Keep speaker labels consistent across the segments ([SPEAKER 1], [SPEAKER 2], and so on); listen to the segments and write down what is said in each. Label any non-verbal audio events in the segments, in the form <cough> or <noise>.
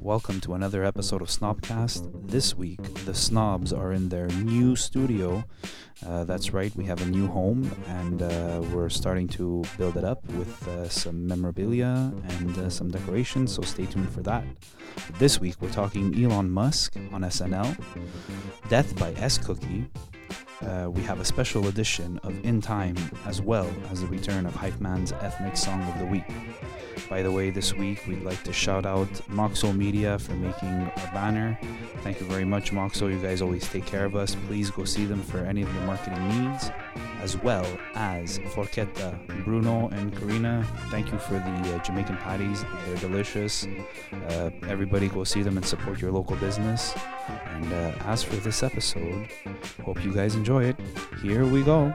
[SPEAKER 1] Welcome to another episode of Snobcast. This week, the snobs are in their new studio. Uh, that's right, we have a new home and uh, we're starting to build it up with uh, some memorabilia and uh, some decorations, so stay tuned for that. This week, we're talking Elon Musk on SNL, Death by S Cookie. Uh, we have a special edition of In Time, as well as the return of Hype Man's Ethnic Song of the Week. By the way, this week we'd like to shout out Moxo Media for making a banner. Thank you very much, Moxo. You guys always take care of us. Please go see them for any of your marketing needs, as well as Forchetta, Bruno, and Karina. Thank you for the uh, Jamaican patties. They're delicious. Uh, everybody go see them and support your local business. And uh, as for this episode, hope you guys enjoy it. Here we go.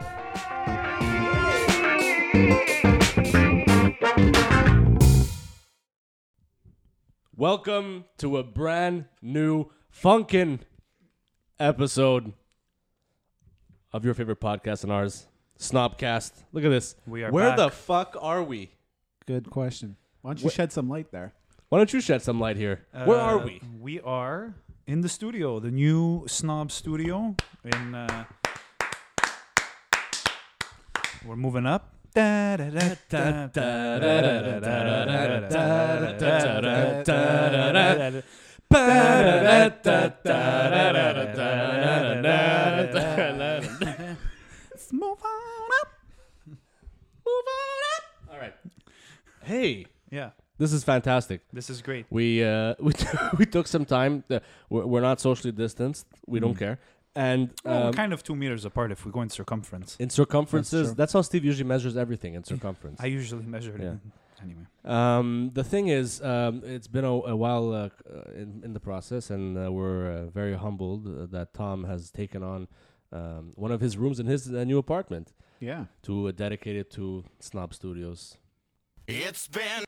[SPEAKER 2] Welcome to a brand new funkin' episode of your favorite podcast and ours, Snobcast. Look at this.
[SPEAKER 3] We are
[SPEAKER 2] Where
[SPEAKER 3] back.
[SPEAKER 2] the fuck are we?
[SPEAKER 4] Good question. Why don't you shed some light there?
[SPEAKER 2] Why don't you shed some light here? Where are
[SPEAKER 3] Uh,
[SPEAKER 2] we?
[SPEAKER 3] We are in the studio, the new snob studio. In uh, we're moving up. Let's move on up.
[SPEAKER 2] All right. Hey,
[SPEAKER 3] Yeah,
[SPEAKER 2] this is fantastic.
[SPEAKER 3] this is great.
[SPEAKER 2] We uh, <laughs> we we took some time. To, we're, we're not socially distanced. We don't care. And
[SPEAKER 3] Oh, Well, we're
[SPEAKER 2] um,
[SPEAKER 3] kind of two meters apart if we go in circumference.
[SPEAKER 2] in circumferences, that's, how Steve usually measures everything in circumference.
[SPEAKER 3] I usually measure it.
[SPEAKER 2] Yeah.
[SPEAKER 3] in- Anyway,
[SPEAKER 2] Um, the thing is, um, it's been a, a while uh, c- uh, in, in the process, and uh, we're uh, very humbled uh, that Tom has taken on um, one of his rooms in his uh, new apartment
[SPEAKER 4] Yeah.
[SPEAKER 2] to uh, dedicate it to Snob Studios.
[SPEAKER 5] It's been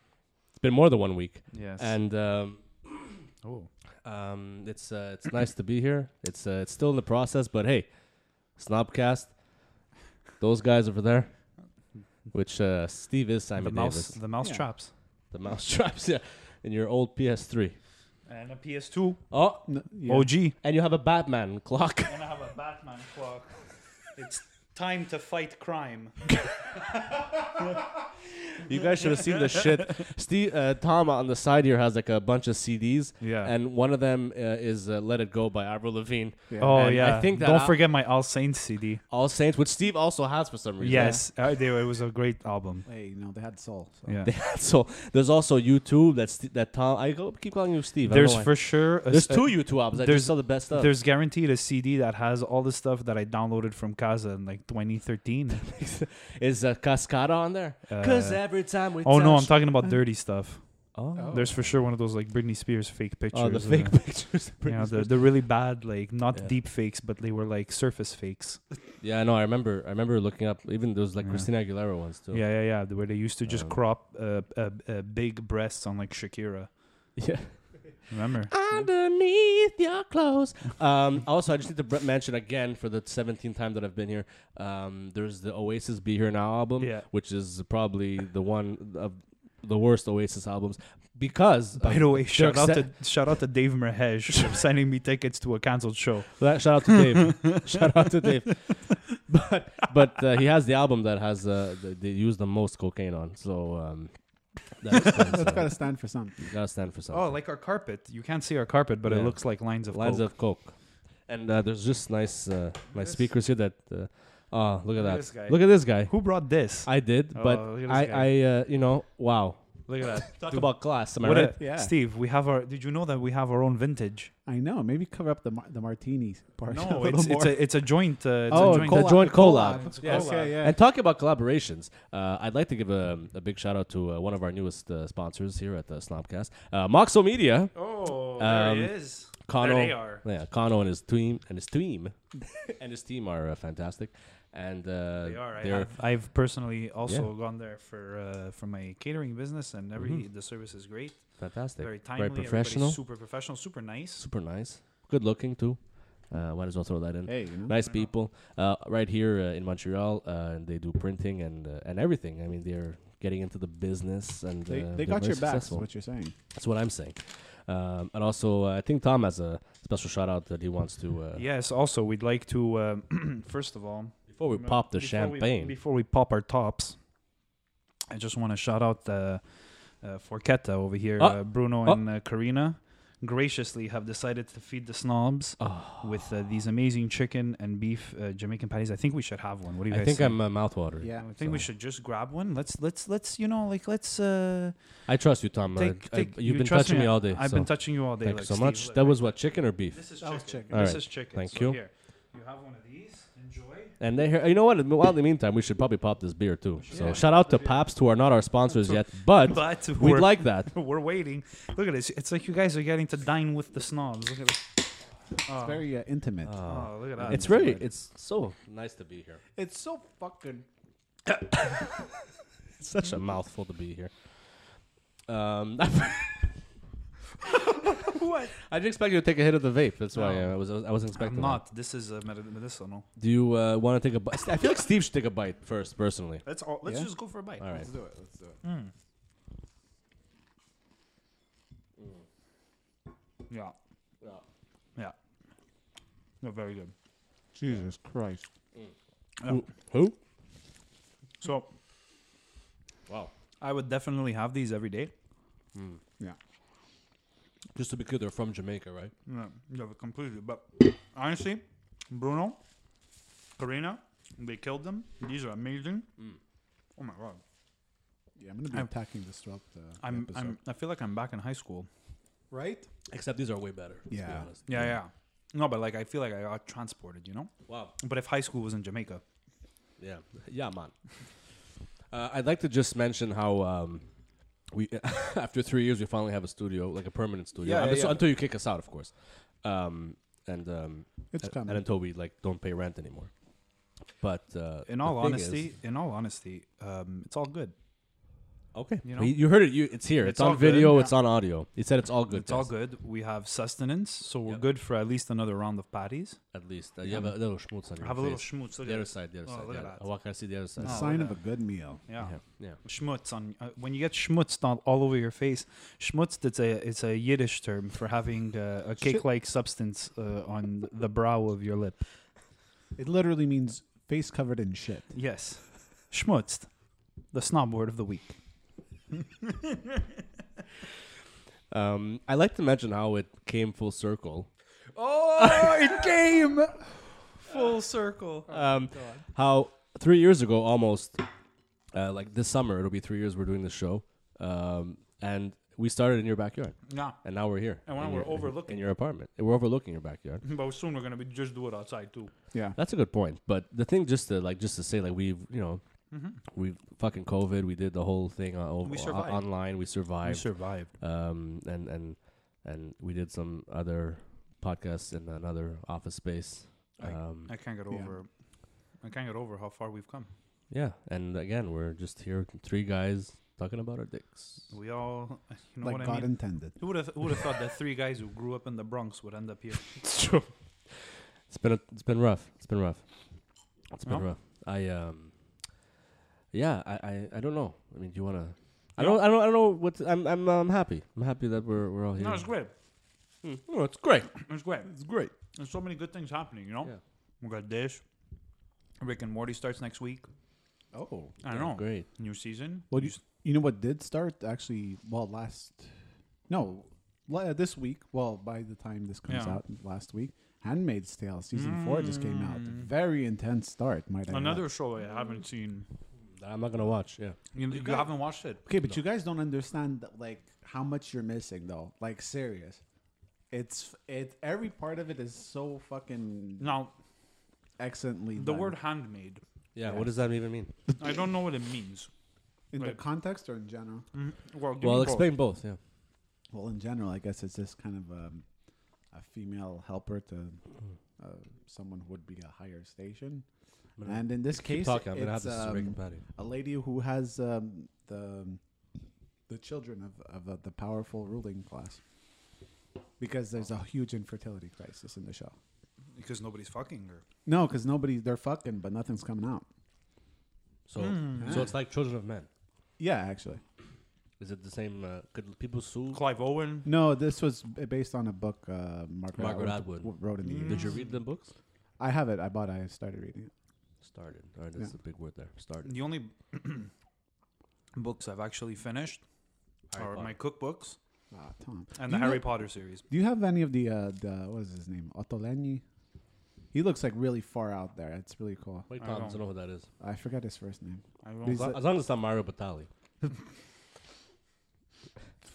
[SPEAKER 2] It's been more than one week,
[SPEAKER 3] yes.
[SPEAKER 2] and um,
[SPEAKER 3] oh,
[SPEAKER 2] um, it's uh, it's nice to be here. It's uh, it's still in the process, but hey, Snobcast, those guys over there, which uh, Steve is Simon
[SPEAKER 3] the mouse,
[SPEAKER 2] Davis,
[SPEAKER 3] the mouse
[SPEAKER 4] Yeah.
[SPEAKER 3] traps,
[SPEAKER 2] the mouse <laughs> traps, yeah, in your old PS3.
[SPEAKER 3] and a PS2
[SPEAKER 2] Oh,
[SPEAKER 4] No, yeah.
[SPEAKER 3] OG.
[SPEAKER 2] and you have a Batman clock. <laughs>
[SPEAKER 3] And I have a Batman clock. It's time to fight crime.
[SPEAKER 2] You guys should have seen the shit. Steve, uh, Tom on the side here has like a bunch of CDs.
[SPEAKER 3] Yeah.
[SPEAKER 2] And one of them uh, is uh, "Let It Go" by Avril Lavigne.
[SPEAKER 3] Oh
[SPEAKER 2] And
[SPEAKER 3] yeah.
[SPEAKER 2] I think that
[SPEAKER 3] Don't
[SPEAKER 2] I-
[SPEAKER 3] forget my All Saints CD.
[SPEAKER 2] All Saints, which Steve also has for some reason.
[SPEAKER 3] Yes, uh, they, it was a great album.
[SPEAKER 4] Hey, no, they had soul. So.
[SPEAKER 3] Yeah.
[SPEAKER 2] <laughs> so there's also YouTube. That's that Tom. I go, keep calling you Steve. I don't
[SPEAKER 3] There's
[SPEAKER 2] know why.
[SPEAKER 3] for sure. A,
[SPEAKER 2] there's
[SPEAKER 3] a-
[SPEAKER 2] two YouTube albums. I
[SPEAKER 3] there's-
[SPEAKER 2] just saw the best stuff.
[SPEAKER 3] There's guaranteed a CD that has all the stuff that I downloaded from Casa in like <laughs> 2013.
[SPEAKER 2] Is uh, Cascada on there?
[SPEAKER 3] Uh,
[SPEAKER 2] Cause every time we
[SPEAKER 3] oh no, I'm
[SPEAKER 2] touch-
[SPEAKER 3] talking about dirty stuff.
[SPEAKER 2] oh.
[SPEAKER 3] There's for sure one of those like Britney Spears fake pictures.
[SPEAKER 2] Oh, the
[SPEAKER 3] uh,
[SPEAKER 2] fake <laughs> pictures.
[SPEAKER 3] you know, the, the really bad, like not
[SPEAKER 2] Yeah.
[SPEAKER 3] deep fakes, but they were like surface fakes.
[SPEAKER 2] yeah, I know. I remember. I remember looking up. Even those like
[SPEAKER 3] Yeah.
[SPEAKER 2] Christina Aguilera ones too.
[SPEAKER 3] Yeah, yeah, yeah. the- Where they used to just
[SPEAKER 2] Um,
[SPEAKER 3] crop uh, uh, uh, big breasts on like Shakira.
[SPEAKER 2] <laughs> Yeah. <laughs>
[SPEAKER 3] Remember?
[SPEAKER 2] underneath your
[SPEAKER 3] <laughs>
[SPEAKER 2] clothes. Um, also, I just need to br- mention again for the 17th time that I've been here. Um, there's the Oasis "Be Here Now" album,
[SPEAKER 3] Yeah.
[SPEAKER 2] which is probably the one of the worst Oasis albums because.
[SPEAKER 3] By
[SPEAKER 2] of
[SPEAKER 3] the way,
[SPEAKER 2] their
[SPEAKER 3] shout out
[SPEAKER 2] accept-
[SPEAKER 3] to shout out to Dave Merhej
[SPEAKER 2] <laughs>
[SPEAKER 3] for sending me tickets to a canceled show.
[SPEAKER 2] that, shout out to
[SPEAKER 3] <laughs>
[SPEAKER 2] Dave. shout out to Dave. But but uh, he has the album that has uh, th- they use the most cocaine on. So um,
[SPEAKER 3] <laughs>
[SPEAKER 2] that explains,
[SPEAKER 4] That's got
[SPEAKER 2] uh,
[SPEAKER 4] to stand for something.
[SPEAKER 2] gotta stand for something.
[SPEAKER 3] Oh, like our carpet. You can't see our carpet, but
[SPEAKER 2] Yeah.
[SPEAKER 3] it looks like lines of
[SPEAKER 2] lines
[SPEAKER 3] coke.
[SPEAKER 2] of coke. And uh, there's just nice uh, nice speakers here that. Uh, oh, look at
[SPEAKER 3] at
[SPEAKER 2] that!
[SPEAKER 3] this guy.
[SPEAKER 2] Look at this guy.
[SPEAKER 3] Who brought this?
[SPEAKER 2] I did,
[SPEAKER 3] Oh,
[SPEAKER 2] but
[SPEAKER 3] look at this
[SPEAKER 2] I,
[SPEAKER 3] guy.
[SPEAKER 2] I, uh, you know, wow.
[SPEAKER 3] Look at <laughs> that.
[SPEAKER 2] Talk about class. Am I
[SPEAKER 3] What
[SPEAKER 2] right?
[SPEAKER 3] a-
[SPEAKER 4] Yeah.
[SPEAKER 3] Steve, we have our. Did you know that we have our own vintage?
[SPEAKER 4] I know. Maybe cover up the mar- the martinis part. <laughs> a
[SPEAKER 3] No,
[SPEAKER 4] little
[SPEAKER 3] it's, it's <laughs>
[SPEAKER 4] more.
[SPEAKER 3] a it's a joint. Uh, it's
[SPEAKER 4] oh,
[SPEAKER 3] a joint.
[SPEAKER 2] collab. joint collab.
[SPEAKER 4] It's
[SPEAKER 3] Yes.
[SPEAKER 4] collab. Okay,
[SPEAKER 3] <laughs>
[SPEAKER 4] yeah.
[SPEAKER 2] And talking about collaborations, uh, I'd like to give a, a big shout out to uh, one of our newest uh, sponsors here at the Snobcast, uh, Moxo Media.
[SPEAKER 3] Oh,
[SPEAKER 2] there it Um,
[SPEAKER 3] is.
[SPEAKER 2] Connell,
[SPEAKER 3] they are.
[SPEAKER 2] yeah, Connell and his team and his team <laughs> and his team are uh, fantastic, and uh,
[SPEAKER 3] They are. I
[SPEAKER 2] they're-
[SPEAKER 3] have, I've personally also gone there for uh, for my catering business, and every the service is great.
[SPEAKER 2] fantastic,
[SPEAKER 3] Very timely, everybody's
[SPEAKER 2] Mm-hmm. professional.
[SPEAKER 3] super professional, super nice.
[SPEAKER 2] super nice, good looking too. Uh, might as well throw that in.
[SPEAKER 4] Hey, you know.
[SPEAKER 2] Nice people, uh, right here uh, in Montreal, uh, and they do printing and uh, and everything. I mean, they're getting into the business, and
[SPEAKER 4] They,
[SPEAKER 2] uh,
[SPEAKER 4] they
[SPEAKER 2] they're
[SPEAKER 4] got
[SPEAKER 2] very
[SPEAKER 4] your back. Is
[SPEAKER 2] successful.
[SPEAKER 4] what you're saying.
[SPEAKER 2] That's what I'm saying. Um, and also, uh, I think Tom has a special shout out that he wants to. Uh,
[SPEAKER 3] Yes. Also, we'd like to um, <clears throat> first of all
[SPEAKER 2] Before we
[SPEAKER 3] remem-
[SPEAKER 2] pop the
[SPEAKER 3] before we-
[SPEAKER 2] champagne,
[SPEAKER 3] before we pop our tops, I just want to shout out uh, uh, Forchetta over here.
[SPEAKER 2] Ah.
[SPEAKER 3] Uh, Bruno
[SPEAKER 2] Ah.
[SPEAKER 3] and uh, Karina graciously have decided to feed the snobs
[SPEAKER 2] Oh,
[SPEAKER 3] with uh, these amazing chicken and beef uh, Jamaican patties. I think we should have one. What do you
[SPEAKER 2] I
[SPEAKER 3] guys
[SPEAKER 2] think
[SPEAKER 3] think?
[SPEAKER 2] I'm uh, mouthwatering.
[SPEAKER 4] Yeah.
[SPEAKER 3] I think we
[SPEAKER 2] so.
[SPEAKER 3] should just grab one. Let's let's let's you know like let's. Uh,
[SPEAKER 2] I trust you, Tom. Uh,
[SPEAKER 3] take,
[SPEAKER 2] I-
[SPEAKER 3] take,
[SPEAKER 2] you've
[SPEAKER 3] you
[SPEAKER 2] been
[SPEAKER 3] trust
[SPEAKER 2] touching me, all day.
[SPEAKER 3] I've
[SPEAKER 2] so
[SPEAKER 3] been touching you all day.
[SPEAKER 2] Thank
[SPEAKER 3] like
[SPEAKER 2] you so
[SPEAKER 3] Steve,
[SPEAKER 2] much.
[SPEAKER 3] look,
[SPEAKER 2] That
[SPEAKER 3] like-
[SPEAKER 2] was what chicken or beef?
[SPEAKER 3] This is
[SPEAKER 4] That
[SPEAKER 3] chicken.
[SPEAKER 4] was chicken.
[SPEAKER 3] This
[SPEAKER 2] Alright.
[SPEAKER 3] is chicken.
[SPEAKER 2] Thank
[SPEAKER 3] so
[SPEAKER 2] you.
[SPEAKER 3] Here, you have one of these. Enjoy.
[SPEAKER 2] And they, hear- you know what? in- While in the meantime, we should probably pop this beer too. So shout out to Paps, who are not our sponsors yet, but,
[SPEAKER 3] But
[SPEAKER 2] we'd
[SPEAKER 3] we're-
[SPEAKER 2] like that.
[SPEAKER 3] <laughs> We're waiting. Look at this. It's like you guys are getting to dine with the snobs. Look at this.
[SPEAKER 4] It's very uh, intimate.
[SPEAKER 3] Oh, look at that.
[SPEAKER 2] It's really, it's so nice to be here.
[SPEAKER 4] it's so fucking.
[SPEAKER 2] It's such a mouthful to be here. Um, <laughs>
[SPEAKER 3] what?
[SPEAKER 2] I didn't expect you to take a hit of the vape. That's why uh, I was I wasn't expecting.
[SPEAKER 3] I'm
[SPEAKER 2] that.
[SPEAKER 3] not. This is uh, medi- medicinal.
[SPEAKER 2] Do you uh, want to take a bite? I feel like Steve should take a bite first, personally.
[SPEAKER 3] Let's all, Oh, let's
[SPEAKER 4] Yeah?
[SPEAKER 3] just go for a bite.
[SPEAKER 2] All right.
[SPEAKER 4] do it. Let's do it.
[SPEAKER 3] Yeah. Yeah. No, very good.
[SPEAKER 4] Jesus Christ.
[SPEAKER 2] Who? Who?
[SPEAKER 3] So
[SPEAKER 2] Wow.
[SPEAKER 3] I would definitely have these every day.
[SPEAKER 4] Yeah.
[SPEAKER 2] Just to be clear, they're from Jamaica, right?
[SPEAKER 3] Yeah, yeah, but completely. But honestly, Bruno, Karina, they killed them. These are amazing. Oh my god.
[SPEAKER 4] Yeah, I'm gonna be
[SPEAKER 3] I'm-
[SPEAKER 4] attacking this throughout the the
[SPEAKER 3] I'm,
[SPEAKER 4] episode.
[SPEAKER 3] I'm I feel like I'm back in high school.
[SPEAKER 4] right.
[SPEAKER 2] Except these are way better. let's be
[SPEAKER 4] Yeah.
[SPEAKER 2] honest.
[SPEAKER 3] Yeah, yeah. No, but like I feel like I got transported, you know?
[SPEAKER 2] Wow.
[SPEAKER 3] But if high school was in Jamaica,
[SPEAKER 2] Yeah. Yeah, man. Uh, I'd like to just mention how um, we, <laughs> after three years, we finally have a studio, like a permanent studio.
[SPEAKER 3] Yeah,
[SPEAKER 2] Um,
[SPEAKER 3] yeah,
[SPEAKER 2] so-
[SPEAKER 3] yeah.
[SPEAKER 2] Until you kick us out, of course. Um, and um,
[SPEAKER 4] It's
[SPEAKER 2] and,
[SPEAKER 4] coming.
[SPEAKER 2] and until we like don't pay rent anymore. But uh,
[SPEAKER 3] in
[SPEAKER 2] the
[SPEAKER 3] all
[SPEAKER 2] thing is-
[SPEAKER 3] honesty, in all honesty, um, it's all good.
[SPEAKER 2] okay, you,
[SPEAKER 3] you
[SPEAKER 2] know,
[SPEAKER 3] know?
[SPEAKER 2] you heard it. You, it's here. It's,
[SPEAKER 3] It's all
[SPEAKER 2] on
[SPEAKER 3] good,
[SPEAKER 2] video.
[SPEAKER 3] yeah.
[SPEAKER 2] It's on audio. He said it's all good.
[SPEAKER 3] it's all
[SPEAKER 2] guys.
[SPEAKER 3] good. We have sustenance, so we're
[SPEAKER 2] Yep.
[SPEAKER 3] good for at least another round of patties.
[SPEAKER 2] At least uh, you have a little schmutz on your
[SPEAKER 3] I have a little
[SPEAKER 2] face.
[SPEAKER 3] schmutz. Look
[SPEAKER 2] the
[SPEAKER 3] at
[SPEAKER 2] other
[SPEAKER 3] it.
[SPEAKER 2] side, the other
[SPEAKER 3] Oh,
[SPEAKER 2] side.
[SPEAKER 3] look at
[SPEAKER 2] yeah.
[SPEAKER 3] that.
[SPEAKER 2] I walk, I see the other side.
[SPEAKER 4] The
[SPEAKER 3] Oh,
[SPEAKER 4] sign
[SPEAKER 3] yeah.
[SPEAKER 4] of a good meal.
[SPEAKER 3] Yeah.
[SPEAKER 2] yeah. yeah.
[SPEAKER 3] Schmutz on uh, when you get schmutz on all over your face. Schmutz it's a it's a Yiddish term for having uh, a cake like substance uh, on the brow of your lip.
[SPEAKER 4] It literally means face covered in shit.
[SPEAKER 3] Yes, schmutz, the snob word of the week.
[SPEAKER 2] Um, I like to mention how it came full circle.
[SPEAKER 3] Oh,
[SPEAKER 2] <laughs>
[SPEAKER 3] it came full circle.
[SPEAKER 2] Um, how three years ago, almost uh, like this summer, it'll be three years we're doing this show, um, and we started in your backyard,
[SPEAKER 3] Yeah,
[SPEAKER 2] and now we're here.
[SPEAKER 3] And now
[SPEAKER 2] in
[SPEAKER 3] we're
[SPEAKER 2] your- in-
[SPEAKER 3] overlooking.
[SPEAKER 2] in your apartment. And We're overlooking your backyard.
[SPEAKER 3] but soon we're gonna be just do it outside too.
[SPEAKER 4] Yeah.
[SPEAKER 2] That's a good point. But the thing, just to like, just to say, like we've you know.
[SPEAKER 3] Mm-hmm.
[SPEAKER 2] We fucking COVID. We did the whole thing on,
[SPEAKER 3] We
[SPEAKER 2] o-
[SPEAKER 3] survived.
[SPEAKER 2] online. We
[SPEAKER 3] We
[SPEAKER 2] survived.
[SPEAKER 3] survived.
[SPEAKER 2] um, and and and we did some other podcasts in another office space. Um,
[SPEAKER 3] I can't get
[SPEAKER 4] Yeah.
[SPEAKER 3] over. I can't get over how far we've come.
[SPEAKER 2] yeah, and again, we're just here, three guys talking about our dicks.
[SPEAKER 3] We all, <laughs> you know
[SPEAKER 4] like
[SPEAKER 3] what
[SPEAKER 4] God
[SPEAKER 3] I mean.
[SPEAKER 4] intended.
[SPEAKER 3] who would have who would have thought that three guys who grew up in the Bronx would end up <laughs> here?
[SPEAKER 2] <laughs> It's true. It's been a, it's been rough. It's been rough. It's been
[SPEAKER 3] No?
[SPEAKER 2] rough. I um, yeah, I, I, I don't know. I mean, do you wanna? I don't I don't I don't know what to- I'm I'm I'm happy. I'm happy that we're we're all here.
[SPEAKER 3] No, it's great.
[SPEAKER 2] Mm. No, it's great.
[SPEAKER 3] It's great.
[SPEAKER 4] Hmm. It's great.
[SPEAKER 3] There's so many good things happening. You know,
[SPEAKER 2] Yeah.
[SPEAKER 3] we got this. Rick and Morty starts next week.
[SPEAKER 4] Oh.
[SPEAKER 3] I don't know.
[SPEAKER 2] Great.
[SPEAKER 3] New season.
[SPEAKER 4] Well, you you know what did start actually? Well, last no, la- this week. Well, by the time this comes
[SPEAKER 3] Yeah.
[SPEAKER 4] out, last week, Handmaid's
[SPEAKER 3] Mm.
[SPEAKER 4] Tale season four just came out. Very intense start, might I add.
[SPEAKER 3] Another show I haven't seen.
[SPEAKER 2] I'm not gonna watch. Yeah.
[SPEAKER 3] You, you
[SPEAKER 4] got-
[SPEAKER 3] haven't watched it.
[SPEAKER 4] Okay, but you guys don't understand like how much you're missing though. Like serious. It's it every part of it is so fucking
[SPEAKER 3] Now,
[SPEAKER 4] excellently
[SPEAKER 3] the
[SPEAKER 4] done.
[SPEAKER 3] word handmade,
[SPEAKER 2] Yeah. What does that even mean?
[SPEAKER 3] I don't know what it means.
[SPEAKER 4] in the
[SPEAKER 3] right.
[SPEAKER 4] context or in general?
[SPEAKER 3] Well, give me
[SPEAKER 2] Well,
[SPEAKER 3] both.
[SPEAKER 2] explain both. Yeah.
[SPEAKER 4] Well, in general, I guess it's just kind of um, a female helper to uh, someone who would be a higher station.
[SPEAKER 2] Mm-hmm. I'm gonna-
[SPEAKER 4] And in this
[SPEAKER 2] Keep
[SPEAKER 4] case,
[SPEAKER 2] talking. I'm gonna have
[SPEAKER 4] it's
[SPEAKER 2] this
[SPEAKER 4] um,
[SPEAKER 2] breaking patty.
[SPEAKER 4] a lady who has um, the the children of, of uh, the powerful ruling class, because there's a huge infertility crisis in the show.
[SPEAKER 3] Because nobody's fucking her.
[SPEAKER 4] No, because nobody they're fucking, but nothing's coming out.
[SPEAKER 2] So,
[SPEAKER 4] Hmm.
[SPEAKER 2] so it's like Children of Men.
[SPEAKER 4] Yeah, actually,
[SPEAKER 2] Is it the same? Uh, could people sue?
[SPEAKER 3] Clive Owen.
[SPEAKER 4] no. This was b- based on a book uh, Margaret,
[SPEAKER 2] Margaret Atwood.
[SPEAKER 4] w- wrote in the.
[SPEAKER 2] Did you
[SPEAKER 4] eighties.
[SPEAKER 2] read the books?
[SPEAKER 4] I have it. I bought. it. I started reading it.
[SPEAKER 2] Started. All right, that's
[SPEAKER 4] Yeah. Hmm.
[SPEAKER 2] a big word there. Started.
[SPEAKER 3] The only <clears throat> books I've actually finished
[SPEAKER 2] Harry
[SPEAKER 3] are
[SPEAKER 2] Potter.
[SPEAKER 3] my cookbooks
[SPEAKER 4] Ah,
[SPEAKER 3] and
[SPEAKER 4] Tom. Do
[SPEAKER 3] the
[SPEAKER 4] you
[SPEAKER 3] Harry
[SPEAKER 4] know-
[SPEAKER 3] Potter series.
[SPEAKER 4] Do you have any of the uh, the what is his name? Ottolenghi. He looks like really far out there. It's really cool.
[SPEAKER 2] Wait,
[SPEAKER 3] I
[SPEAKER 2] Tom, I
[SPEAKER 3] don't-
[SPEAKER 2] don't know what that is.
[SPEAKER 4] I forgot his first name.
[SPEAKER 3] I
[SPEAKER 4] These
[SPEAKER 3] don't
[SPEAKER 4] are-
[SPEAKER 3] like,
[SPEAKER 2] As long as it's not Mario Batali.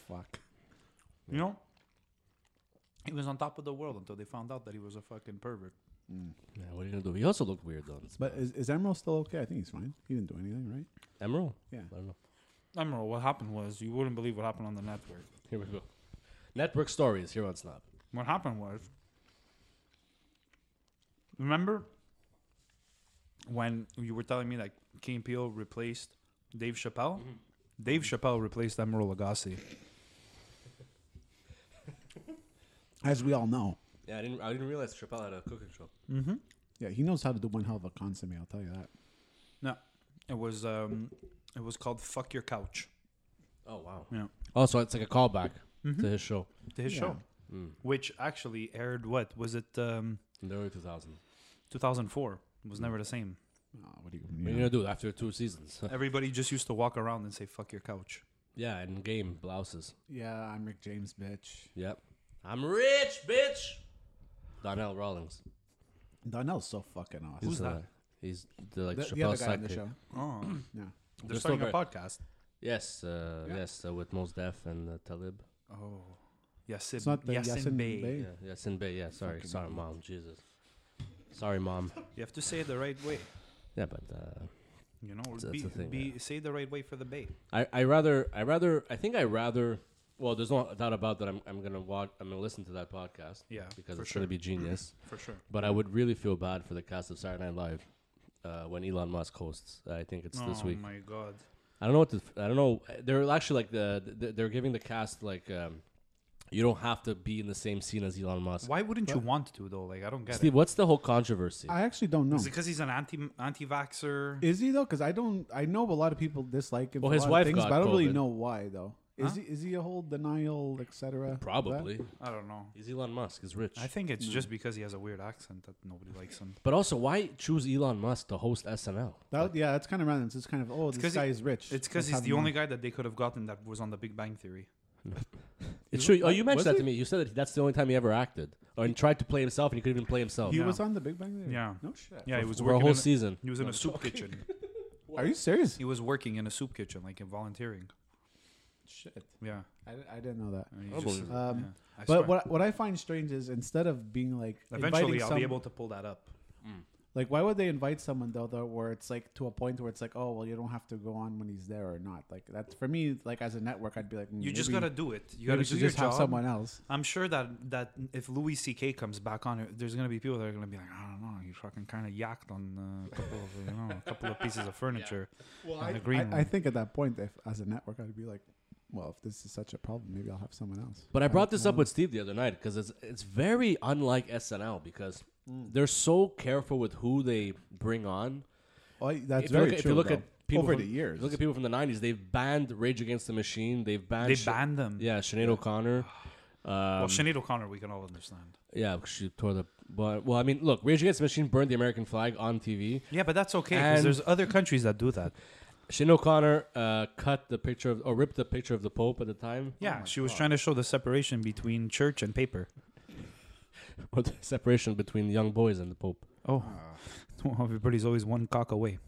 [SPEAKER 4] Fuck.
[SPEAKER 3] you know, he was on top of the world until they found out that he was a fucking pervert.
[SPEAKER 2] Yeah, what are you gonna do? He also looked weird though.
[SPEAKER 4] Mm. But is, is Emerald still okay? I think he's fine. He didn't do anything, right?
[SPEAKER 2] Emerald.
[SPEAKER 4] Yeah.
[SPEAKER 2] I don't know.
[SPEAKER 3] Emerald, what happened was you wouldn't believe what happened on the network.
[SPEAKER 2] Here we go. Network stories here on Snob.
[SPEAKER 3] What happened was, remember when you were telling me that Kane Peele replaced Dave Chappelle? Dave Chappelle replaced Emerald Lagasse.
[SPEAKER 4] As we all know.
[SPEAKER 2] Yeah, I didn't. I didn't realize Chappelle had a cooking show.
[SPEAKER 3] Mm-hmm.
[SPEAKER 4] Yeah, he knows how to do one hell of a consomme, I'll tell you that.
[SPEAKER 3] No, it was um, it was called "Fuck Your Couch."
[SPEAKER 2] Oh wow.
[SPEAKER 3] Yeah,
[SPEAKER 2] Oh, so it's like a callback
[SPEAKER 4] Mm-hmm.
[SPEAKER 2] to his show
[SPEAKER 3] to his
[SPEAKER 4] Yeah.
[SPEAKER 3] show,
[SPEAKER 2] Hmm.
[SPEAKER 3] which actually aired. What was it? Um,
[SPEAKER 2] in the early 2000s.
[SPEAKER 3] two thousand four. It was never the same.
[SPEAKER 4] Oh, what do you,
[SPEAKER 2] What are you
[SPEAKER 4] yeah.
[SPEAKER 2] gonna do after two seasons? <laughs>
[SPEAKER 3] Everybody just used to walk around and say "Fuck Your Couch."
[SPEAKER 2] yeah, and game blouses.
[SPEAKER 4] Yeah, I'm Rick James, bitch.
[SPEAKER 2] Yep. I'm rich, bitch. Donnell Rawlings.
[SPEAKER 4] Donnell's so fucking awesome.
[SPEAKER 3] Who's
[SPEAKER 2] He's, uh,
[SPEAKER 3] that?
[SPEAKER 2] He's the, like
[SPEAKER 4] the,
[SPEAKER 2] Chappelle
[SPEAKER 4] the other guy on the
[SPEAKER 2] sidekick.
[SPEAKER 4] show?
[SPEAKER 3] Oh,
[SPEAKER 4] Yeah.
[SPEAKER 3] they're
[SPEAKER 2] Just
[SPEAKER 3] starting a
[SPEAKER 2] over-
[SPEAKER 3] podcast.
[SPEAKER 2] Yes, uh,
[SPEAKER 4] Yeah.
[SPEAKER 2] yes, uh, with Mos Def and uh, Talib.
[SPEAKER 3] Oh, yes,
[SPEAKER 4] It's not the
[SPEAKER 3] Yasin,
[SPEAKER 4] Yasin
[SPEAKER 3] Bey.
[SPEAKER 4] Bey.
[SPEAKER 2] Yeah, yes, in Bay. Yeah, sorry,
[SPEAKER 4] Fucking
[SPEAKER 2] sorry,
[SPEAKER 4] idiot.
[SPEAKER 2] mom. Jesus, sorry, mom. <laughs>
[SPEAKER 3] You have to say it the right way.
[SPEAKER 2] Yeah, but uh,
[SPEAKER 3] You know,
[SPEAKER 2] that's
[SPEAKER 3] be,
[SPEAKER 2] the thing,
[SPEAKER 3] be say the right way for the Bay.
[SPEAKER 2] I, I rather, I rather, I think I rather. Well, there's no doubt about that. I'm, I'm gonna watch. I'm gonna listen to that podcast.
[SPEAKER 3] Yeah,
[SPEAKER 2] because
[SPEAKER 3] for
[SPEAKER 2] it's gonna be
[SPEAKER 3] sure. <clears throat>
[SPEAKER 2] genius.
[SPEAKER 3] For sure.
[SPEAKER 2] But I would really feel bad for the cast of Saturday Night Live uh, when Elon Musk hosts. I think it's this
[SPEAKER 3] oh
[SPEAKER 2] week.
[SPEAKER 3] my god.
[SPEAKER 2] I don't know what to. I don't know. They're actually like the. the- They're giving the cast like. Um, you don't have to be in the same scene as Elon Musk.
[SPEAKER 3] Why wouldn't you want to though? Like I don't get
[SPEAKER 2] Steve,
[SPEAKER 3] it.
[SPEAKER 2] what's the whole controversy?
[SPEAKER 4] I actually don't know.
[SPEAKER 3] Is it because he's an anti anti vaxxer?
[SPEAKER 4] Is he though? Because I don't. I know a lot of people dislike him.
[SPEAKER 2] Well,
[SPEAKER 4] for a
[SPEAKER 2] his
[SPEAKER 4] lot of
[SPEAKER 2] wife
[SPEAKER 4] things,
[SPEAKER 2] got
[SPEAKER 4] but I don't really
[SPEAKER 2] COVID.
[SPEAKER 4] know why though. Is he is he a whole denial, etc.
[SPEAKER 2] Probably.
[SPEAKER 3] I don't know.
[SPEAKER 2] He's Elon Musk. He's rich.
[SPEAKER 3] I think it's
[SPEAKER 4] Mm.
[SPEAKER 3] just because he has a weird accent that nobody likes him.
[SPEAKER 2] But also, why choose Elon Musk to host SNL?
[SPEAKER 4] That, yeah, that's kind of random. It's just kind of oh, this
[SPEAKER 3] 'cause
[SPEAKER 4] guy
[SPEAKER 3] he-
[SPEAKER 4] is rich.
[SPEAKER 3] It's because
[SPEAKER 4] Let's
[SPEAKER 3] he's
[SPEAKER 4] have
[SPEAKER 3] the
[SPEAKER 4] him
[SPEAKER 3] only
[SPEAKER 4] on.
[SPEAKER 3] guy that they could have gotten that was on The Big Bang Theory.
[SPEAKER 2] It's true. Oh, you
[SPEAKER 4] was
[SPEAKER 2] mentioned that
[SPEAKER 4] he?
[SPEAKER 2] to me. You said that that's the only time he ever acted, or and tried to play himself, and he couldn't even play himself
[SPEAKER 4] He
[SPEAKER 3] Yeah.
[SPEAKER 4] was on the Big Bang Theory.
[SPEAKER 3] Yeah.
[SPEAKER 4] No shit.
[SPEAKER 3] Yeah, he was
[SPEAKER 2] for a
[SPEAKER 3] working
[SPEAKER 2] whole
[SPEAKER 3] in
[SPEAKER 2] season.
[SPEAKER 3] He was in a soup
[SPEAKER 4] <laughs>
[SPEAKER 3] kitchen.
[SPEAKER 4] Are you serious?
[SPEAKER 3] He was working in a soup kitchen, like in volunteering.
[SPEAKER 4] Shit.
[SPEAKER 3] Yeah.
[SPEAKER 4] I, di- I didn't know that.
[SPEAKER 3] And he
[SPEAKER 2] Unbelievable.
[SPEAKER 3] just-
[SPEAKER 4] Um,
[SPEAKER 3] yeah. I swear.
[SPEAKER 4] But what what I find strange is instead of being like
[SPEAKER 3] eventually
[SPEAKER 4] inviting
[SPEAKER 3] I'll
[SPEAKER 4] some-
[SPEAKER 3] be able to pull that up.
[SPEAKER 4] like why would they invite someone though though where it's like to a point where it's like oh well you don't have to go on when he's there or not like that's for me like as a network I'd be like mm,
[SPEAKER 3] You just
[SPEAKER 4] maybe-
[SPEAKER 3] gotta do it. You
[SPEAKER 4] maybe
[SPEAKER 3] gotta
[SPEAKER 4] we
[SPEAKER 3] do
[SPEAKER 4] should
[SPEAKER 3] your
[SPEAKER 4] just have
[SPEAKER 3] job.
[SPEAKER 4] someone else
[SPEAKER 3] I'm sure that that if Louis C.K. comes back on, it, there's gonna be people that are gonna be like, I don't know, you fucking kind of yacked on uh, a couple of you know a couple of pieces
[SPEAKER 4] <laughs>
[SPEAKER 3] of furniture in the green room.
[SPEAKER 4] I, I think at that point if as a network I'd be like well if this is such a problem maybe I'll have someone else
[SPEAKER 2] But I brought this up with Steve the other night because it's it's very unlike SNL because
[SPEAKER 3] Mm.
[SPEAKER 2] they're so careful with who they bring on.
[SPEAKER 4] oh, I- that's
[SPEAKER 2] if you
[SPEAKER 4] very
[SPEAKER 2] look, at-
[SPEAKER 4] true
[SPEAKER 2] if you look
[SPEAKER 4] though.
[SPEAKER 2] at people
[SPEAKER 4] over
[SPEAKER 2] from,
[SPEAKER 4] the
[SPEAKER 2] if
[SPEAKER 4] years
[SPEAKER 2] you look at people from the '90s. They've banned Rage Against the Machine. They've banned.
[SPEAKER 3] they
[SPEAKER 2] Sha-
[SPEAKER 3] banned them.
[SPEAKER 2] Yeah, Sinead O'Connor.
[SPEAKER 3] Well,
[SPEAKER 4] um,
[SPEAKER 3] Sinead O'Connor, we can all understand.
[SPEAKER 2] Yeah, she tore the. But, well, I mean, look, Rage Against the Machine burned the American flag on TV.
[SPEAKER 3] Yeah, but that's okay
[SPEAKER 2] And-
[SPEAKER 3] because there's other countries that do that.
[SPEAKER 4] Oh
[SPEAKER 2] Shane O'Connor uh, cut the picture of or ripped the picture of the Pope at the time.
[SPEAKER 3] Yeah, she was trying to show the separation between church and paper.
[SPEAKER 2] <laughs> or the
[SPEAKER 4] Oh.
[SPEAKER 3] <laughs>
[SPEAKER 2] separation between young boys and the Pope.
[SPEAKER 3] Oh, everybody's always one cock away.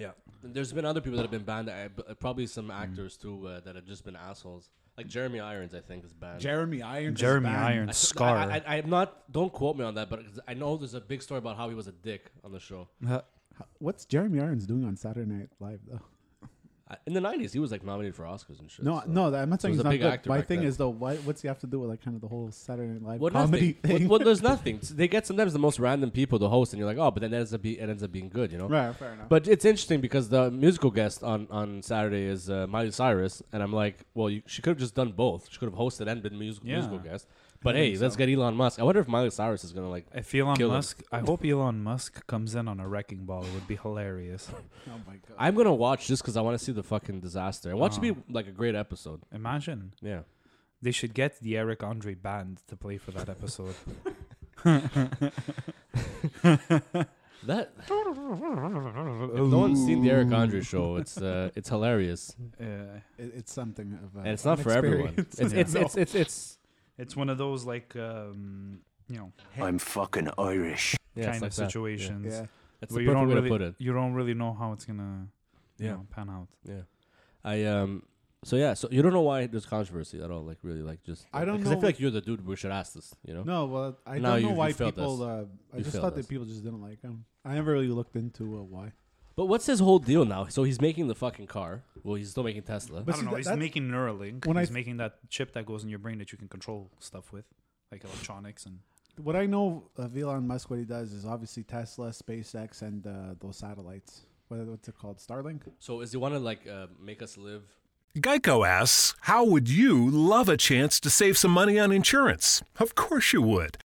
[SPEAKER 2] Yeah. There's been other people that have been banned. I, b- uh, probably some actors too uh, that have just been assholes. Like Jeremy Irons, I think is banned.
[SPEAKER 4] Jeremy Irons. is
[SPEAKER 3] Jeremy
[SPEAKER 4] banned.
[SPEAKER 3] Irons,
[SPEAKER 2] I-
[SPEAKER 3] Scar.
[SPEAKER 2] I,
[SPEAKER 3] <laughs>
[SPEAKER 2] I, I'm not. Don't quote me on that, but 'cause I know there's a big story about how he was a dick on the show.
[SPEAKER 3] Uh,
[SPEAKER 4] What's Jeremy Irons doing on Saturday Night Live though?
[SPEAKER 2] I- In the '90s, he was like nominated for Oscars and shit.
[SPEAKER 4] No,
[SPEAKER 2] so-
[SPEAKER 4] no, that- I'm not saying
[SPEAKER 2] was
[SPEAKER 4] he's
[SPEAKER 2] a
[SPEAKER 4] not
[SPEAKER 2] big
[SPEAKER 4] good.
[SPEAKER 2] actor
[SPEAKER 4] My
[SPEAKER 2] back
[SPEAKER 4] thing
[SPEAKER 2] then.
[SPEAKER 4] is though, why, what's he have to do with like kind of the whole Saturday Night Live
[SPEAKER 2] Well, nothing.
[SPEAKER 4] comedy thing?
[SPEAKER 2] Well,
[SPEAKER 4] <laughs>
[SPEAKER 2] well, there's nothing. They get sometimes the most random people to host, and you're like, oh, but then it ends up, be, it ends up being good, you know?
[SPEAKER 4] Right, fair enough.
[SPEAKER 2] But it's interesting because the musical guest on, on Saturday is uh, Miley Cyrus, and I'm like, well, you, she could have just done both. She could have hosted and been musical,
[SPEAKER 3] Yeah.
[SPEAKER 2] musical guest. But hey, let's get Elon Musk. I wonder if Miley Cyrus is gonna like.
[SPEAKER 3] if Elon
[SPEAKER 2] Kill him.
[SPEAKER 3] Musk, I hope Elon Musk comes in on a wrecking ball. It would be hilarious.
[SPEAKER 4] oh my god.
[SPEAKER 2] I'm gonna watch just because I want to see the fucking disaster. I want it to
[SPEAKER 3] Oh.
[SPEAKER 2] be like a great episode.
[SPEAKER 3] Imagine
[SPEAKER 2] Yeah.
[SPEAKER 3] they should get the Eric Andre band to play for that
[SPEAKER 4] <laughs>
[SPEAKER 3] episode.
[SPEAKER 2] <laughs> That no one's seen the Eric Andre show. It's uh, it's hilarious,
[SPEAKER 3] Uh,
[SPEAKER 4] It- it's something of. Uh,
[SPEAKER 2] and it's not
[SPEAKER 4] an
[SPEAKER 2] for everyone.
[SPEAKER 4] experience. <laughs>
[SPEAKER 2] It's it's, it's it's it's
[SPEAKER 3] it's one of those like um, you know
[SPEAKER 5] I'm fucking Irish.
[SPEAKER 2] yeah,
[SPEAKER 3] kind
[SPEAKER 2] it's like
[SPEAKER 3] of
[SPEAKER 2] that. Yeah.
[SPEAKER 3] situations.
[SPEAKER 4] yeah.
[SPEAKER 2] That's
[SPEAKER 3] where
[SPEAKER 2] the
[SPEAKER 3] you
[SPEAKER 2] perfect
[SPEAKER 3] don't
[SPEAKER 2] way
[SPEAKER 3] really
[SPEAKER 2] to put it.
[SPEAKER 3] you don't really know how it's gonna you
[SPEAKER 2] Yeah.
[SPEAKER 3] know, pan out.
[SPEAKER 2] Yeah. I um. So yeah. So you don't know why there's controversy at all. Like really. Like just.
[SPEAKER 4] I don't
[SPEAKER 2] 'cause I
[SPEAKER 4] know-
[SPEAKER 2] feel like you're the dude we should ask this. You know.
[SPEAKER 4] No, well, I
[SPEAKER 2] Now
[SPEAKER 4] don't
[SPEAKER 2] you-
[SPEAKER 4] know
[SPEAKER 2] you
[SPEAKER 4] why
[SPEAKER 2] failed
[SPEAKER 4] people.
[SPEAKER 2] us.
[SPEAKER 4] Uh, I
[SPEAKER 2] You
[SPEAKER 4] just
[SPEAKER 2] failed
[SPEAKER 4] thought
[SPEAKER 2] us.
[SPEAKER 4] that people just didn't like him. I never really looked into uh, why.
[SPEAKER 2] But what's his whole deal now? So he's making the fucking car. Well, he's still making Tesla.
[SPEAKER 4] But
[SPEAKER 3] I
[SPEAKER 4] see,
[SPEAKER 3] don't know.
[SPEAKER 4] that-
[SPEAKER 3] he's
[SPEAKER 4] that-
[SPEAKER 3] making Neuralink.
[SPEAKER 4] when I
[SPEAKER 3] he's
[SPEAKER 4] th-
[SPEAKER 3] making that chip that goes in your brain that you can control stuff with, like electronics and.
[SPEAKER 4] What I know of Elon Musk, what he does is obviously Tesla, SpaceX, and uh, those satellites. What, what's it called? Starlink.
[SPEAKER 2] So is he want to like uh, make us live?
[SPEAKER 6] Geico asks, How would you love a chance to save some money on insurance? Of course you would.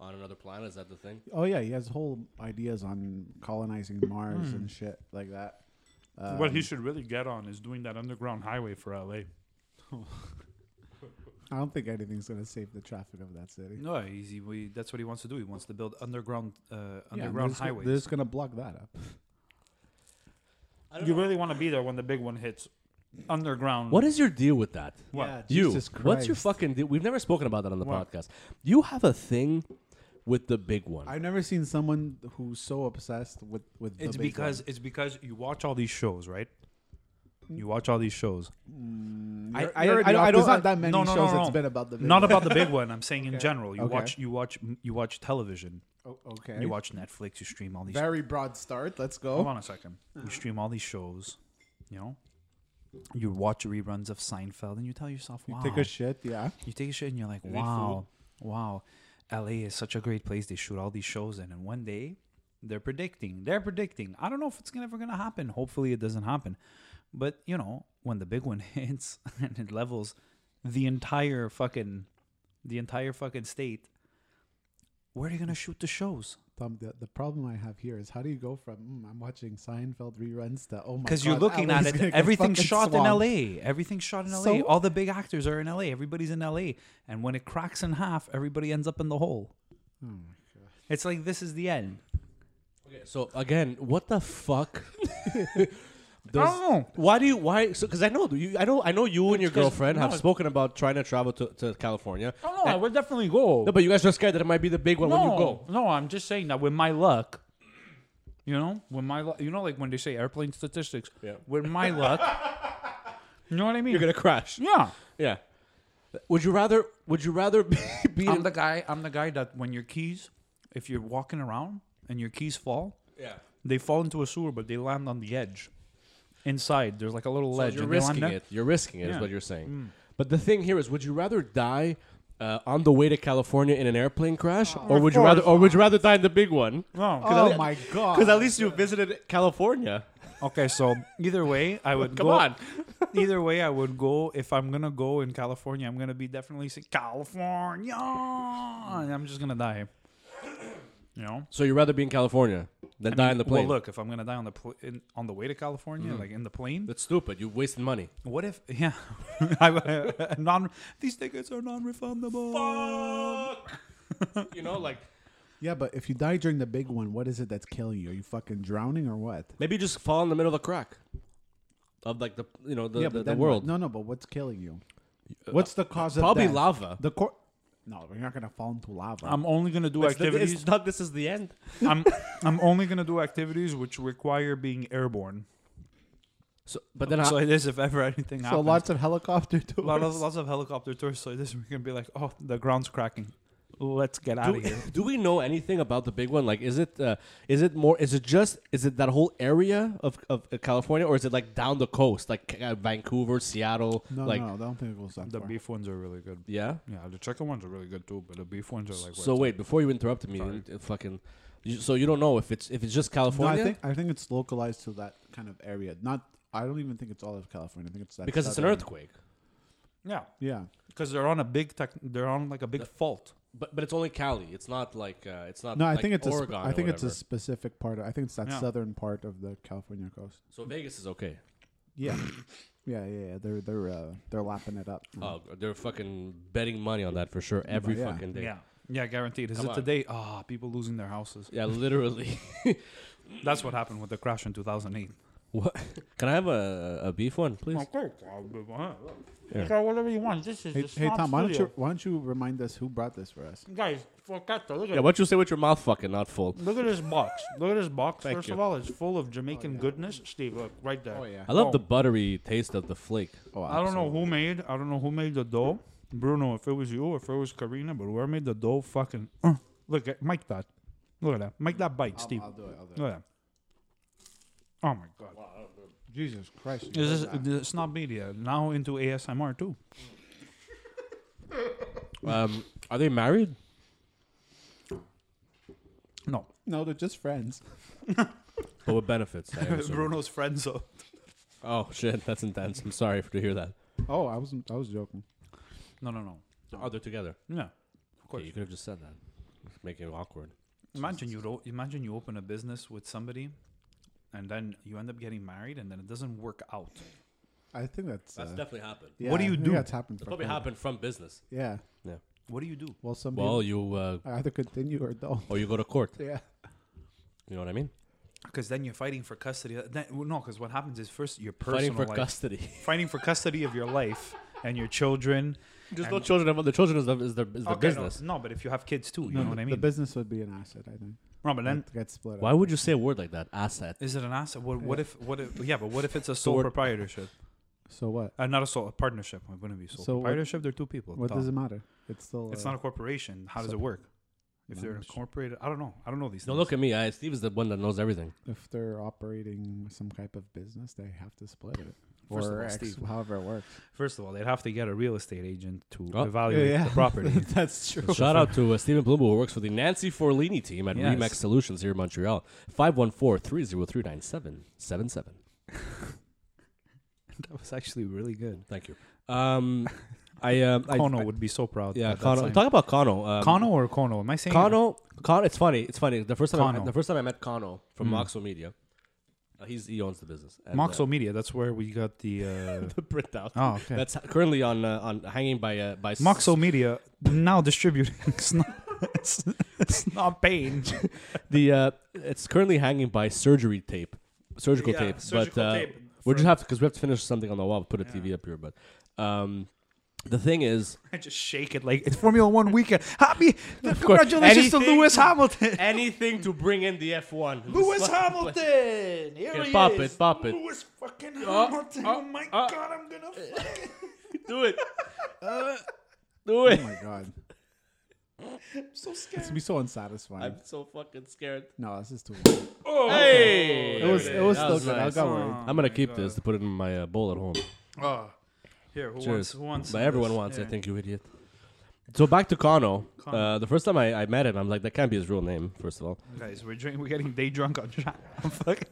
[SPEAKER 2] On another planet, is that the thing?
[SPEAKER 4] Oh yeah, he has whole ideas on colonizing Mars and shit like that.
[SPEAKER 3] Hmm.
[SPEAKER 4] Uh,
[SPEAKER 3] what he should really get on is doing that underground highway for LA.
[SPEAKER 4] I don't think anything's gonna save the traffic of that city.
[SPEAKER 3] No, he's, he, we, that's what he wants to do. He wants to build underground uh,
[SPEAKER 4] Yeah,
[SPEAKER 3] underground
[SPEAKER 4] they're just-
[SPEAKER 3] highways.
[SPEAKER 4] They're just gonna block that up.
[SPEAKER 3] you really want to be there when the big one hits. Underground.
[SPEAKER 2] What is your deal with that?
[SPEAKER 3] What?
[SPEAKER 2] You.
[SPEAKER 4] Jesus Christ.
[SPEAKER 2] What's your fucking deal? We've never spoken about that on the
[SPEAKER 3] What?
[SPEAKER 2] podcast. You have a thing with the big one.
[SPEAKER 4] I've never seen someone who's so obsessed with with. the
[SPEAKER 3] It's
[SPEAKER 4] big
[SPEAKER 3] because
[SPEAKER 4] one.
[SPEAKER 3] it's because you watch all these shows, right? You watch all these shows.
[SPEAKER 4] You're- you're already off. There's not that many
[SPEAKER 3] no, no,
[SPEAKER 4] shows
[SPEAKER 3] no, no.
[SPEAKER 4] it's been about the big
[SPEAKER 3] Not
[SPEAKER 4] one.
[SPEAKER 3] about the big one. I'm saying in general. You
[SPEAKER 4] Okay.
[SPEAKER 3] watch. You watch. You watch television.
[SPEAKER 4] O- Oh, okay.
[SPEAKER 3] You watch Netflix. You stream all these.
[SPEAKER 4] Very broad start. Let's go.
[SPEAKER 3] Hold on a second. You stream all these shows. You know. You watch reruns of Seinfeld, and you tell yourself, "Wow."
[SPEAKER 4] Take a shit. Yeah.
[SPEAKER 3] you take a shit, and you're like, "Wow, wow, LA is such a great place. They shoot all these shows in, and one day." They're predicting. They're predicting. I don't know if it's gonna- ever going to happen. Hopefully, it doesn't happen. But you know, when the big one <laughs> hits and it levels the entire fucking, the entire fucking state, where are you going to shoot the shows?
[SPEAKER 4] Tom, the, the problem I have here is how do you go from mm, I'm watching Seinfeld reruns to oh my god?
[SPEAKER 3] Because you're looking
[SPEAKER 4] LA 's
[SPEAKER 3] at
[SPEAKER 4] gonna
[SPEAKER 3] it,
[SPEAKER 4] get
[SPEAKER 3] everything's
[SPEAKER 4] fucking
[SPEAKER 3] shot
[SPEAKER 4] swamped.
[SPEAKER 3] in LA. Everything's shot in LA.
[SPEAKER 4] So-
[SPEAKER 3] All the big actors are in LA. Everybody's in LA. And when it cracks in half, everybody ends up in the hole.
[SPEAKER 4] Oh
[SPEAKER 3] It's like this is the end.
[SPEAKER 2] Okay, so again, what the
[SPEAKER 3] <laughs>
[SPEAKER 2] fuck?
[SPEAKER 3] I don't know.
[SPEAKER 2] Why do you why? So because I know you, I know I know you and your
[SPEAKER 3] 'cause-
[SPEAKER 2] girlfriend have
[SPEAKER 3] no.
[SPEAKER 2] spoken about trying to travel to, to California.
[SPEAKER 3] Oh, No, I would definitely go.
[SPEAKER 2] No, but you guys are scared that it might be the big one
[SPEAKER 3] no,
[SPEAKER 2] when you go.
[SPEAKER 3] no, I'm just saying that with my luck, you know, with my luck, you know, like when they say airplane statistics,
[SPEAKER 2] Yeah.
[SPEAKER 3] with
[SPEAKER 2] <laughs>
[SPEAKER 3] my luck, you know what I mean?
[SPEAKER 2] You're gonna crash.
[SPEAKER 3] yeah.
[SPEAKER 2] Yeah. Would you rather? Would you rather be, <laughs> be
[SPEAKER 3] I'm
[SPEAKER 2] in
[SPEAKER 3] the guy. I'm the guy that when your keys, if you're walking around and your keys fall, <laughs>
[SPEAKER 2] Yeah.
[SPEAKER 3] they fall into a sewer, but they land on the edge. Inside, there's like a little
[SPEAKER 2] So
[SPEAKER 3] ledge.
[SPEAKER 2] you're
[SPEAKER 3] and they land
[SPEAKER 2] risking
[SPEAKER 3] there.
[SPEAKER 2] it. You're risking it. Is
[SPEAKER 3] Yeah. Mm.
[SPEAKER 2] what you're saying. But the thing here is, would you rather die uh, on the way to California in an airplane crash, or would you rather, or would you rather die in the big one?
[SPEAKER 3] Oh, No.
[SPEAKER 4] Oh my god!
[SPEAKER 2] Because at least you visited California.
[SPEAKER 3] Okay, so either way, I would
[SPEAKER 2] Come
[SPEAKER 3] go.
[SPEAKER 2] on.
[SPEAKER 3] <laughs> either way, I would go. If I'm gonna go in California, I'm gonna be definitely saying California, and I'm just gonna die. You know,
[SPEAKER 2] So you'd rather be in California than
[SPEAKER 3] I
[SPEAKER 2] die
[SPEAKER 3] mean,
[SPEAKER 2] on the plane? Mm.
[SPEAKER 3] Well, look, if I'm gonna die on the pl- in, on the way to California, like in the plane,
[SPEAKER 2] that's stupid. You're wasting money.
[SPEAKER 3] what if? <laughs> Yeah, I, I- <laughs> non. These tickets are non-refundable.
[SPEAKER 2] you know, like
[SPEAKER 4] Yeah, but if you die during the big one, what is it that's killing you? Are you fucking drowning or what?
[SPEAKER 2] maybe just fall in the middle of the crack of like the you know the,
[SPEAKER 4] yeah,
[SPEAKER 2] the, the
[SPEAKER 4] then what?
[SPEAKER 2] world.
[SPEAKER 4] No, no, but what's killing you?
[SPEAKER 3] uh,
[SPEAKER 4] What's the cause of
[SPEAKER 2] Probably
[SPEAKER 4] death?
[SPEAKER 2] lava.
[SPEAKER 4] The cor- No, we're not gonna fall into lava.
[SPEAKER 3] I'm only gonna do
[SPEAKER 2] It's the-
[SPEAKER 3] activities.
[SPEAKER 2] it's not. This is the end.
[SPEAKER 3] I'm I'm only gonna do activities which require being airborne.
[SPEAKER 2] So, but then
[SPEAKER 3] so
[SPEAKER 2] I,
[SPEAKER 3] it is if ever anything
[SPEAKER 4] so
[SPEAKER 3] happens.
[SPEAKER 4] lots of helicopter <laughs>
[SPEAKER 3] <laughs>
[SPEAKER 4] tours.
[SPEAKER 3] lot of lots of helicopter tours. So this we're gonna be like, oh, the ground's cracking. Let's get out of
[SPEAKER 2] do,
[SPEAKER 3] here.
[SPEAKER 2] <laughs> do we know anything about the big one? Like, is it uh, is it more? Is it just is it that whole area of, of uh, California, or is it like down the coast, like uh, Vancouver, Seattle?
[SPEAKER 4] no,
[SPEAKER 2] like,
[SPEAKER 4] no, no, I don't think it goes that
[SPEAKER 3] The
[SPEAKER 4] far.
[SPEAKER 3] beef ones are really good.
[SPEAKER 2] yeah.
[SPEAKER 3] Yeah, the chicken ones are really good too, but the beef ones are like.
[SPEAKER 2] so wait, before you interrupt me, uh, fucking. You, so you don't know if it's if it's just
[SPEAKER 4] No, I
[SPEAKER 2] California
[SPEAKER 4] think I think it's localized to that kind of area. Not, I don't even think it's all of California. I think it's that
[SPEAKER 2] because it's an
[SPEAKER 4] southern-
[SPEAKER 2] earthquake,
[SPEAKER 3] Yeah,
[SPEAKER 4] Yeah,
[SPEAKER 3] because they're on a big tech. They're on like a big fault.
[SPEAKER 2] but but it's only Cali. It's not like uh, it's not.
[SPEAKER 4] no, I
[SPEAKER 2] like
[SPEAKER 4] think it's
[SPEAKER 2] Oregon.
[SPEAKER 4] a sp-
[SPEAKER 2] or
[SPEAKER 4] I think it's a
[SPEAKER 2] whatever.
[SPEAKER 4] specific part. Of, I think it's that
[SPEAKER 3] Yeah.
[SPEAKER 4] southern part of the California coast.
[SPEAKER 2] so Vegas is okay.
[SPEAKER 4] Yeah, yeah, yeah. yeah. They're they're uh, they're lapping it up.
[SPEAKER 2] Oh, they're fucking betting money on that for sure every
[SPEAKER 4] Yeah.
[SPEAKER 2] fucking day.
[SPEAKER 3] Yeah, yeah, guaranteed. Is
[SPEAKER 2] Come
[SPEAKER 3] it
[SPEAKER 2] on.
[SPEAKER 3] today? Ah, people losing their houses.
[SPEAKER 2] Yeah, literally.
[SPEAKER 4] <laughs>
[SPEAKER 3] That's what happened with the crash in 2008.
[SPEAKER 2] what? Can I have a, a beef one, please? Yeah.
[SPEAKER 7] So whatever you want, this is
[SPEAKER 4] Hey,
[SPEAKER 7] the
[SPEAKER 4] hey
[SPEAKER 7] Snob
[SPEAKER 4] Tom, why don't
[SPEAKER 7] Studio.
[SPEAKER 4] you why don't you remind us who brought this for us?
[SPEAKER 7] Guys, forget that. Look at
[SPEAKER 2] Yeah, why don't you say with your mouth fucking not full?
[SPEAKER 7] Look at this box. Look at this box.
[SPEAKER 2] Thank
[SPEAKER 7] First
[SPEAKER 2] you. Oh,
[SPEAKER 7] of all, it's full of Jamaican goodness. Steve, look right there.
[SPEAKER 4] yeah.
[SPEAKER 2] I love the buttery taste of the flake.
[SPEAKER 4] Oh,
[SPEAKER 3] I don't know who made. I don't know who made the dough, Bruno. If it was you, if it was Karina, but whoever made the dough, fucking uh, look at Mike that. Look at that. Make that bite, Steve.
[SPEAKER 4] do it. I'll do
[SPEAKER 3] Look at that. Oh my God!
[SPEAKER 4] Jesus Christ! you
[SPEAKER 3] This is
[SPEAKER 4] heard that.
[SPEAKER 3] the snob media now into ASMR too.
[SPEAKER 2] Um, are they married?
[SPEAKER 3] No,
[SPEAKER 4] no, they're just friends.
[SPEAKER 2] But with benefits.
[SPEAKER 4] <laughs>
[SPEAKER 2] I assume.
[SPEAKER 3] <laughs> Bruno's friend. So
[SPEAKER 2] oh shit, that's intense. I'm sorry for to hear that.
[SPEAKER 4] Oh, I was I was joking.
[SPEAKER 3] no, no, no.
[SPEAKER 2] Oh, they're together.
[SPEAKER 3] Yeah.
[SPEAKER 2] Okay, you could have just said that. Make it awkward.
[SPEAKER 3] Imagine you ro- imagine you open a business with somebody, and then you end up getting married, and then it doesn't work out.
[SPEAKER 4] I think that's.
[SPEAKER 2] That's
[SPEAKER 4] uh,
[SPEAKER 2] definitely happened.
[SPEAKER 4] yeah,
[SPEAKER 3] What do you
[SPEAKER 4] I think
[SPEAKER 3] do?
[SPEAKER 4] That's happened.
[SPEAKER 2] It's
[SPEAKER 4] for
[SPEAKER 2] probably
[SPEAKER 4] quite a-
[SPEAKER 2] happened from business.
[SPEAKER 4] Yeah.
[SPEAKER 3] What do you do?
[SPEAKER 4] Well, some
[SPEAKER 2] Well,
[SPEAKER 4] people
[SPEAKER 2] you uh,
[SPEAKER 4] either continue or
[SPEAKER 3] <laughs>
[SPEAKER 4] don't.
[SPEAKER 2] or you go to court.
[SPEAKER 4] Yeah.
[SPEAKER 2] You know what I mean?
[SPEAKER 3] Because then you're fighting for custody. Then, well, no, because what happens is first your personal
[SPEAKER 2] Fighting for <laughs>
[SPEAKER 3] life,
[SPEAKER 2] custody.
[SPEAKER 3] fighting for custody of your life and your children.
[SPEAKER 2] There's
[SPEAKER 3] And-
[SPEAKER 2] no children. involved. The children is the is the, is the
[SPEAKER 3] Okay, no,
[SPEAKER 2] business.
[SPEAKER 3] No, but if you have kids too, you know what I
[SPEAKER 4] The
[SPEAKER 3] mean.
[SPEAKER 4] business would be an asset, I think.
[SPEAKER 3] no, but then
[SPEAKER 4] It gets split. up.
[SPEAKER 2] Why would you say a word like that? Asset.
[SPEAKER 3] is it an asset? What, what if? What if? Yeah, but what if it's a sole
[SPEAKER 2] what-
[SPEAKER 3] proprietorship?
[SPEAKER 4] So what?
[SPEAKER 3] Uh, not a sole a partnership. It wouldn't be sole
[SPEAKER 4] So what-
[SPEAKER 3] proprietorship. They're two people.
[SPEAKER 4] What
[SPEAKER 3] Tom.
[SPEAKER 4] does it matter? It's still.
[SPEAKER 3] It's
[SPEAKER 4] uh,
[SPEAKER 3] not a corporation. How does it work? If they're
[SPEAKER 4] No, sh-
[SPEAKER 3] incorporated, I don't know. I don't know these.
[SPEAKER 2] Don't
[SPEAKER 3] things.
[SPEAKER 2] look at me. I, Steve is the one that knows everything.
[SPEAKER 4] if they're operating some type of business, they have to split it.
[SPEAKER 3] First of
[SPEAKER 4] or
[SPEAKER 3] all,
[SPEAKER 4] X, <laughs>
[SPEAKER 3] Steve.
[SPEAKER 4] however it works.
[SPEAKER 3] First of all, they'd have to get a real estate agent to
[SPEAKER 2] Oh.
[SPEAKER 3] evaluate
[SPEAKER 4] Yeah.
[SPEAKER 3] the property.
[SPEAKER 4] That's true.
[SPEAKER 2] Shout out to uh, Stephen Bloomberg, who works for the Nancy Forlini team at
[SPEAKER 3] Yes.
[SPEAKER 2] Remax Solutions here in Montreal. 514-303-9777.
[SPEAKER 3] that was actually really good.
[SPEAKER 2] Thank you. <laughs> Um, I, um, I,
[SPEAKER 3] Kono
[SPEAKER 2] I-
[SPEAKER 3] would be so proud.
[SPEAKER 2] yeah,
[SPEAKER 3] at that
[SPEAKER 2] Cono.
[SPEAKER 3] sign.
[SPEAKER 2] Talk about Cono. Um,
[SPEAKER 3] Kono or Kono? Am I saying
[SPEAKER 2] Cono. Con, it's funny. It's funny. The first time, I,
[SPEAKER 3] Cono.
[SPEAKER 2] the first time I met Cono from Moxo Media, uh, he's, he owns the business. And,
[SPEAKER 3] Moxo
[SPEAKER 2] uh,
[SPEAKER 3] Media? That's where we got the. Uh,
[SPEAKER 2] <laughs> the printout.
[SPEAKER 3] oh, okay.
[SPEAKER 2] That's currently on uh, on hanging by uh, by s-
[SPEAKER 3] Moxo Media now distributing. <laughs> It's not, it's, it's not pain.
[SPEAKER 2] the uh, it's currently hanging by surgery tape, surgical
[SPEAKER 3] Yeah,
[SPEAKER 2] tape. but
[SPEAKER 3] surgical
[SPEAKER 2] uh,
[SPEAKER 3] tape
[SPEAKER 2] we're
[SPEAKER 3] for-
[SPEAKER 2] just have to because we have to finish something on the wall. Put a TV up here, but um, the thing is,
[SPEAKER 3] I <laughs> just shake it like it's Formula One weekend. Happy
[SPEAKER 2] course.
[SPEAKER 3] congratulations to
[SPEAKER 2] Anything-
[SPEAKER 3] Lewis Hamilton.
[SPEAKER 2] <laughs> anything to bring in the F one.
[SPEAKER 3] Lewis Hamilton. Here
[SPEAKER 2] Okay,
[SPEAKER 3] he
[SPEAKER 2] pop
[SPEAKER 3] is.
[SPEAKER 2] it, pop it.
[SPEAKER 3] Lewis fucking Hamilton. Oh, my
[SPEAKER 2] oh.
[SPEAKER 3] god, I'm gonna. fucking-
[SPEAKER 2] Do
[SPEAKER 3] <laughs>
[SPEAKER 2] it.
[SPEAKER 3] Uh,
[SPEAKER 2] Do it.
[SPEAKER 4] <laughs> <laughs> Oh my god,
[SPEAKER 3] I'm so
[SPEAKER 4] it's
[SPEAKER 3] scared.
[SPEAKER 4] be so unsatisfying.
[SPEAKER 2] I'm so fucking scared.
[SPEAKER 4] No, this is too. Weird.
[SPEAKER 2] Hey,
[SPEAKER 4] It was it was
[SPEAKER 2] That
[SPEAKER 4] still
[SPEAKER 2] was
[SPEAKER 4] good.
[SPEAKER 2] nice.
[SPEAKER 4] I got worried.
[SPEAKER 2] I'm gonna keep this to put it in my uh, bowl at home.
[SPEAKER 3] Oh. Here, who wants?
[SPEAKER 2] Cheers.
[SPEAKER 3] Who wants?
[SPEAKER 2] but everyone wants it. Thank you, idiot. So back to Kano. Uh, the first time I, I met him, I'm like, that can't be his real name. First of all,
[SPEAKER 3] Guys, we're drink, We're getting day drunk on track. Fuck.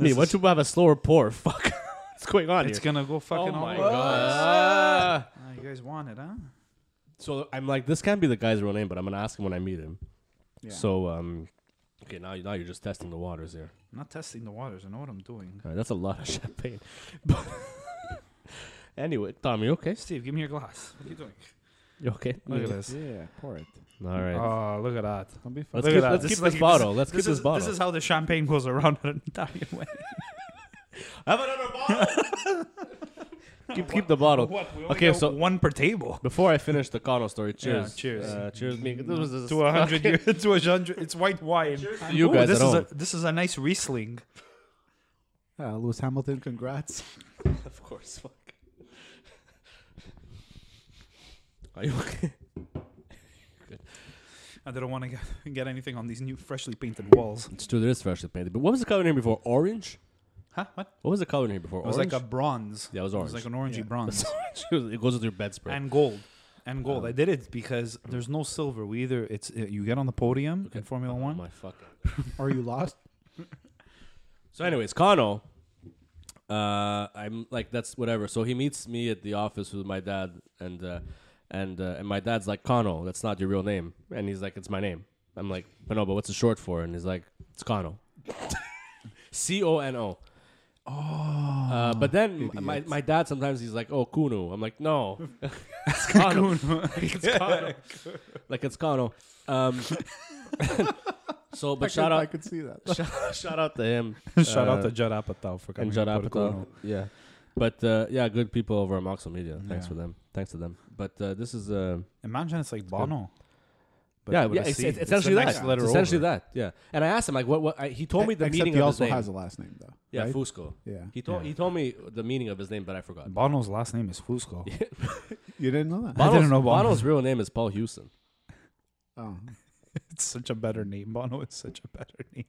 [SPEAKER 2] me, why don't you have a slower pour? <laughs> Fuck, what's going on
[SPEAKER 3] It's
[SPEAKER 2] here?
[SPEAKER 3] <laughs> gonna go fucking.
[SPEAKER 2] oh my
[SPEAKER 3] all over.
[SPEAKER 2] god!
[SPEAKER 3] Ah, you guys want it, huh?
[SPEAKER 2] So I'm like, this can't be the guy's real name, but I'm gonna ask him when I meet him.
[SPEAKER 4] Yeah.
[SPEAKER 2] So, um, okay, now now you're just testing the waters here.
[SPEAKER 3] I'm not testing the waters. I know what I'm doing.
[SPEAKER 2] All right, that's a lot of <laughs> champagne. But <laughs> anyway, Tom, you okay?
[SPEAKER 3] Steve, give me your glass. What are you doing?
[SPEAKER 2] You okay?
[SPEAKER 3] Look at this.
[SPEAKER 4] Yeah, pour it.
[SPEAKER 2] All right.
[SPEAKER 3] Oh, look at that.
[SPEAKER 4] Don't be funny.
[SPEAKER 2] let's
[SPEAKER 3] look at
[SPEAKER 2] keep,
[SPEAKER 3] that.
[SPEAKER 2] let's
[SPEAKER 3] This
[SPEAKER 2] keep
[SPEAKER 3] is
[SPEAKER 2] this
[SPEAKER 3] like-
[SPEAKER 2] bottle. Let's keep
[SPEAKER 3] This
[SPEAKER 2] this
[SPEAKER 3] is,
[SPEAKER 2] bottle.
[SPEAKER 3] this is how the champagne goes around at an Italian
[SPEAKER 2] <laughs>
[SPEAKER 3] <laughs> wedding.
[SPEAKER 2] Have another bottle. keep, keep the bottle.
[SPEAKER 3] What? We only
[SPEAKER 2] Okay,
[SPEAKER 3] got
[SPEAKER 2] so-
[SPEAKER 3] one per table.
[SPEAKER 2] <laughs> Before I finish the Connell story, cheers.
[SPEAKER 3] cheers.
[SPEAKER 2] Uh, cheers, me. This was a
[SPEAKER 3] To a hundred <laughs> years. To a hundred. It's white wine.
[SPEAKER 2] You
[SPEAKER 3] Ooh,
[SPEAKER 2] guys
[SPEAKER 3] this
[SPEAKER 2] at
[SPEAKER 3] is
[SPEAKER 2] home.
[SPEAKER 3] a this is a nice Riesling.
[SPEAKER 4] Uh, Lewis Hamilton, congrats.
[SPEAKER 2] of course. Fuck. Are you okay?
[SPEAKER 3] I don't want to get, get anything on these new freshly painted walls.
[SPEAKER 2] It's true. There is freshly painted. But what was the color in here before? Orange.
[SPEAKER 3] Huh? What?
[SPEAKER 2] What was the color in here before?
[SPEAKER 3] It was
[SPEAKER 2] orange.
[SPEAKER 3] like a bronze.
[SPEAKER 2] yeah, it was
[SPEAKER 3] It
[SPEAKER 2] orange.
[SPEAKER 3] was
[SPEAKER 2] <laughs>
[SPEAKER 3] like an orangey bronze.
[SPEAKER 2] it goes with your bedspread.
[SPEAKER 3] and gold and
[SPEAKER 2] um,
[SPEAKER 3] gold. I did it because there's no silver. We either it's uh, you get on the podium in Formula One.
[SPEAKER 2] Oh
[SPEAKER 3] <laughs>
[SPEAKER 2] My fucking.
[SPEAKER 4] <laughs> Are you lost?
[SPEAKER 2] So, anyways, Kano, uh, I'm like that's whatever. So he meets me at the office with my dad, and uh, and uh, and my dad's like Kano, that's not your real name, and he's like, it's my name. I'm like, but no, but what's it short for? And he's like, it's Kano, <laughs> C O N O. Oh, uh, but then m- my, my dad sometimes he's like, "Oh, Kunu." I'm like, "No,
[SPEAKER 3] <laughs>
[SPEAKER 2] <laughs> it's Kano. it's <laughs> Kano. like it's Kano."
[SPEAKER 3] <laughs>
[SPEAKER 2] Um, <laughs> so, but shout
[SPEAKER 4] I
[SPEAKER 2] out,
[SPEAKER 4] could see that.
[SPEAKER 2] <laughs> shout out to him.
[SPEAKER 3] <laughs> Shout
[SPEAKER 2] Uh,
[SPEAKER 3] out to Judd Apatow for coming.
[SPEAKER 2] and Judd
[SPEAKER 3] to Puerto
[SPEAKER 2] Apatow.
[SPEAKER 3] Rico.
[SPEAKER 2] Yeah, but uh, yeah, good people over at Moxel Media. Thanks
[SPEAKER 3] Yeah.
[SPEAKER 2] for them. Thanks to them. But uh, this is uh,
[SPEAKER 3] Imagine it's like Bono. But
[SPEAKER 2] yeah,
[SPEAKER 3] with
[SPEAKER 2] yeah,
[SPEAKER 3] a
[SPEAKER 2] it's,
[SPEAKER 3] C.
[SPEAKER 2] it's
[SPEAKER 3] the
[SPEAKER 2] essentially
[SPEAKER 3] next
[SPEAKER 2] that.
[SPEAKER 3] letter
[SPEAKER 2] It's essentially
[SPEAKER 3] over.
[SPEAKER 2] that. Yeah, and I asked him like what what I, he told me the
[SPEAKER 4] Except
[SPEAKER 2] meaning
[SPEAKER 4] he
[SPEAKER 2] of
[SPEAKER 4] also
[SPEAKER 2] his name.
[SPEAKER 4] has a last name though.
[SPEAKER 2] yeah,
[SPEAKER 4] right?
[SPEAKER 2] Fusco.
[SPEAKER 4] yeah.
[SPEAKER 2] He told
[SPEAKER 3] Yeah.
[SPEAKER 2] he told me the meaning of his name, but I
[SPEAKER 3] <laughs>
[SPEAKER 2] forgot.
[SPEAKER 3] Bono's last name is Fusco.
[SPEAKER 4] You didn't know that.
[SPEAKER 3] I didn't
[SPEAKER 2] Bono's-
[SPEAKER 3] know Bono.
[SPEAKER 2] Bono's real name is Paul Houston.
[SPEAKER 4] Oh.
[SPEAKER 3] <laughs> It's such a better name. Bono is such a better name.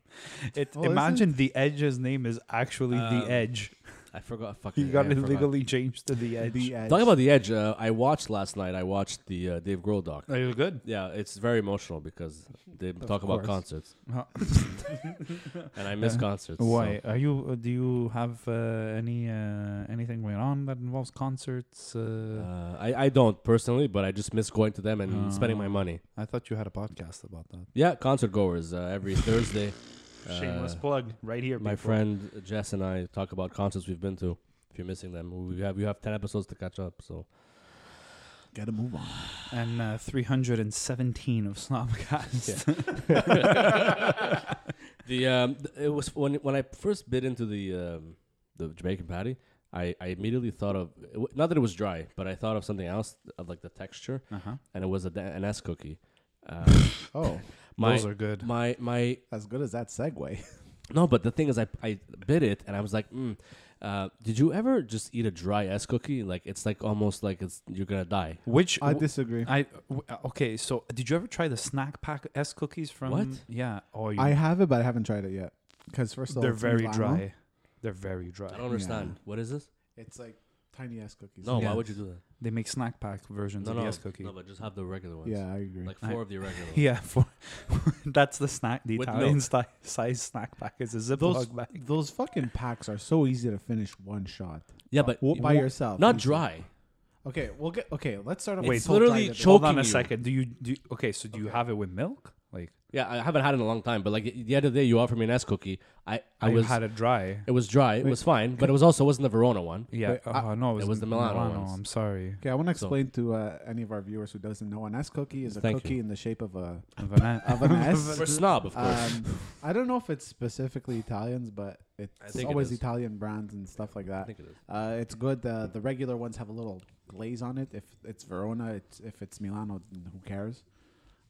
[SPEAKER 3] It,
[SPEAKER 4] Well, isn't
[SPEAKER 3] imagine the Edge's name is actually
[SPEAKER 2] Um,
[SPEAKER 3] the Edge.
[SPEAKER 2] I forgot. Fucking
[SPEAKER 3] He got
[SPEAKER 2] yeah, I
[SPEAKER 3] it
[SPEAKER 2] forgot.
[SPEAKER 3] legally changed to the Edge.
[SPEAKER 4] The edge.
[SPEAKER 2] Talking about the edge, uh, I watched last night. I watched the uh, Dave Grohl
[SPEAKER 3] <laughs>
[SPEAKER 2] doc.
[SPEAKER 3] Are you good?
[SPEAKER 2] Yeah, it's very emotional because they talk about
[SPEAKER 4] course.
[SPEAKER 2] concerts,
[SPEAKER 3] Huh.
[SPEAKER 2] and I miss
[SPEAKER 3] Yeah.
[SPEAKER 2] concerts. so-
[SPEAKER 3] Why are you? uh, Do you have uh, any uh, anything going on that involves concerts? Uh,
[SPEAKER 2] Uh, I, I don't personally, but I just miss going to them
[SPEAKER 7] Ah.
[SPEAKER 2] and spending my
[SPEAKER 3] Oh.
[SPEAKER 2] money.
[SPEAKER 3] I thought you had a podcast about that.
[SPEAKER 2] Yeah, concert goers uh,
[SPEAKER 7] <laughs>
[SPEAKER 2] every Thursday. uh,
[SPEAKER 7] Shameless plug right here.
[SPEAKER 2] My
[SPEAKER 7] people.
[SPEAKER 2] friend Jess and I talk about concerts we've been to. If you're missing them, we have you have ten episodes to catch up.
[SPEAKER 7] <laughs>
[SPEAKER 2] So
[SPEAKER 4] Gotta
[SPEAKER 2] <laughs>
[SPEAKER 4] move on.
[SPEAKER 3] And uh, 317 of Snobcast.
[SPEAKER 2] the um, th- it was when when I first bit into the um, the Jamaican patty, I, I immediately thought of it w- not that it was dry, but I thought of something else of like the texture,
[SPEAKER 3] <laughs> Uh-huh.
[SPEAKER 2] and it was a, da- an S cookie. Uh,
[SPEAKER 7] <laughs>
[SPEAKER 4] Oh,
[SPEAKER 2] my
[SPEAKER 3] Those are good.
[SPEAKER 2] my my
[SPEAKER 4] as good as that segue.
[SPEAKER 2] No, but the thing is, I, I bit it and I was like, mm, uh, did you ever just eat a dry ass cookie? Like it's like almost like it's you're gonna die.
[SPEAKER 3] Which
[SPEAKER 4] I
[SPEAKER 3] w-
[SPEAKER 4] disagree.
[SPEAKER 3] I w- uh, okay. So did you ever try the snack pack S cookies from?
[SPEAKER 2] What?
[SPEAKER 3] Yeah. Oh, you,
[SPEAKER 4] I have it, but I haven't tried it yet. Because first of all,
[SPEAKER 3] they're
[SPEAKER 4] it's
[SPEAKER 3] very
[SPEAKER 4] Milano.
[SPEAKER 3] dry. They're very
[SPEAKER 2] I
[SPEAKER 3] dry.
[SPEAKER 2] don't understand. What is this?
[SPEAKER 4] It's like tiny ass cookies.
[SPEAKER 2] No, why
[SPEAKER 3] Yeah.
[SPEAKER 2] would you do that?
[SPEAKER 3] They make snack pack versions
[SPEAKER 2] No,
[SPEAKER 3] of
[SPEAKER 2] no,
[SPEAKER 3] the S cookie.
[SPEAKER 2] no, but just have the regular ones.
[SPEAKER 4] Yeah, I agree.
[SPEAKER 2] like
[SPEAKER 3] I-
[SPEAKER 2] four of the regular ones.
[SPEAKER 3] <laughs> yeah, for that's the snack. The
[SPEAKER 2] With
[SPEAKER 3] Italian
[SPEAKER 2] milk.
[SPEAKER 3] sti- size snack pack is a
[SPEAKER 4] those
[SPEAKER 3] Ziploc bag.
[SPEAKER 4] those fucking packs are so easy to finish one shot.
[SPEAKER 2] Yeah, but
[SPEAKER 4] Well, by
[SPEAKER 2] you-
[SPEAKER 4] yourself,
[SPEAKER 2] not
[SPEAKER 4] easy.
[SPEAKER 2] dry.
[SPEAKER 4] Okay, we'll get. Okay, let's start off.
[SPEAKER 2] It's
[SPEAKER 4] with salt
[SPEAKER 2] literally
[SPEAKER 4] dried-
[SPEAKER 2] choke-
[SPEAKER 3] Hold on
[SPEAKER 2] choking
[SPEAKER 3] a
[SPEAKER 2] you.
[SPEAKER 3] second. Do you do? Okay, so do you have it with milk? Like
[SPEAKER 2] Yeah, I haven't had it in a long time. But like the the other day, you offered me an ass cookie. I I
[SPEAKER 3] I
[SPEAKER 2] was
[SPEAKER 3] had it dry.
[SPEAKER 2] it was dry. It was fine, but it was also wasn't the Verona one.
[SPEAKER 3] Yeah.
[SPEAKER 4] Wait,
[SPEAKER 3] oh, no, it was,
[SPEAKER 2] was the Milano ones.
[SPEAKER 3] I'm sorry.
[SPEAKER 4] Okay, I want to explain to uh, any of our viewers who doesn't know an S cookie is a
[SPEAKER 2] Thank
[SPEAKER 4] cookie
[SPEAKER 2] you.
[SPEAKER 4] in the shape
[SPEAKER 3] <laughs>
[SPEAKER 4] of a
[SPEAKER 3] Of an-
[SPEAKER 4] of an S.
[SPEAKER 2] For snob,
[SPEAKER 3] uh,
[SPEAKER 2] of course.
[SPEAKER 4] Um, I don't know if it's specifically Italians, but it's
[SPEAKER 2] think it
[SPEAKER 4] always
[SPEAKER 2] is.
[SPEAKER 4] Italian brands and stuff like
[SPEAKER 2] I
[SPEAKER 4] that.
[SPEAKER 2] think it is.
[SPEAKER 4] Uh, it's good. Uh, the regular ones have a little glaze on it. If it's Verona, it's, if it's Milano, then who cares?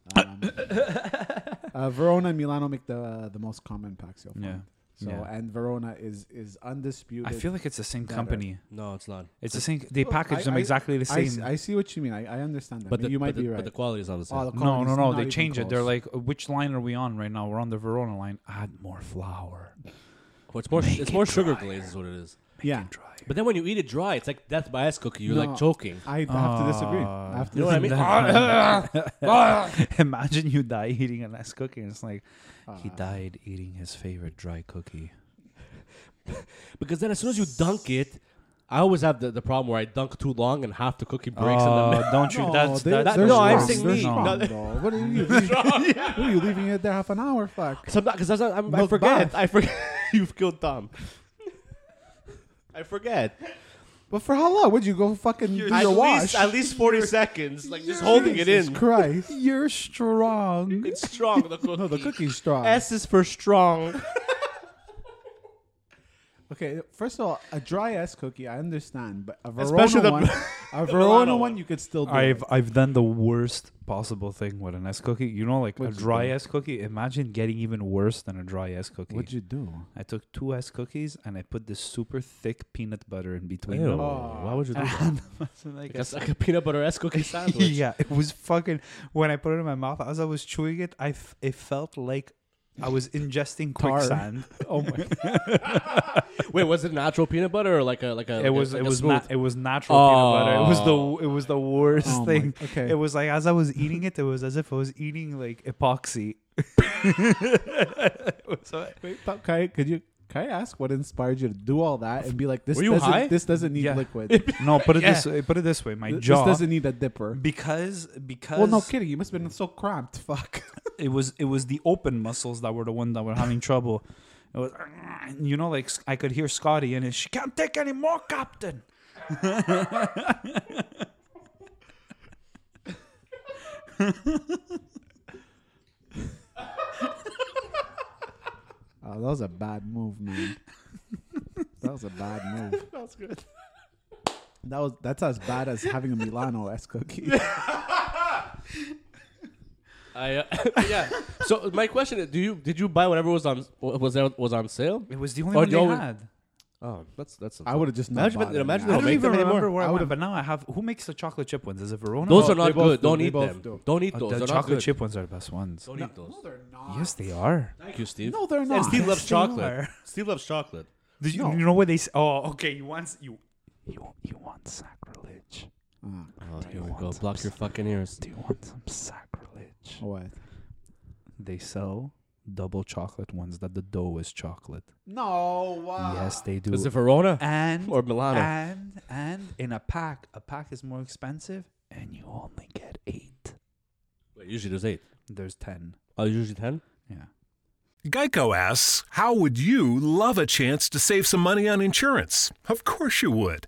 [SPEAKER 2] <laughs>
[SPEAKER 4] Um, uh, Verona and Milano make the the most common packs you'll find.
[SPEAKER 3] Yeah.
[SPEAKER 4] So
[SPEAKER 3] Yeah.
[SPEAKER 4] and Verona is is undisputed.
[SPEAKER 3] I feel like it's the same
[SPEAKER 4] better.
[SPEAKER 3] company.
[SPEAKER 2] No, it's not.
[SPEAKER 3] It's the same. They
[SPEAKER 4] Well,
[SPEAKER 3] package
[SPEAKER 4] I-
[SPEAKER 3] them
[SPEAKER 4] I-
[SPEAKER 3] exactly the
[SPEAKER 4] I s-
[SPEAKER 3] same.
[SPEAKER 4] I see what you mean. I, I understand that.
[SPEAKER 2] But
[SPEAKER 4] Maybe
[SPEAKER 2] the,
[SPEAKER 4] you might
[SPEAKER 2] but the,
[SPEAKER 4] be
[SPEAKER 2] but
[SPEAKER 4] right.
[SPEAKER 2] the quality is not the same.
[SPEAKER 4] Oh, the
[SPEAKER 3] no,
[SPEAKER 4] quality's
[SPEAKER 3] no, no.
[SPEAKER 4] not
[SPEAKER 3] They
[SPEAKER 4] even
[SPEAKER 3] change it. They're
[SPEAKER 4] close.
[SPEAKER 3] like, which line are we on right now? We're on the Verona line. Add more flour.
[SPEAKER 2] Well, it's more
[SPEAKER 3] Make
[SPEAKER 2] it's
[SPEAKER 3] it
[SPEAKER 2] more sugar
[SPEAKER 3] drier.
[SPEAKER 2] glaze is what it is.
[SPEAKER 4] yeah.
[SPEAKER 3] Dry.
[SPEAKER 2] But then when you eat it dry, it's like death by ice cookie. You're
[SPEAKER 4] No.
[SPEAKER 2] like choking.
[SPEAKER 4] I have to disagree.
[SPEAKER 3] Ah.
[SPEAKER 4] I have to
[SPEAKER 2] You know what I mean?
[SPEAKER 4] disagree.
[SPEAKER 3] <laughs> Imagine you die eating a nice cookie, and it's like he
[SPEAKER 4] Uh,
[SPEAKER 3] died eating his favorite dry cookie.
[SPEAKER 2] Because then as soon as you dunk it, I always have the, the problem where I dunk too long and half the cookie breaks
[SPEAKER 4] Oh,
[SPEAKER 2] in the
[SPEAKER 3] Uh,
[SPEAKER 2] middle.
[SPEAKER 4] <laughs>
[SPEAKER 3] don't you?
[SPEAKER 7] that's-
[SPEAKER 4] they-
[SPEAKER 7] that-
[SPEAKER 4] they're
[SPEAKER 2] no, I've
[SPEAKER 4] strong.
[SPEAKER 2] seen
[SPEAKER 4] They're
[SPEAKER 2] me.
[SPEAKER 4] strong,
[SPEAKER 2] No.
[SPEAKER 4] though. What are
[SPEAKER 2] <laughs>
[SPEAKER 4] you? <laughs> Who are you leaving it there half an hour? Fuck.
[SPEAKER 2] Sometimes, cause I, I, I
[SPEAKER 4] Milk
[SPEAKER 2] forget.
[SPEAKER 4] bath.
[SPEAKER 2] I forget. <laughs> You've killed Tom. I forget.
[SPEAKER 4] But for how long? Would you go fucking do
[SPEAKER 2] at
[SPEAKER 4] your wash?
[SPEAKER 2] least at least forty seconds, like just holding it
[SPEAKER 4] Jesus
[SPEAKER 2] in.
[SPEAKER 4] Christ.
[SPEAKER 3] You're strong.
[SPEAKER 4] <laughs>
[SPEAKER 2] It's strong. The cookie.
[SPEAKER 4] No, the cookie's strong.
[SPEAKER 2] S is for strong.
[SPEAKER 4] Okay, first of all, a dry ass cookie, I understand, but a
[SPEAKER 2] Especially
[SPEAKER 4] Verona
[SPEAKER 2] the-
[SPEAKER 4] one, a Verona
[SPEAKER 2] Milano
[SPEAKER 4] one,
[SPEAKER 2] one.
[SPEAKER 4] you could still do. it.
[SPEAKER 3] I've I've done the worst possible thing with an S cookie. You know, like
[SPEAKER 4] What'd
[SPEAKER 3] a
[SPEAKER 4] you
[SPEAKER 3] dry
[SPEAKER 4] do?
[SPEAKER 3] S cookie. Imagine getting even worse than a dry S cookie.
[SPEAKER 4] What'd you do?
[SPEAKER 3] I took two S cookies and I put this super thick peanut butter in between
[SPEAKER 2] Ew.
[SPEAKER 3] them. <laughs>
[SPEAKER 4] <laughs>
[SPEAKER 2] Why would you do
[SPEAKER 3] And like,
[SPEAKER 2] It's like a peanut butter S
[SPEAKER 4] <laughs>
[SPEAKER 2] cookie sandwich.
[SPEAKER 3] yeah, it was fucking. When I put it in my mouth, as I was chewing it, I f- it felt like I was ingesting
[SPEAKER 4] <laughs> Tar.
[SPEAKER 3] quicksand.
[SPEAKER 4] Oh my!
[SPEAKER 2] Wait, was it natural peanut butter or like a like a? like
[SPEAKER 3] it was
[SPEAKER 2] a, like
[SPEAKER 3] it
[SPEAKER 2] a
[SPEAKER 3] was
[SPEAKER 2] smooth?
[SPEAKER 3] not it was natural peanut butter. It was the it was the worst
[SPEAKER 4] Oh my-
[SPEAKER 3] thing.
[SPEAKER 4] okay.
[SPEAKER 3] It was like as I was eating it, it was as if I was eating like
[SPEAKER 4] <laughs>
[SPEAKER 3] epoxy. so,
[SPEAKER 4] Wait, but can I, could you? Can I ask what inspired you to do all that and be like this?
[SPEAKER 2] Were you
[SPEAKER 4] doesn't,
[SPEAKER 2] high?
[SPEAKER 4] This doesn't need
[SPEAKER 3] Yeah.
[SPEAKER 4] liquid.
[SPEAKER 3] no, put it
[SPEAKER 2] Yeah.
[SPEAKER 3] this way, put it this way. My
[SPEAKER 4] Th-
[SPEAKER 3] jaw
[SPEAKER 4] This doesn't need a dipper.
[SPEAKER 3] because because
[SPEAKER 4] Well, no kidding. You must have been so cramped. Fuck.
[SPEAKER 3] it was it was the open muscles that were the one that were having trouble. It was, you know, like I could hear Scotty and it, she can't take any more, Captain.
[SPEAKER 4] Oh, that was a bad move, man. that was a bad move. that was good. That was that's as bad as having a Milano s cookie.
[SPEAKER 2] I, uh, <laughs> yeah. So my question is, do you did you buy whatever was on was there, was on sale?
[SPEAKER 3] It was the only
[SPEAKER 2] Oh,
[SPEAKER 3] one
[SPEAKER 2] you
[SPEAKER 3] they
[SPEAKER 2] always-
[SPEAKER 3] had.
[SPEAKER 2] Oh, that's that's.
[SPEAKER 4] I would have just not
[SPEAKER 2] Imagine-
[SPEAKER 4] bought it,
[SPEAKER 2] imagine
[SPEAKER 4] man.
[SPEAKER 3] I
[SPEAKER 2] Don't
[SPEAKER 3] don't
[SPEAKER 2] make
[SPEAKER 3] even
[SPEAKER 2] them
[SPEAKER 3] remember
[SPEAKER 2] anymore.
[SPEAKER 3] where
[SPEAKER 4] I
[SPEAKER 3] I went,
[SPEAKER 4] would've-
[SPEAKER 3] but now I have. Who makes the chocolate chip ones? Is it Verona?
[SPEAKER 2] Those
[SPEAKER 4] No,
[SPEAKER 2] are
[SPEAKER 4] they
[SPEAKER 2] not
[SPEAKER 4] both
[SPEAKER 2] good.
[SPEAKER 4] do.
[SPEAKER 2] Don't
[SPEAKER 4] They
[SPEAKER 2] eat
[SPEAKER 4] both
[SPEAKER 2] them.
[SPEAKER 4] do.
[SPEAKER 2] Don't eat
[SPEAKER 3] Uh,
[SPEAKER 2] those.
[SPEAKER 3] the
[SPEAKER 2] They're not
[SPEAKER 3] chocolate
[SPEAKER 2] good.
[SPEAKER 3] chip ones are the best ones.
[SPEAKER 2] Don't eat those.
[SPEAKER 4] they're not.
[SPEAKER 3] Yes, they are.
[SPEAKER 2] Thank you, Steve.
[SPEAKER 4] No, they're not.
[SPEAKER 2] And Steve loves
[SPEAKER 3] they
[SPEAKER 2] chocolate.
[SPEAKER 3] are.
[SPEAKER 2] Steve loves chocolate.
[SPEAKER 3] Did you,
[SPEAKER 4] No.
[SPEAKER 3] you know what they say? Oh, okay. You want you you you want sacrilege?
[SPEAKER 4] Oh,
[SPEAKER 2] Oh,
[SPEAKER 3] you
[SPEAKER 2] here we
[SPEAKER 3] want
[SPEAKER 2] go.
[SPEAKER 3] some
[SPEAKER 2] Block your fucking ears.
[SPEAKER 3] Do you want some sacrilege?
[SPEAKER 4] what?
[SPEAKER 3] They sell double chocolate ones that the dough is chocolate.
[SPEAKER 4] No. Wow.
[SPEAKER 3] Yes, they do.
[SPEAKER 2] Is it Verona
[SPEAKER 3] and
[SPEAKER 2] or Milano?
[SPEAKER 3] and and in a pack, a pack is more expensive, and you only get eight.
[SPEAKER 2] Wait, usually there's eight.
[SPEAKER 3] There's ten.
[SPEAKER 2] Oh, usually ten.
[SPEAKER 3] Yeah.
[SPEAKER 6] Geico asks, How would you love a chance to save some money on insurance? Of course you would.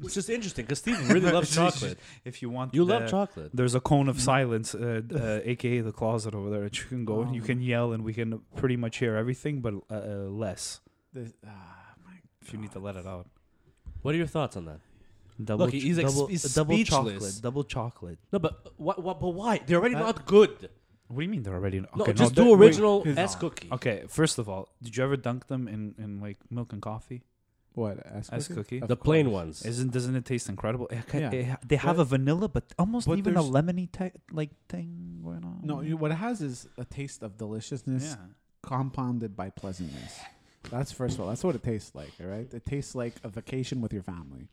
[SPEAKER 2] Which is interesting because Steve really loves chocolate.
[SPEAKER 3] If you want,
[SPEAKER 2] You
[SPEAKER 3] the-
[SPEAKER 2] love chocolate.
[SPEAKER 3] There's a cone of silence, uh, uh, aka the closet over there. That you can go and you can yell, and we can pretty much hear everything, but uh, uh, less
[SPEAKER 4] This- ah, my
[SPEAKER 3] if you need to let it out.
[SPEAKER 2] What are your thoughts on that?
[SPEAKER 3] Double,
[SPEAKER 2] Look, he's ex-
[SPEAKER 3] double,
[SPEAKER 2] he's
[SPEAKER 3] double
[SPEAKER 2] speechless.
[SPEAKER 3] chocolate, double chocolate.
[SPEAKER 2] No, but what? What? But why? They're already not good.
[SPEAKER 3] What do you mean they're already? Okay,
[SPEAKER 2] No, just
[SPEAKER 3] they're-
[SPEAKER 2] do
[SPEAKER 3] wait.
[SPEAKER 2] original
[SPEAKER 4] wait.
[SPEAKER 2] S cookie.
[SPEAKER 3] Okay, first of all, did you ever dunk them in, in like milk and coffee?
[SPEAKER 4] What S
[SPEAKER 3] S cookie?
[SPEAKER 4] Of
[SPEAKER 2] The plain
[SPEAKER 4] course.
[SPEAKER 2] ones.
[SPEAKER 3] Isn't doesn't it taste incredible? It ca-
[SPEAKER 4] Yeah.
[SPEAKER 3] it ha- they have
[SPEAKER 4] But-
[SPEAKER 3] a vanilla, but almost
[SPEAKER 4] but
[SPEAKER 3] even a
[SPEAKER 4] there's-
[SPEAKER 3] lemony te- like thing going on.
[SPEAKER 4] No, you, what it has is a taste of deliciousness
[SPEAKER 3] yeah.
[SPEAKER 4] compounded by pleasantness. That's first of all. That's what it tastes like. All right, it tastes like a vacation with your family,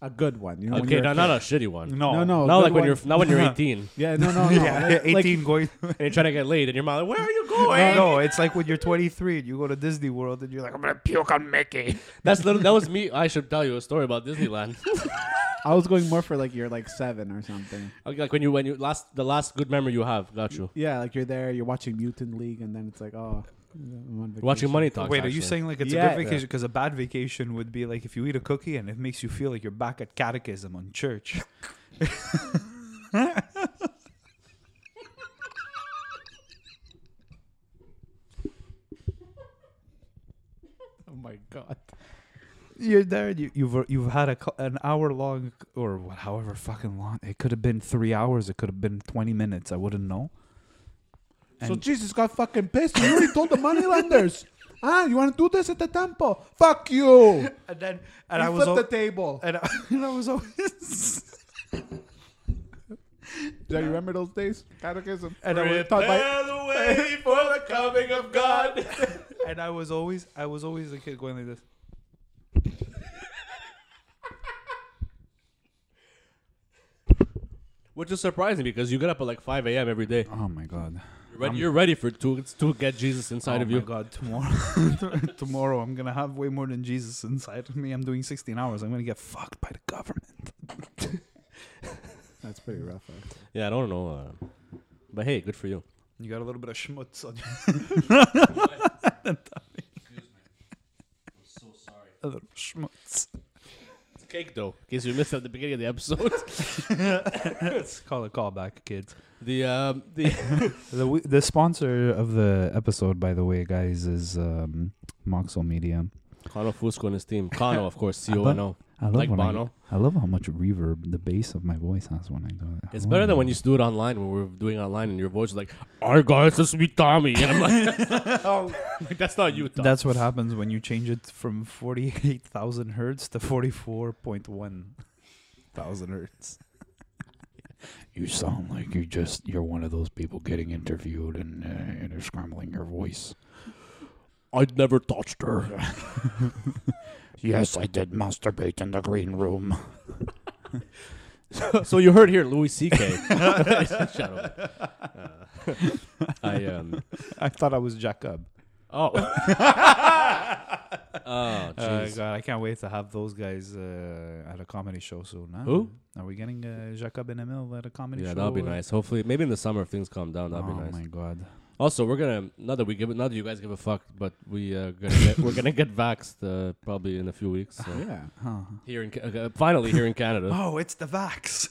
[SPEAKER 4] a good one. You know, when
[SPEAKER 2] Okay,
[SPEAKER 4] you're
[SPEAKER 2] no,
[SPEAKER 4] a
[SPEAKER 2] not
[SPEAKER 4] kid.
[SPEAKER 2] a shitty one.
[SPEAKER 3] No, <laughs>
[SPEAKER 4] no, no.
[SPEAKER 2] not like
[SPEAKER 4] good
[SPEAKER 2] when
[SPEAKER 4] one.
[SPEAKER 2] you're not when you're 18
[SPEAKER 4] <laughs> Yeah,
[SPEAKER 2] <laughs>
[SPEAKER 4] no, no, no.
[SPEAKER 3] Yeah,
[SPEAKER 4] Like- like-
[SPEAKER 3] eighteen
[SPEAKER 4] <laughs>
[SPEAKER 3] going.
[SPEAKER 2] and you're trying to get laid, and your mom like, "Where are you going?"
[SPEAKER 3] no, no, it's like when you're 23 and you go to Disney World and you're like, I'm gonna puke on Mickey.
[SPEAKER 2] That's little, that was me. I should tell you a story about Disneyland. <laughs>
[SPEAKER 4] I was going more for like you're like seven or something.
[SPEAKER 2] Okay, like when you when you last the last good memory you have. Got you.
[SPEAKER 4] Yeah, like you're there, you're watching Mutant League, and then it's like, oh, I'm on
[SPEAKER 2] You're watching
[SPEAKER 4] vacation.
[SPEAKER 2] Money Talks.
[SPEAKER 3] Wait, are you
[SPEAKER 2] actually.
[SPEAKER 3] saying like it's a
[SPEAKER 4] Yeah.
[SPEAKER 3] good vacation? Because a bad vacation would be like if you eat a cookie and it makes you feel like you're back at catechism on church. <laughs>
[SPEAKER 4] Oh my god.
[SPEAKER 3] You're there. And you, you've you've had a cou- an hour long or wha- however fucking long. It could have been three hours. It could have been twenty minutes. I wouldn't know.
[SPEAKER 4] so
[SPEAKER 3] And-
[SPEAKER 7] <laughs>
[SPEAKER 4] Jesus got fucking pissed. You already told the moneylenders. Ah, you want to do this at the temple? Fuck you!
[SPEAKER 7] <laughs> And then, and
[SPEAKER 4] You
[SPEAKER 7] I was
[SPEAKER 4] flipped
[SPEAKER 7] al-
[SPEAKER 4] the table.
[SPEAKER 7] and
[SPEAKER 3] <laughs>
[SPEAKER 7] I, and I was always.
[SPEAKER 4] Do you remember those days? Catechism.
[SPEAKER 7] <laughs> And I was,
[SPEAKER 4] Taught by-
[SPEAKER 2] the
[SPEAKER 3] <laughs>
[SPEAKER 2] way for the coming of God. <laughs>
[SPEAKER 7] and I was always, I was always the kid going like this.
[SPEAKER 2] Which is surprising because you get up at like 5 a.m. every day.
[SPEAKER 1] Oh my god.
[SPEAKER 2] You're ready, you're ready for to, to get Jesus inside
[SPEAKER 3] oh
[SPEAKER 2] of
[SPEAKER 3] my
[SPEAKER 2] you.
[SPEAKER 3] god, tomorrow, <laughs>
[SPEAKER 7] <laughs>
[SPEAKER 3] tomorrow I'm gonna have way more than Jesus inside of me. I'm doing 16 hours. I'm gonna get fucked by the government.
[SPEAKER 4] That's pretty rough. Actually.
[SPEAKER 2] Yeah, I don't know. Uh, but hey, good for you.
[SPEAKER 3] You got a little bit of schmutz on you.
[SPEAKER 2] So sorry.
[SPEAKER 3] <laughs> A little schmutz.
[SPEAKER 2] It's cake though, in case you missed at the beginning of the <laughs> episode.
[SPEAKER 3] Let's call it callback, kids.
[SPEAKER 2] the um, <laughs> the
[SPEAKER 1] The w- the sponsor of the episode, by the way, guys, is um, Moxel Media.
[SPEAKER 2] Cano Fusco and his team. Cano, of course, C O N O.
[SPEAKER 1] I love
[SPEAKER 2] Like
[SPEAKER 1] when I,
[SPEAKER 2] Bono.
[SPEAKER 1] I love how much reverb the bass of my voice has when I do it.
[SPEAKER 2] It's better than when you do it online when we're doing online and your voice is like, "Our guys, this me Tommy," and I'm like, like, <laughs> "That's not you, Tom."
[SPEAKER 3] That's what happens when you change it from 48,000 hertz to 44.1 thousand hertz.
[SPEAKER 1] <laughs> You sound like you just you're one of those people getting interviewed and uh, and you're scrambling your
[SPEAKER 3] <laughs>
[SPEAKER 1] voice.
[SPEAKER 2] I'd never touched her.
[SPEAKER 1] <laughs> Yes, I did masturbate in the green room.
[SPEAKER 2] <laughs> so you heard here,
[SPEAKER 1] <laughs>
[SPEAKER 2] Louis <laughs> C.K. Shut up. Uh, I um.
[SPEAKER 3] I thought I was <laughs> Jacob.
[SPEAKER 2] Oh. <laughs> oh,
[SPEAKER 3] Uh,
[SPEAKER 2] jeez.
[SPEAKER 3] God, I can't wait to have those guys uh, at a comedy show soon. Huh?
[SPEAKER 2] Who?
[SPEAKER 3] Are we getting uh, Jacob and Emil at a comedy
[SPEAKER 2] yeah,
[SPEAKER 3] show?
[SPEAKER 2] that'll be
[SPEAKER 3] uh,
[SPEAKER 2] nice. Hopefully, maybe in the summer if things calm down, that'll
[SPEAKER 1] oh
[SPEAKER 2] be nice.
[SPEAKER 1] my god.
[SPEAKER 2] Also, we're gonna not that we give it, not that you guys give a fuck, but we uh, gonna get, we're gonna get vaxxed uh, probably in a few weeks. So.
[SPEAKER 4] Yeah.
[SPEAKER 2] Here in Ca- uh, finally here in Canada,
[SPEAKER 3] Oh, it's the Vax.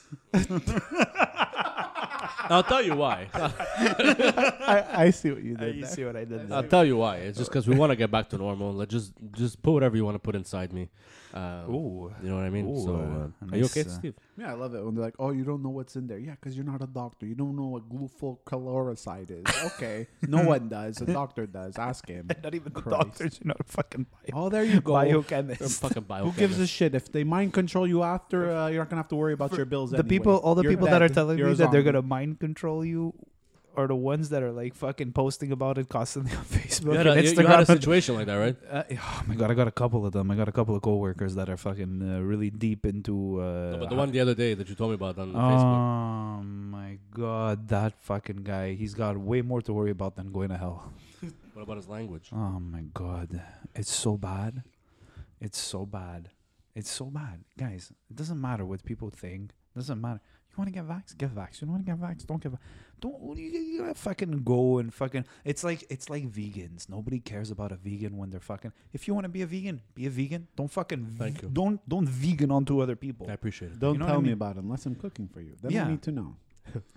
[SPEAKER 2] I'll tell you why.
[SPEAKER 4] I, I see what you did.
[SPEAKER 3] you
[SPEAKER 4] there.
[SPEAKER 3] see what <laughs> I did
[SPEAKER 2] <laughs>
[SPEAKER 3] there?
[SPEAKER 2] I'll tell you why. It's just because we want to get back to normal. Let just just put whatever you want to put inside me. Uh,
[SPEAKER 3] Ooh.
[SPEAKER 2] you know what I mean.
[SPEAKER 3] Ooh,
[SPEAKER 2] so, uh,
[SPEAKER 3] uh, a
[SPEAKER 2] are you
[SPEAKER 3] nice,
[SPEAKER 2] okay,
[SPEAKER 3] uh,
[SPEAKER 2] Steve?
[SPEAKER 4] Yeah, I love it when they're like, "Oh, you don't know what's in there." Yeah, because you're not a doctor. You don't know what glucocaloricide is.
[SPEAKER 3] <laughs>
[SPEAKER 4] Okay, no one does. A doctor does. Ask him.
[SPEAKER 3] <laughs> Not even the
[SPEAKER 4] Christ.
[SPEAKER 3] doctors. You're not a fucking <laughs> bio-
[SPEAKER 4] Oh, there you go.
[SPEAKER 2] I'm
[SPEAKER 3] biochemist.
[SPEAKER 2] fucking
[SPEAKER 4] Who gives a shit if they mind control you after? Uh, you're not gonna have to worry about your bills.
[SPEAKER 3] the
[SPEAKER 4] anyway.
[SPEAKER 3] people, all the
[SPEAKER 4] You're
[SPEAKER 3] people that are
[SPEAKER 4] dead.
[SPEAKER 3] telling
[SPEAKER 4] You're
[SPEAKER 3] me
[SPEAKER 4] a
[SPEAKER 3] that they're
[SPEAKER 4] zombie.
[SPEAKER 3] gonna mind control you, are the ones that are like fucking posting about it constantly on <laughs>
[SPEAKER 2] You
[SPEAKER 3] Facebook
[SPEAKER 2] had,
[SPEAKER 3] and
[SPEAKER 2] a, you- you had a
[SPEAKER 3] Instagram. <laughs>
[SPEAKER 2] situation like that, right?
[SPEAKER 3] Uh, oh my god, I got a couple of them. I got a couple of coworkers that are fucking uh, really deep into. Uh,
[SPEAKER 2] No, but the one the other day that you told me about on
[SPEAKER 3] Oh
[SPEAKER 2] Facebook.
[SPEAKER 3] my god, that fucking guy. He's got way more to worry about than going to hell.
[SPEAKER 2] What about his language?
[SPEAKER 3] Oh my god. It's so bad. It's so bad. It's so bad. Guys, it doesn't matter what people think. doesn't matter. You want to get vax? Get vax. You don't want to get vax? Don't get vax. Don't you, you gotta fucking go and fucking. It's like it's like vegans. Nobody cares about a vegan when they're fucking. If you want to be a vegan, be a vegan. Don't fucking.
[SPEAKER 2] Thank you.
[SPEAKER 3] Don't don't vegan onto other people.
[SPEAKER 2] I appreciate it.
[SPEAKER 4] Don't
[SPEAKER 3] You know what
[SPEAKER 4] tell
[SPEAKER 3] I
[SPEAKER 4] me
[SPEAKER 3] mean?
[SPEAKER 4] about it unless I'm cooking for you. Then
[SPEAKER 3] Yeah.
[SPEAKER 4] I need to know.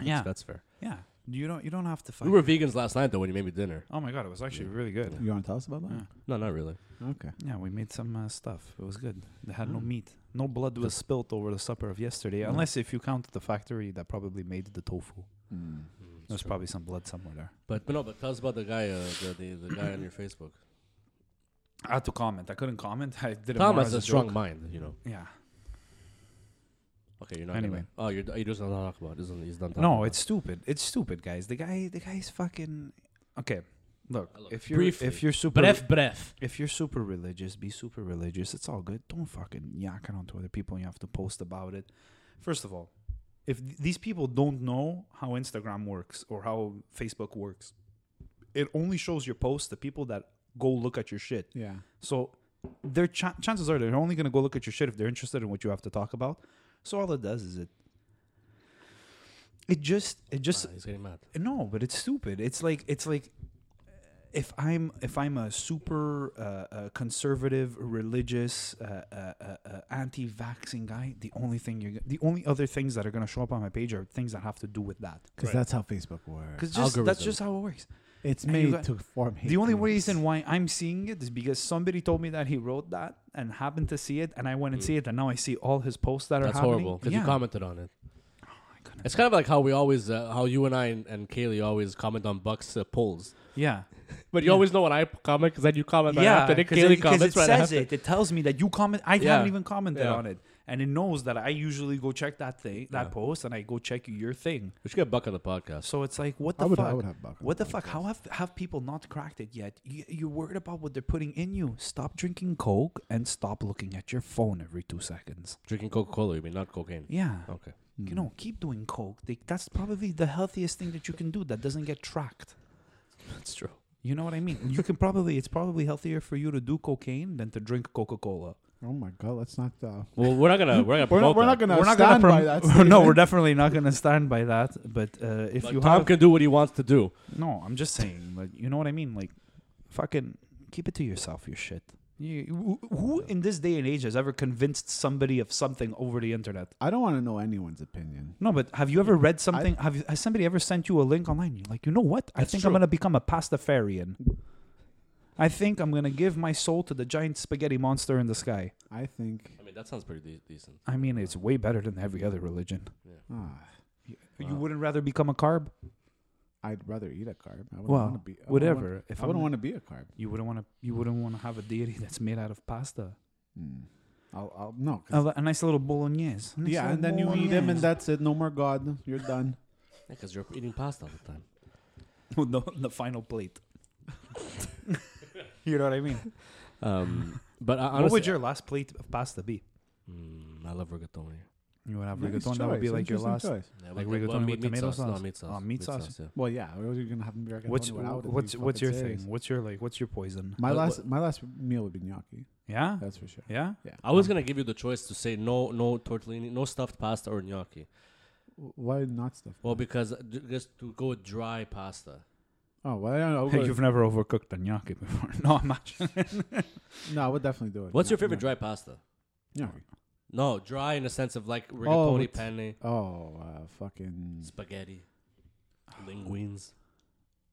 [SPEAKER 3] Yeah,
[SPEAKER 2] That's fair.
[SPEAKER 3] yeah. You don't you don't have to.
[SPEAKER 2] We
[SPEAKER 3] Fucking,
[SPEAKER 2] were vegans last night though when you made me dinner.
[SPEAKER 3] Oh my god, it was actually really good.
[SPEAKER 4] You want to tell us about that?
[SPEAKER 3] Yeah.
[SPEAKER 2] No, not really.
[SPEAKER 4] Okay.
[SPEAKER 3] Yeah, we made some uh, stuff. It was good. They had no
[SPEAKER 2] Hmm.
[SPEAKER 4] Mm.
[SPEAKER 3] meat. No blood was spilt over the supper of yesterday,
[SPEAKER 4] Mm.
[SPEAKER 3] unless if you count the factory that probably made the tofu.
[SPEAKER 4] Mm.
[SPEAKER 3] There's probably some blood somewhere there.
[SPEAKER 2] But, but no, but tell us about the guy, uh, the, the the guy
[SPEAKER 3] <clears throat>
[SPEAKER 2] on your Facebook.
[SPEAKER 3] I had to comment. I couldn't comment. <laughs> I did it
[SPEAKER 2] Tom
[SPEAKER 3] more
[SPEAKER 2] has
[SPEAKER 3] as
[SPEAKER 2] a
[SPEAKER 3] joke.
[SPEAKER 2] strong mind, you know.
[SPEAKER 3] Yeah.
[SPEAKER 2] Okay, you're not.
[SPEAKER 3] Anyway.
[SPEAKER 2] Gonna, oh, you're, you just not talk about. This he's done. talking
[SPEAKER 3] No,
[SPEAKER 2] about
[SPEAKER 3] it's stupid. It's stupid, guys. The guy, the guy's fucking. Okay, look.
[SPEAKER 2] I love
[SPEAKER 3] If
[SPEAKER 2] it.
[SPEAKER 3] you're
[SPEAKER 2] Briefly.
[SPEAKER 3] if you're super
[SPEAKER 2] Bref, bref.
[SPEAKER 3] if you're super religious, be super religious. It's all good. Don't fucking yak it onto other people. and You have to post about it. First of all, if th- these people don't know how Instagram works or how Facebook works, it only shows your posts to people that go look at your shit.
[SPEAKER 4] Yeah.
[SPEAKER 3] So their cha- chances are they're only going to go look at your shit if they're interested in what you have to talk about. So all it does is it. It just it just
[SPEAKER 2] Ah, he's getting mad.
[SPEAKER 3] no, but it's stupid. It's like it's like uh, if I'm if I'm a super uh, uh, conservative, religious, uh, uh, uh, uh, anti-vaccine guy, the only thing you're g- the only other things that are gonna show up on my page are things that have to do with that.
[SPEAKER 4] Because that's how Facebook works.
[SPEAKER 3] Because just that's
[SPEAKER 2] Algorithm.
[SPEAKER 3] just how it works.
[SPEAKER 4] It's
[SPEAKER 3] And you
[SPEAKER 4] made
[SPEAKER 3] got-
[SPEAKER 4] to form. hate
[SPEAKER 3] The only
[SPEAKER 4] groups.
[SPEAKER 3] reason why I'm seeing it is because somebody told me that he wrote that and happened to see it, and I went and see it, and now I see all his posts that are
[SPEAKER 2] Hmm. That's
[SPEAKER 3] happening.
[SPEAKER 2] horrible because
[SPEAKER 3] yeah. Oh,
[SPEAKER 2] you commented on it.
[SPEAKER 3] I couldn't-
[SPEAKER 2] It's kind of like how we always, uh, how you and I and, and Kaylee always comment on Buck's uh, polls.
[SPEAKER 3] yeah.
[SPEAKER 2] But you always know when I comment because then you comment right
[SPEAKER 3] yeah,
[SPEAKER 2] after. Then
[SPEAKER 3] because
[SPEAKER 2] Kaylee
[SPEAKER 3] it, 'cause
[SPEAKER 2] comments
[SPEAKER 3] it
[SPEAKER 2] right
[SPEAKER 3] says
[SPEAKER 2] after.
[SPEAKER 3] it. It tells me that you comment. I
[SPEAKER 2] Yeah.
[SPEAKER 3] haven't even commented
[SPEAKER 2] Yeah.
[SPEAKER 3] on it, and it knows that I usually go check that thing, that post, and I go check your thing.
[SPEAKER 2] We should get Buck on the podcast.
[SPEAKER 3] So it's like, what
[SPEAKER 4] I
[SPEAKER 3] the
[SPEAKER 4] would- I
[SPEAKER 3] fuck?
[SPEAKER 4] would have Buck on
[SPEAKER 3] what the fuck? How have have people not cracked it yet? You, you're worried about what they're putting in you. Stop drinking coke and stop looking at your phone every two seconds.
[SPEAKER 2] Drinking Coca Cola, you mean not
[SPEAKER 3] <laughs>
[SPEAKER 2] cocaine?
[SPEAKER 3] Yeah.
[SPEAKER 2] Okay.
[SPEAKER 4] Hmm.
[SPEAKER 3] You know, keep doing coke. They, that's probably the healthiest thing that you can do that doesn't get tracked.
[SPEAKER 2] <laughs> That's true.
[SPEAKER 3] You know what I mean? You can probably it's probably healthier for you to do cocaine than to drink Coca-Cola.
[SPEAKER 4] Oh my god, let's not. Uh,
[SPEAKER 2] Well, we're not gonna we're not gonna
[SPEAKER 4] we're
[SPEAKER 2] promote
[SPEAKER 4] not, we're not
[SPEAKER 2] that.
[SPEAKER 3] <laughs>
[SPEAKER 4] gonna
[SPEAKER 3] we're not
[SPEAKER 4] stand
[SPEAKER 3] gonna
[SPEAKER 4] by
[SPEAKER 3] prom-
[SPEAKER 4] that.
[SPEAKER 3] No,
[SPEAKER 4] statement.
[SPEAKER 3] we're definitely not gonna stand by that. But uh, if
[SPEAKER 2] Like,
[SPEAKER 3] you
[SPEAKER 2] Tom
[SPEAKER 3] have
[SPEAKER 2] can do what he wants to do.
[SPEAKER 3] No, I'm just saying. Like, you know what I mean? Like, fucking keep it to yourself. Your shit. You, who, who in this day and age has ever convinced somebody of something over the internet?
[SPEAKER 4] I don't want to know anyone's opinion.
[SPEAKER 3] No, but have you ever read something? have you, has somebody ever sent you a link online? You're like, you know what? I
[SPEAKER 2] That's
[SPEAKER 3] think
[SPEAKER 2] true.
[SPEAKER 3] I'm gonna become a pastafarian. I think I'm gonna give my soul to the giant spaghetti monster in the sky.
[SPEAKER 4] I think.
[SPEAKER 2] I mean, that sounds pretty de- decent.
[SPEAKER 3] I mean, it's way better than every other religion.
[SPEAKER 4] ah,
[SPEAKER 3] You wouldn't rather become a carb?
[SPEAKER 4] I'd rather eat a carb. I wouldn't
[SPEAKER 3] Well,
[SPEAKER 4] wanna be, I wouldn't
[SPEAKER 3] whatever.
[SPEAKER 4] wanna-
[SPEAKER 3] if
[SPEAKER 4] I wouldn't
[SPEAKER 3] I'm-
[SPEAKER 4] want to be a carb.
[SPEAKER 3] you wouldn't want to, you wouldn't want to have a deity that's made out of pasta.
[SPEAKER 4] Hmm. I'll, I'll no. 'cause-
[SPEAKER 3] A, li- a nice little bolognese. A nice
[SPEAKER 4] yeah,
[SPEAKER 3] little
[SPEAKER 4] and then you eat him, and
[SPEAKER 3] <laughs> bolognese.
[SPEAKER 4] that's it. No more God. You're done.
[SPEAKER 2] Because you're eating pasta all the time.
[SPEAKER 3] With the, the final
[SPEAKER 4] <laughs>
[SPEAKER 3] plate. <laughs> you know what I mean? <laughs>
[SPEAKER 2] Um, but I, honestly,
[SPEAKER 3] what would your last plate of pasta be?
[SPEAKER 2] Mm, I love rigatoni.
[SPEAKER 3] You would have
[SPEAKER 4] Nice
[SPEAKER 3] rigatoni. That would be
[SPEAKER 4] choice,
[SPEAKER 3] like your
[SPEAKER 4] interesting
[SPEAKER 3] last.
[SPEAKER 4] choice.
[SPEAKER 2] Yeah,
[SPEAKER 3] Like
[SPEAKER 2] well,
[SPEAKER 3] rigatoni
[SPEAKER 2] well,
[SPEAKER 3] with
[SPEAKER 2] meat- meat
[SPEAKER 3] tomato
[SPEAKER 2] No,
[SPEAKER 3] sauce.
[SPEAKER 2] meat sauce.
[SPEAKER 3] Oh, meat sauce.
[SPEAKER 2] yeah.
[SPEAKER 4] Well, yeah. We're gonna have rigatoni
[SPEAKER 3] What's
[SPEAKER 4] without it, are
[SPEAKER 3] what's
[SPEAKER 4] you
[SPEAKER 3] what's your
[SPEAKER 4] fucking serious?
[SPEAKER 3] thing? What's your like? What's your poison?
[SPEAKER 4] My
[SPEAKER 2] What-
[SPEAKER 4] last my last meal would be gnocchi.
[SPEAKER 3] Yeah,
[SPEAKER 4] That's for sure.
[SPEAKER 3] yeah.
[SPEAKER 4] Yeah.
[SPEAKER 2] I was gonna give you the choice to say no, no tortellini, no stuffed pasta or gnocchi.
[SPEAKER 4] Why not stuff?
[SPEAKER 2] Well, because d- just to go with dry pasta.
[SPEAKER 4] Oh, well, I don't know.
[SPEAKER 3] Hey, you've never overcooked a gnocchi before. <laughs> No, I'm not.
[SPEAKER 4] no, I would definitely do it.
[SPEAKER 2] What's your
[SPEAKER 4] Gno-
[SPEAKER 2] favorite dry pasta?
[SPEAKER 4] gnocchi?
[SPEAKER 2] No, dry in the sense of like rigatoni,
[SPEAKER 4] with-
[SPEAKER 2] penne,
[SPEAKER 4] Oh, uh, fucking.
[SPEAKER 2] spaghetti, linguines,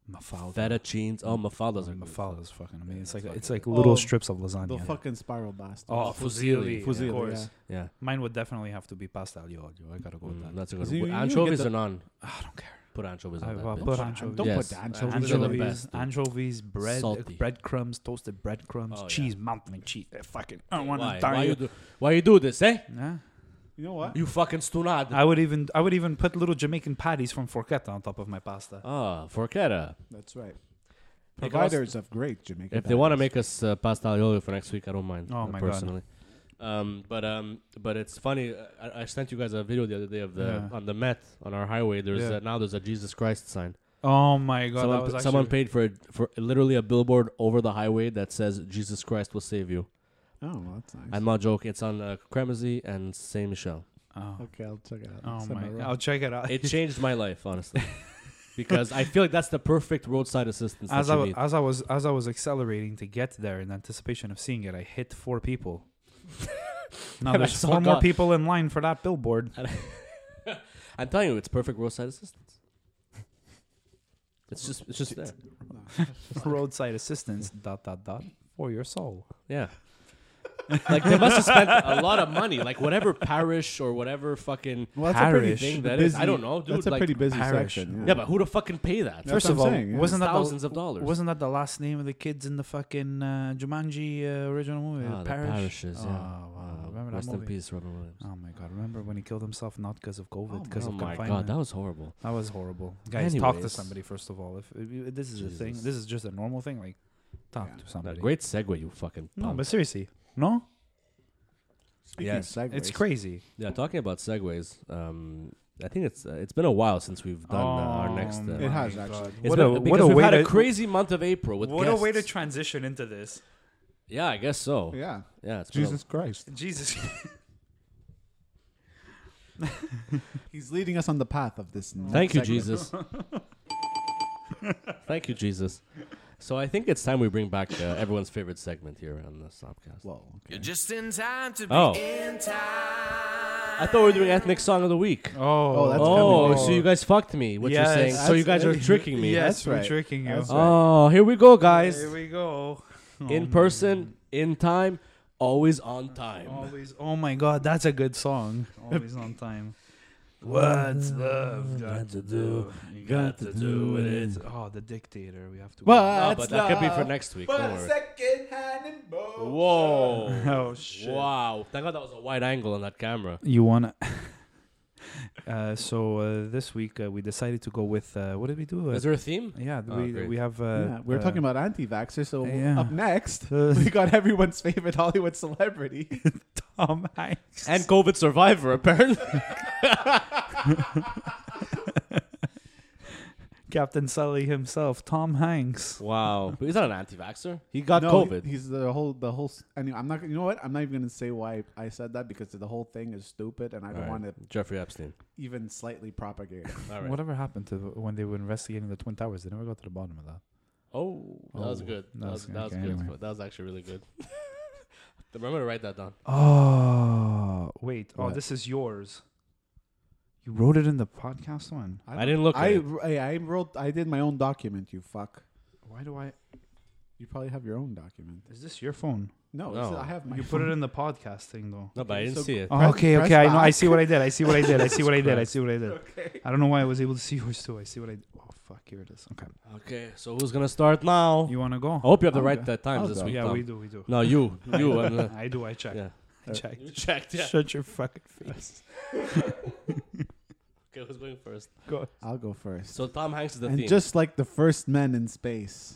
[SPEAKER 3] Mafalda.
[SPEAKER 2] feta cheese. Oh, mafaldas are good.
[SPEAKER 3] Mafalda is fucking amazing. It's
[SPEAKER 2] that's
[SPEAKER 3] like
[SPEAKER 2] fucking
[SPEAKER 3] it's like
[SPEAKER 4] good.
[SPEAKER 3] little
[SPEAKER 4] Oh,
[SPEAKER 3] strips of
[SPEAKER 4] The
[SPEAKER 3] lasagna.
[SPEAKER 4] fucking spiral blast.
[SPEAKER 3] Oh, fusilli,
[SPEAKER 4] Fusilli,
[SPEAKER 3] of course.
[SPEAKER 4] yeah.
[SPEAKER 2] Yeah,
[SPEAKER 3] Mine would definitely have to be pasta aglio olio. I gotta go with
[SPEAKER 2] Mm,
[SPEAKER 3] that.
[SPEAKER 2] that's a good.
[SPEAKER 4] See,
[SPEAKER 2] one.
[SPEAKER 4] you- you get
[SPEAKER 2] anchovies
[SPEAKER 4] the-
[SPEAKER 2] or none?
[SPEAKER 3] I don't care.
[SPEAKER 2] Put anchovies
[SPEAKER 3] I-
[SPEAKER 2] on that.
[SPEAKER 3] I'll
[SPEAKER 2] bitch.
[SPEAKER 3] put
[SPEAKER 4] Don't
[SPEAKER 3] anchovies.
[SPEAKER 4] put
[SPEAKER 2] Yes.
[SPEAKER 4] the anchovies.
[SPEAKER 2] Anchovies are the
[SPEAKER 3] anchovies,
[SPEAKER 2] best, dude.
[SPEAKER 3] anchovies, bread, uh,
[SPEAKER 2] Salty.
[SPEAKER 3] breadcrumbs, toasted breadcrumbs,
[SPEAKER 2] Oh, yeah.
[SPEAKER 3] cheese, mountain cheese. Eh, fucking, I don't want
[SPEAKER 2] Why?
[SPEAKER 3] to
[SPEAKER 2] Why
[SPEAKER 3] die.
[SPEAKER 2] you do? Why you do this, eh?
[SPEAKER 3] Yeah.
[SPEAKER 4] You know what?
[SPEAKER 2] You fucking stunad.
[SPEAKER 3] I would even, I would even put little Jamaican patties from Forchetta on top of my pasta.
[SPEAKER 2] Ah, forchetta.
[SPEAKER 4] That's right.
[SPEAKER 2] They can
[SPEAKER 4] Providers of great Jamaican.
[SPEAKER 2] If they want to
[SPEAKER 4] patties.
[SPEAKER 2] make us uh, pasta al olio for next week, I don't mind.
[SPEAKER 3] Oh
[SPEAKER 2] uh,
[SPEAKER 3] my God.
[SPEAKER 2] personally. Um, but um, but it's funny. uh, I, I sent you guys a video the other day of the
[SPEAKER 3] Yeah.
[SPEAKER 2] on the Met on our highway. There's
[SPEAKER 3] Yeah.
[SPEAKER 2] a, now there's a Jesus Christ sign.
[SPEAKER 3] Oh my god,
[SPEAKER 2] someone,
[SPEAKER 3] that was
[SPEAKER 2] pa-
[SPEAKER 3] actually,
[SPEAKER 2] someone paid for it for literally a billboard over the highway that says Jesus Christ will save you.
[SPEAKER 4] Oh, well, that's nice.
[SPEAKER 2] I'm not joking. It's on uh, Cremazy and Saint Michel.
[SPEAKER 3] Oh,
[SPEAKER 4] okay, I'll check it out.
[SPEAKER 3] oh
[SPEAKER 4] Send
[SPEAKER 3] my,
[SPEAKER 4] roll.
[SPEAKER 3] I'll check it out. <laughs>
[SPEAKER 2] It changed my life honestly, because I feel like that's the perfect roadside assistance.
[SPEAKER 3] as
[SPEAKER 2] that
[SPEAKER 3] I
[SPEAKER 2] you
[SPEAKER 3] wa-
[SPEAKER 2] need.
[SPEAKER 3] as I was as I was accelerating to get there in anticipation of seeing it, I hit four
[SPEAKER 2] <laughs>
[SPEAKER 3] people. now
[SPEAKER 2] And I
[SPEAKER 3] there's
[SPEAKER 2] saw
[SPEAKER 3] four more
[SPEAKER 2] God.
[SPEAKER 3] people in line for that billboard.
[SPEAKER 2] I'm telling you, it's perfect roadside
[SPEAKER 4] <laughs>
[SPEAKER 2] assistance. It's just, it's just there.
[SPEAKER 3] Roadside assistance. Dot dot dot for your soul.
[SPEAKER 4] <laughs>
[SPEAKER 2] Yeah. like they must have spent a lot of money, like whatever parish or whatever fucking
[SPEAKER 4] Well, that's
[SPEAKER 3] Parish.
[SPEAKER 4] a pretty
[SPEAKER 2] thing
[SPEAKER 4] busy-
[SPEAKER 2] that is. I don't know, dude.
[SPEAKER 4] That's a
[SPEAKER 2] like,
[SPEAKER 4] pretty busy
[SPEAKER 3] parish.
[SPEAKER 4] section.
[SPEAKER 2] Yeah, but who to fucking pay that?
[SPEAKER 4] That's
[SPEAKER 3] First
[SPEAKER 4] what
[SPEAKER 3] of
[SPEAKER 4] I'm
[SPEAKER 3] all,
[SPEAKER 4] saying, yeah.
[SPEAKER 3] wasn't that
[SPEAKER 2] Thousands
[SPEAKER 3] the,
[SPEAKER 2] of dollars.
[SPEAKER 3] Wasn't that the last name of the kids in the fucking uh, Jumanji uh, original movie?
[SPEAKER 2] Ah, the
[SPEAKER 3] Parish.
[SPEAKER 2] parishes, yeah.
[SPEAKER 3] Oh, wow.
[SPEAKER 2] Uh,
[SPEAKER 3] Remember that
[SPEAKER 2] Rest in
[SPEAKER 3] movie?
[SPEAKER 2] peace, Robin Williams.
[SPEAKER 3] Oh my god! Remember when he killed himself not because of COVID, because
[SPEAKER 2] oh
[SPEAKER 3] of
[SPEAKER 2] my
[SPEAKER 3] confinement?
[SPEAKER 2] god, that was horrible.
[SPEAKER 3] That was horrible. Guys, talk to
[SPEAKER 2] Anyways.
[SPEAKER 3] somebody first of all. If, if, if this is a thing,
[SPEAKER 2] Jesus.
[SPEAKER 3] this is just a normal thing. Like, talk
[SPEAKER 4] Yeah.
[SPEAKER 3] to
[SPEAKER 2] That
[SPEAKER 3] somebody.
[SPEAKER 2] great segue, you fucking.
[SPEAKER 3] No,
[SPEAKER 2] punk.
[SPEAKER 3] but seriously, no,
[SPEAKER 4] Speaking of
[SPEAKER 2] Yes.
[SPEAKER 4] segues,
[SPEAKER 3] it's crazy.
[SPEAKER 2] yeah, talking about segues. Um, I think it's uh, it's been a while since we've done uh, our
[SPEAKER 3] Oh,
[SPEAKER 2] next. Uh,
[SPEAKER 4] Um, It
[SPEAKER 3] my
[SPEAKER 4] has,
[SPEAKER 3] God.
[SPEAKER 4] actually.
[SPEAKER 2] it's
[SPEAKER 3] What
[SPEAKER 2] been-
[SPEAKER 3] a what
[SPEAKER 2] because
[SPEAKER 3] a
[SPEAKER 2] we've
[SPEAKER 3] way
[SPEAKER 2] had a
[SPEAKER 3] to
[SPEAKER 2] crazy month of April with
[SPEAKER 3] what a way to
[SPEAKER 2] guests.
[SPEAKER 3] transition into this.
[SPEAKER 2] yeah, I guess so. Yeah,
[SPEAKER 4] Yeah.
[SPEAKER 2] yeah it's been a-
[SPEAKER 4] Jesus Christ.
[SPEAKER 3] Jesus.
[SPEAKER 4] <laughs> He's leading us on the path of this. next
[SPEAKER 2] Thank you,
[SPEAKER 4] segment.
[SPEAKER 2] <laughs> Jesus. Thank you, Jesus. So I think it's time we bring back uh, everyone's favorite segment here on the Snobcast.
[SPEAKER 4] Whoa. okay.
[SPEAKER 2] Oh, I thought we were doing ethnic song of the week.
[SPEAKER 3] oh,
[SPEAKER 4] Oh, that's
[SPEAKER 2] oh,
[SPEAKER 4] coming.
[SPEAKER 2] so you guys fucked me. What
[SPEAKER 3] Yes.
[SPEAKER 2] you're saying? So you guys
[SPEAKER 4] That's-
[SPEAKER 2] are tricking me.
[SPEAKER 3] yes,
[SPEAKER 4] That's
[SPEAKER 3] we're
[SPEAKER 4] right.
[SPEAKER 3] tricking you.
[SPEAKER 4] That's right.
[SPEAKER 2] Oh, here we go, guys.
[SPEAKER 3] Here we go.
[SPEAKER 2] In person, in time, always on time.
[SPEAKER 3] Oh. <laughs> Always. Oh my God, that's a good song. Always on time.
[SPEAKER 7] What's love got to do? Got to do with it. Oh, the dictator. We have to.
[SPEAKER 2] No, but that could be for next week. Don't worry.
[SPEAKER 3] <laughs>
[SPEAKER 2] Whoa.
[SPEAKER 7] Oh shit.
[SPEAKER 2] Wow. Thank God that was a wide angle on that camera.
[SPEAKER 3] You want to. <laughs> uh, so uh, this week uh, we decided to go with. Uh, what did we do? Uh,
[SPEAKER 2] Is there a theme?
[SPEAKER 3] yeah,
[SPEAKER 2] Oh,
[SPEAKER 3] we,
[SPEAKER 2] great.
[SPEAKER 3] we have. Uh,
[SPEAKER 4] Yeah, we're
[SPEAKER 3] uh,
[SPEAKER 4] talking about anti-vaxxer, so
[SPEAKER 3] yeah.
[SPEAKER 4] up
[SPEAKER 3] <laughs>
[SPEAKER 4] next
[SPEAKER 3] Uh,
[SPEAKER 4] we got everyone's favorite Hollywood celebrity.
[SPEAKER 3] <laughs> <laughs> Tom Hanks.
[SPEAKER 2] And COVID survivor, <laughs> apparently.
[SPEAKER 3] Captain Sully himself, Tom Hanks.
[SPEAKER 2] wow. But he's not an anti vaxxer. He got
[SPEAKER 4] No,
[SPEAKER 2] COVID.
[SPEAKER 4] he- he's the whole the whole. s- Anyway, I'm not. You know what? I'm not even gonna say why I said that because the whole thing is stupid, and I don't
[SPEAKER 2] All right.
[SPEAKER 4] want to
[SPEAKER 2] Jeffrey Epstein.
[SPEAKER 4] even slightly propagate it.
[SPEAKER 2] All right.
[SPEAKER 3] Whatever happened to when they were investigating the Twin Towers? They never got to the bottom of that.
[SPEAKER 2] Oh, that was
[SPEAKER 3] Oh,
[SPEAKER 2] good. That
[SPEAKER 3] that's
[SPEAKER 2] was,
[SPEAKER 3] good.
[SPEAKER 2] that was
[SPEAKER 3] Okay,
[SPEAKER 2] good.
[SPEAKER 3] anyway.
[SPEAKER 2] That was actually really good. <laughs> Remember to write that down.
[SPEAKER 3] Oh wait! Oh,
[SPEAKER 4] What?
[SPEAKER 3] this is yours. You wrote it in the podcast one.
[SPEAKER 2] I didn't look at
[SPEAKER 4] I,
[SPEAKER 2] it.
[SPEAKER 4] I I wrote. I did my own document. You fuck.
[SPEAKER 3] Why do I?
[SPEAKER 4] You probably have your own document.
[SPEAKER 3] Is this your phone?
[SPEAKER 4] No,
[SPEAKER 2] No.
[SPEAKER 4] this is- I have my.
[SPEAKER 3] You put it in the podcast thing though.
[SPEAKER 2] No, but I didn't
[SPEAKER 4] so-
[SPEAKER 2] see it.
[SPEAKER 4] Press-
[SPEAKER 3] Oh, okay,
[SPEAKER 4] press
[SPEAKER 3] okay. I know. I
[SPEAKER 4] back.
[SPEAKER 3] see what I did. I see what I did. I see what I did. <laughs> I see what I did. Okay. I don't know why I was able to see yours too. I see what I. Oh fuck! Here it is. Okay.
[SPEAKER 2] Okay, so who's gonna start now?
[SPEAKER 3] You wanna
[SPEAKER 2] I
[SPEAKER 3] go?
[SPEAKER 2] hope you have the
[SPEAKER 4] I'll
[SPEAKER 2] right
[SPEAKER 4] go.
[SPEAKER 2] uh, times
[SPEAKER 4] I'll
[SPEAKER 2] this
[SPEAKER 4] go.
[SPEAKER 2] week.
[SPEAKER 3] yeah,
[SPEAKER 2] Tom.
[SPEAKER 3] we do. We do.
[SPEAKER 2] No, you, you. uh, I'm not-
[SPEAKER 3] I do. I checked.
[SPEAKER 2] yeah,
[SPEAKER 3] I checked.
[SPEAKER 2] you checked. Yeah.
[SPEAKER 3] Shut your fucking face.
[SPEAKER 2] Okay, who's going first?
[SPEAKER 4] <laughs> I'll go first.
[SPEAKER 2] So Tom Hanks is the
[SPEAKER 4] and
[SPEAKER 2] theme.
[SPEAKER 4] just like the first men in space.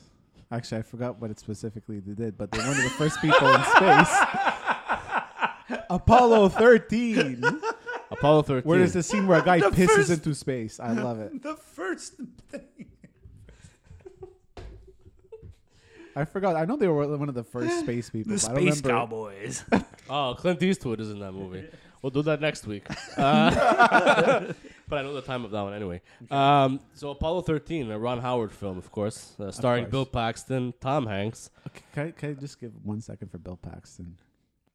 [SPEAKER 4] Actually, I forgot what it specifically they did, but they're one of the first people in space. Apollo 13.
[SPEAKER 2] Apollo 13.
[SPEAKER 4] Where there's the scene where a guy pisses
[SPEAKER 3] first-
[SPEAKER 4] into space. I love it.
[SPEAKER 3] <laughs> the first <laughs> thing.
[SPEAKER 4] I forgot. I know they were one of the first space people. but I don't remember.
[SPEAKER 3] Cowboys. <laughs>
[SPEAKER 2] Oh, Clint Eastwood is in that movie. We'll do that next
[SPEAKER 3] <laughs>
[SPEAKER 2] week. Uh, <laughs> but I know the time of that one anyway. Um, so Apollo 13, a Ron Howard film, of course, uh, starring
[SPEAKER 4] course.
[SPEAKER 2] Bill Paxton, Tom Hanks.
[SPEAKER 4] Okay, Can I, can I just give one second for Bill Paxton?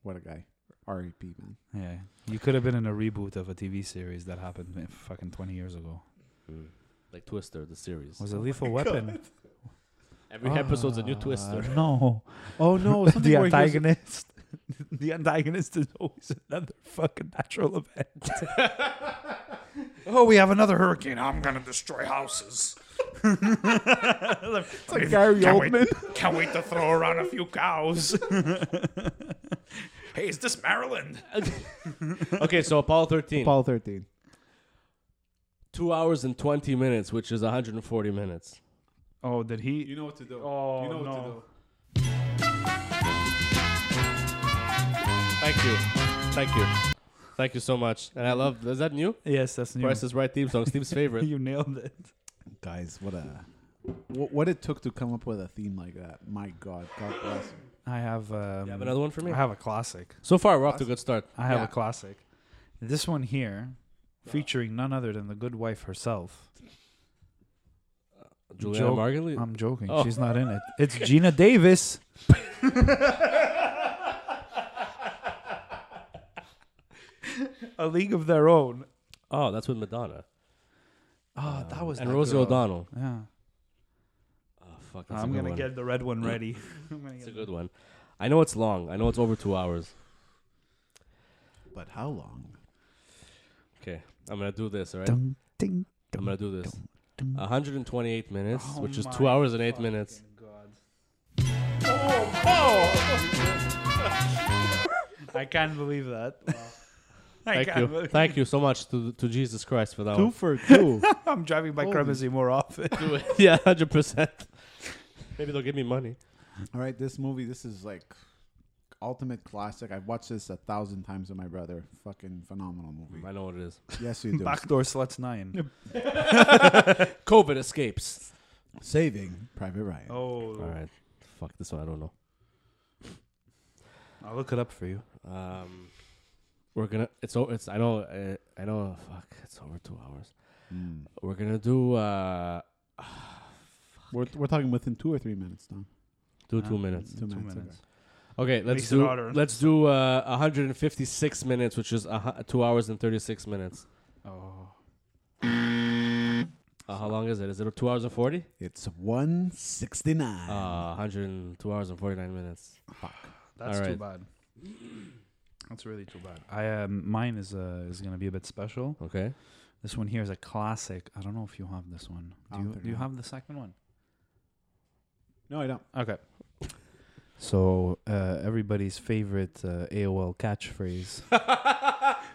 [SPEAKER 4] What a guy. R.E.P. man.
[SPEAKER 3] Yeah, you could have been in a reboot of a TV series that happened eh, fucking twenty years ago.
[SPEAKER 2] Like Twister, the series.
[SPEAKER 3] Was it Lethal Weapon?
[SPEAKER 2] Every episode's a new
[SPEAKER 3] <laughs>
[SPEAKER 2] Twister.
[SPEAKER 3] Uh, no, <laughs>
[SPEAKER 4] Oh no!
[SPEAKER 3] the antagonist. <laughs> The antagonist is always another fucking natural event. <laughs> oh, we have another hurricane. I'm gonna destroy
[SPEAKER 4] <laughs>
[SPEAKER 3] houses.
[SPEAKER 4] Gary
[SPEAKER 3] Can't
[SPEAKER 4] Oldman.
[SPEAKER 3] Wait, can't wait to throw around a few cows. <laughs> hey, is this Maryland?
[SPEAKER 2] okay, so Apollo 13.
[SPEAKER 4] Apollo 13.
[SPEAKER 2] Two hours and 20 minutes, which is 140 minutes.
[SPEAKER 3] Oh, did he?
[SPEAKER 4] know what to do.
[SPEAKER 3] Oh, no.
[SPEAKER 2] Thank you. Thank you. Thank you so much. And I love, is that new?
[SPEAKER 3] Yes, that's new.
[SPEAKER 2] Price is Right theme song, Steve's
[SPEAKER 3] <laughs>
[SPEAKER 2] favorite.
[SPEAKER 3] You nailed it.
[SPEAKER 4] Guys, what a what, what it took to come up with a theme like that. My God, God bless. him.
[SPEAKER 3] I have. Um,
[SPEAKER 2] You have another one for me?
[SPEAKER 3] I have a classic.
[SPEAKER 2] So far, we're off to a good start.
[SPEAKER 3] I have
[SPEAKER 4] Yeah.
[SPEAKER 3] a classic. This one here, featuring none other than the good wife herself.
[SPEAKER 2] Juliana
[SPEAKER 3] Joke.
[SPEAKER 2] Margulies?
[SPEAKER 3] I'm joking.
[SPEAKER 2] Oh.
[SPEAKER 3] She's not in it. It's Gina Davis. a League of Their Own.
[SPEAKER 2] oh, that's with Madonna.
[SPEAKER 3] Oh, that was
[SPEAKER 2] And
[SPEAKER 3] not
[SPEAKER 2] Rosie
[SPEAKER 3] good.
[SPEAKER 2] O'Donnell.
[SPEAKER 3] Yeah,
[SPEAKER 2] Oh, fuck. That's
[SPEAKER 3] I'm
[SPEAKER 2] a good
[SPEAKER 3] gonna
[SPEAKER 2] one.
[SPEAKER 3] get the red one ready. I'm gonna
[SPEAKER 2] That's a
[SPEAKER 3] get-
[SPEAKER 2] good one. I know it's long. I know it's over two hours.
[SPEAKER 4] But how long?
[SPEAKER 2] Okay. I'm going to do this, all right?
[SPEAKER 3] Dun, ding,
[SPEAKER 2] I'm going to do this.
[SPEAKER 3] dun.
[SPEAKER 2] 128 minutes,
[SPEAKER 3] Oh
[SPEAKER 2] which is
[SPEAKER 3] my
[SPEAKER 2] two hours and eight minutes.
[SPEAKER 3] God. Oh, <laughs> I can't believe that. <laughs> I
[SPEAKER 2] Thank
[SPEAKER 3] can't <laughs>
[SPEAKER 2] you.
[SPEAKER 3] believe-
[SPEAKER 2] Thank you so much to, to Jesus Christ for that
[SPEAKER 4] Two
[SPEAKER 2] one. <laughs>
[SPEAKER 4] for two.
[SPEAKER 3] I'm driving by
[SPEAKER 4] Holy-
[SPEAKER 3] Cremazy more often.
[SPEAKER 2] Do it. yeah, 100%. Maybe they'll give me money.
[SPEAKER 4] <laughs> All right, this movie, this is like ultimate classic. I've watched this a thousand times with my brother. Fucking phenomenal movie.
[SPEAKER 2] I know what it is.
[SPEAKER 4] Yes,
[SPEAKER 3] <laughs>
[SPEAKER 4] you do.
[SPEAKER 3] Backdoor sluts nine.
[SPEAKER 2] COVID escapes.
[SPEAKER 4] Saving Private Ryan.
[SPEAKER 3] Oh,
[SPEAKER 2] All right. Fuck this one. I don't know.
[SPEAKER 3] I'll look it up for you.
[SPEAKER 2] Um, we're gonna. It's o- It's. I know. Uh, I know. Fuck. It's over two hours.
[SPEAKER 4] Mm.
[SPEAKER 2] We're gonna do. Uh, <sighs>
[SPEAKER 4] We're, we're talking within two or three minutes, Tom.
[SPEAKER 2] do
[SPEAKER 3] Uh,
[SPEAKER 2] two minutes.
[SPEAKER 4] Two, minutes.
[SPEAKER 2] Okay. Let's
[SPEAKER 3] Makes it
[SPEAKER 2] do.
[SPEAKER 3] harder.
[SPEAKER 2] Let's do uh, 156 minutes, which is uh, hu- two hours and 36 minutes.
[SPEAKER 3] Oh,
[SPEAKER 2] Uh, how long is it? Is it two hours and 40?
[SPEAKER 4] okay. It's 169.
[SPEAKER 2] Uh, 102 hours and 49 minutes.
[SPEAKER 3] that's
[SPEAKER 2] All
[SPEAKER 3] too
[SPEAKER 2] right.
[SPEAKER 3] bad. That's really too bad. I um, mine is uh is gonna be a bit special.
[SPEAKER 2] Okay.
[SPEAKER 3] This one here is a classic. I don't know if you have this one. Do
[SPEAKER 4] I don't
[SPEAKER 3] you,
[SPEAKER 4] think
[SPEAKER 3] do you
[SPEAKER 4] I
[SPEAKER 3] have the second one?
[SPEAKER 4] No, I don't.
[SPEAKER 3] Okay. So uh, everybody's favorite uh, AOL catchphrase: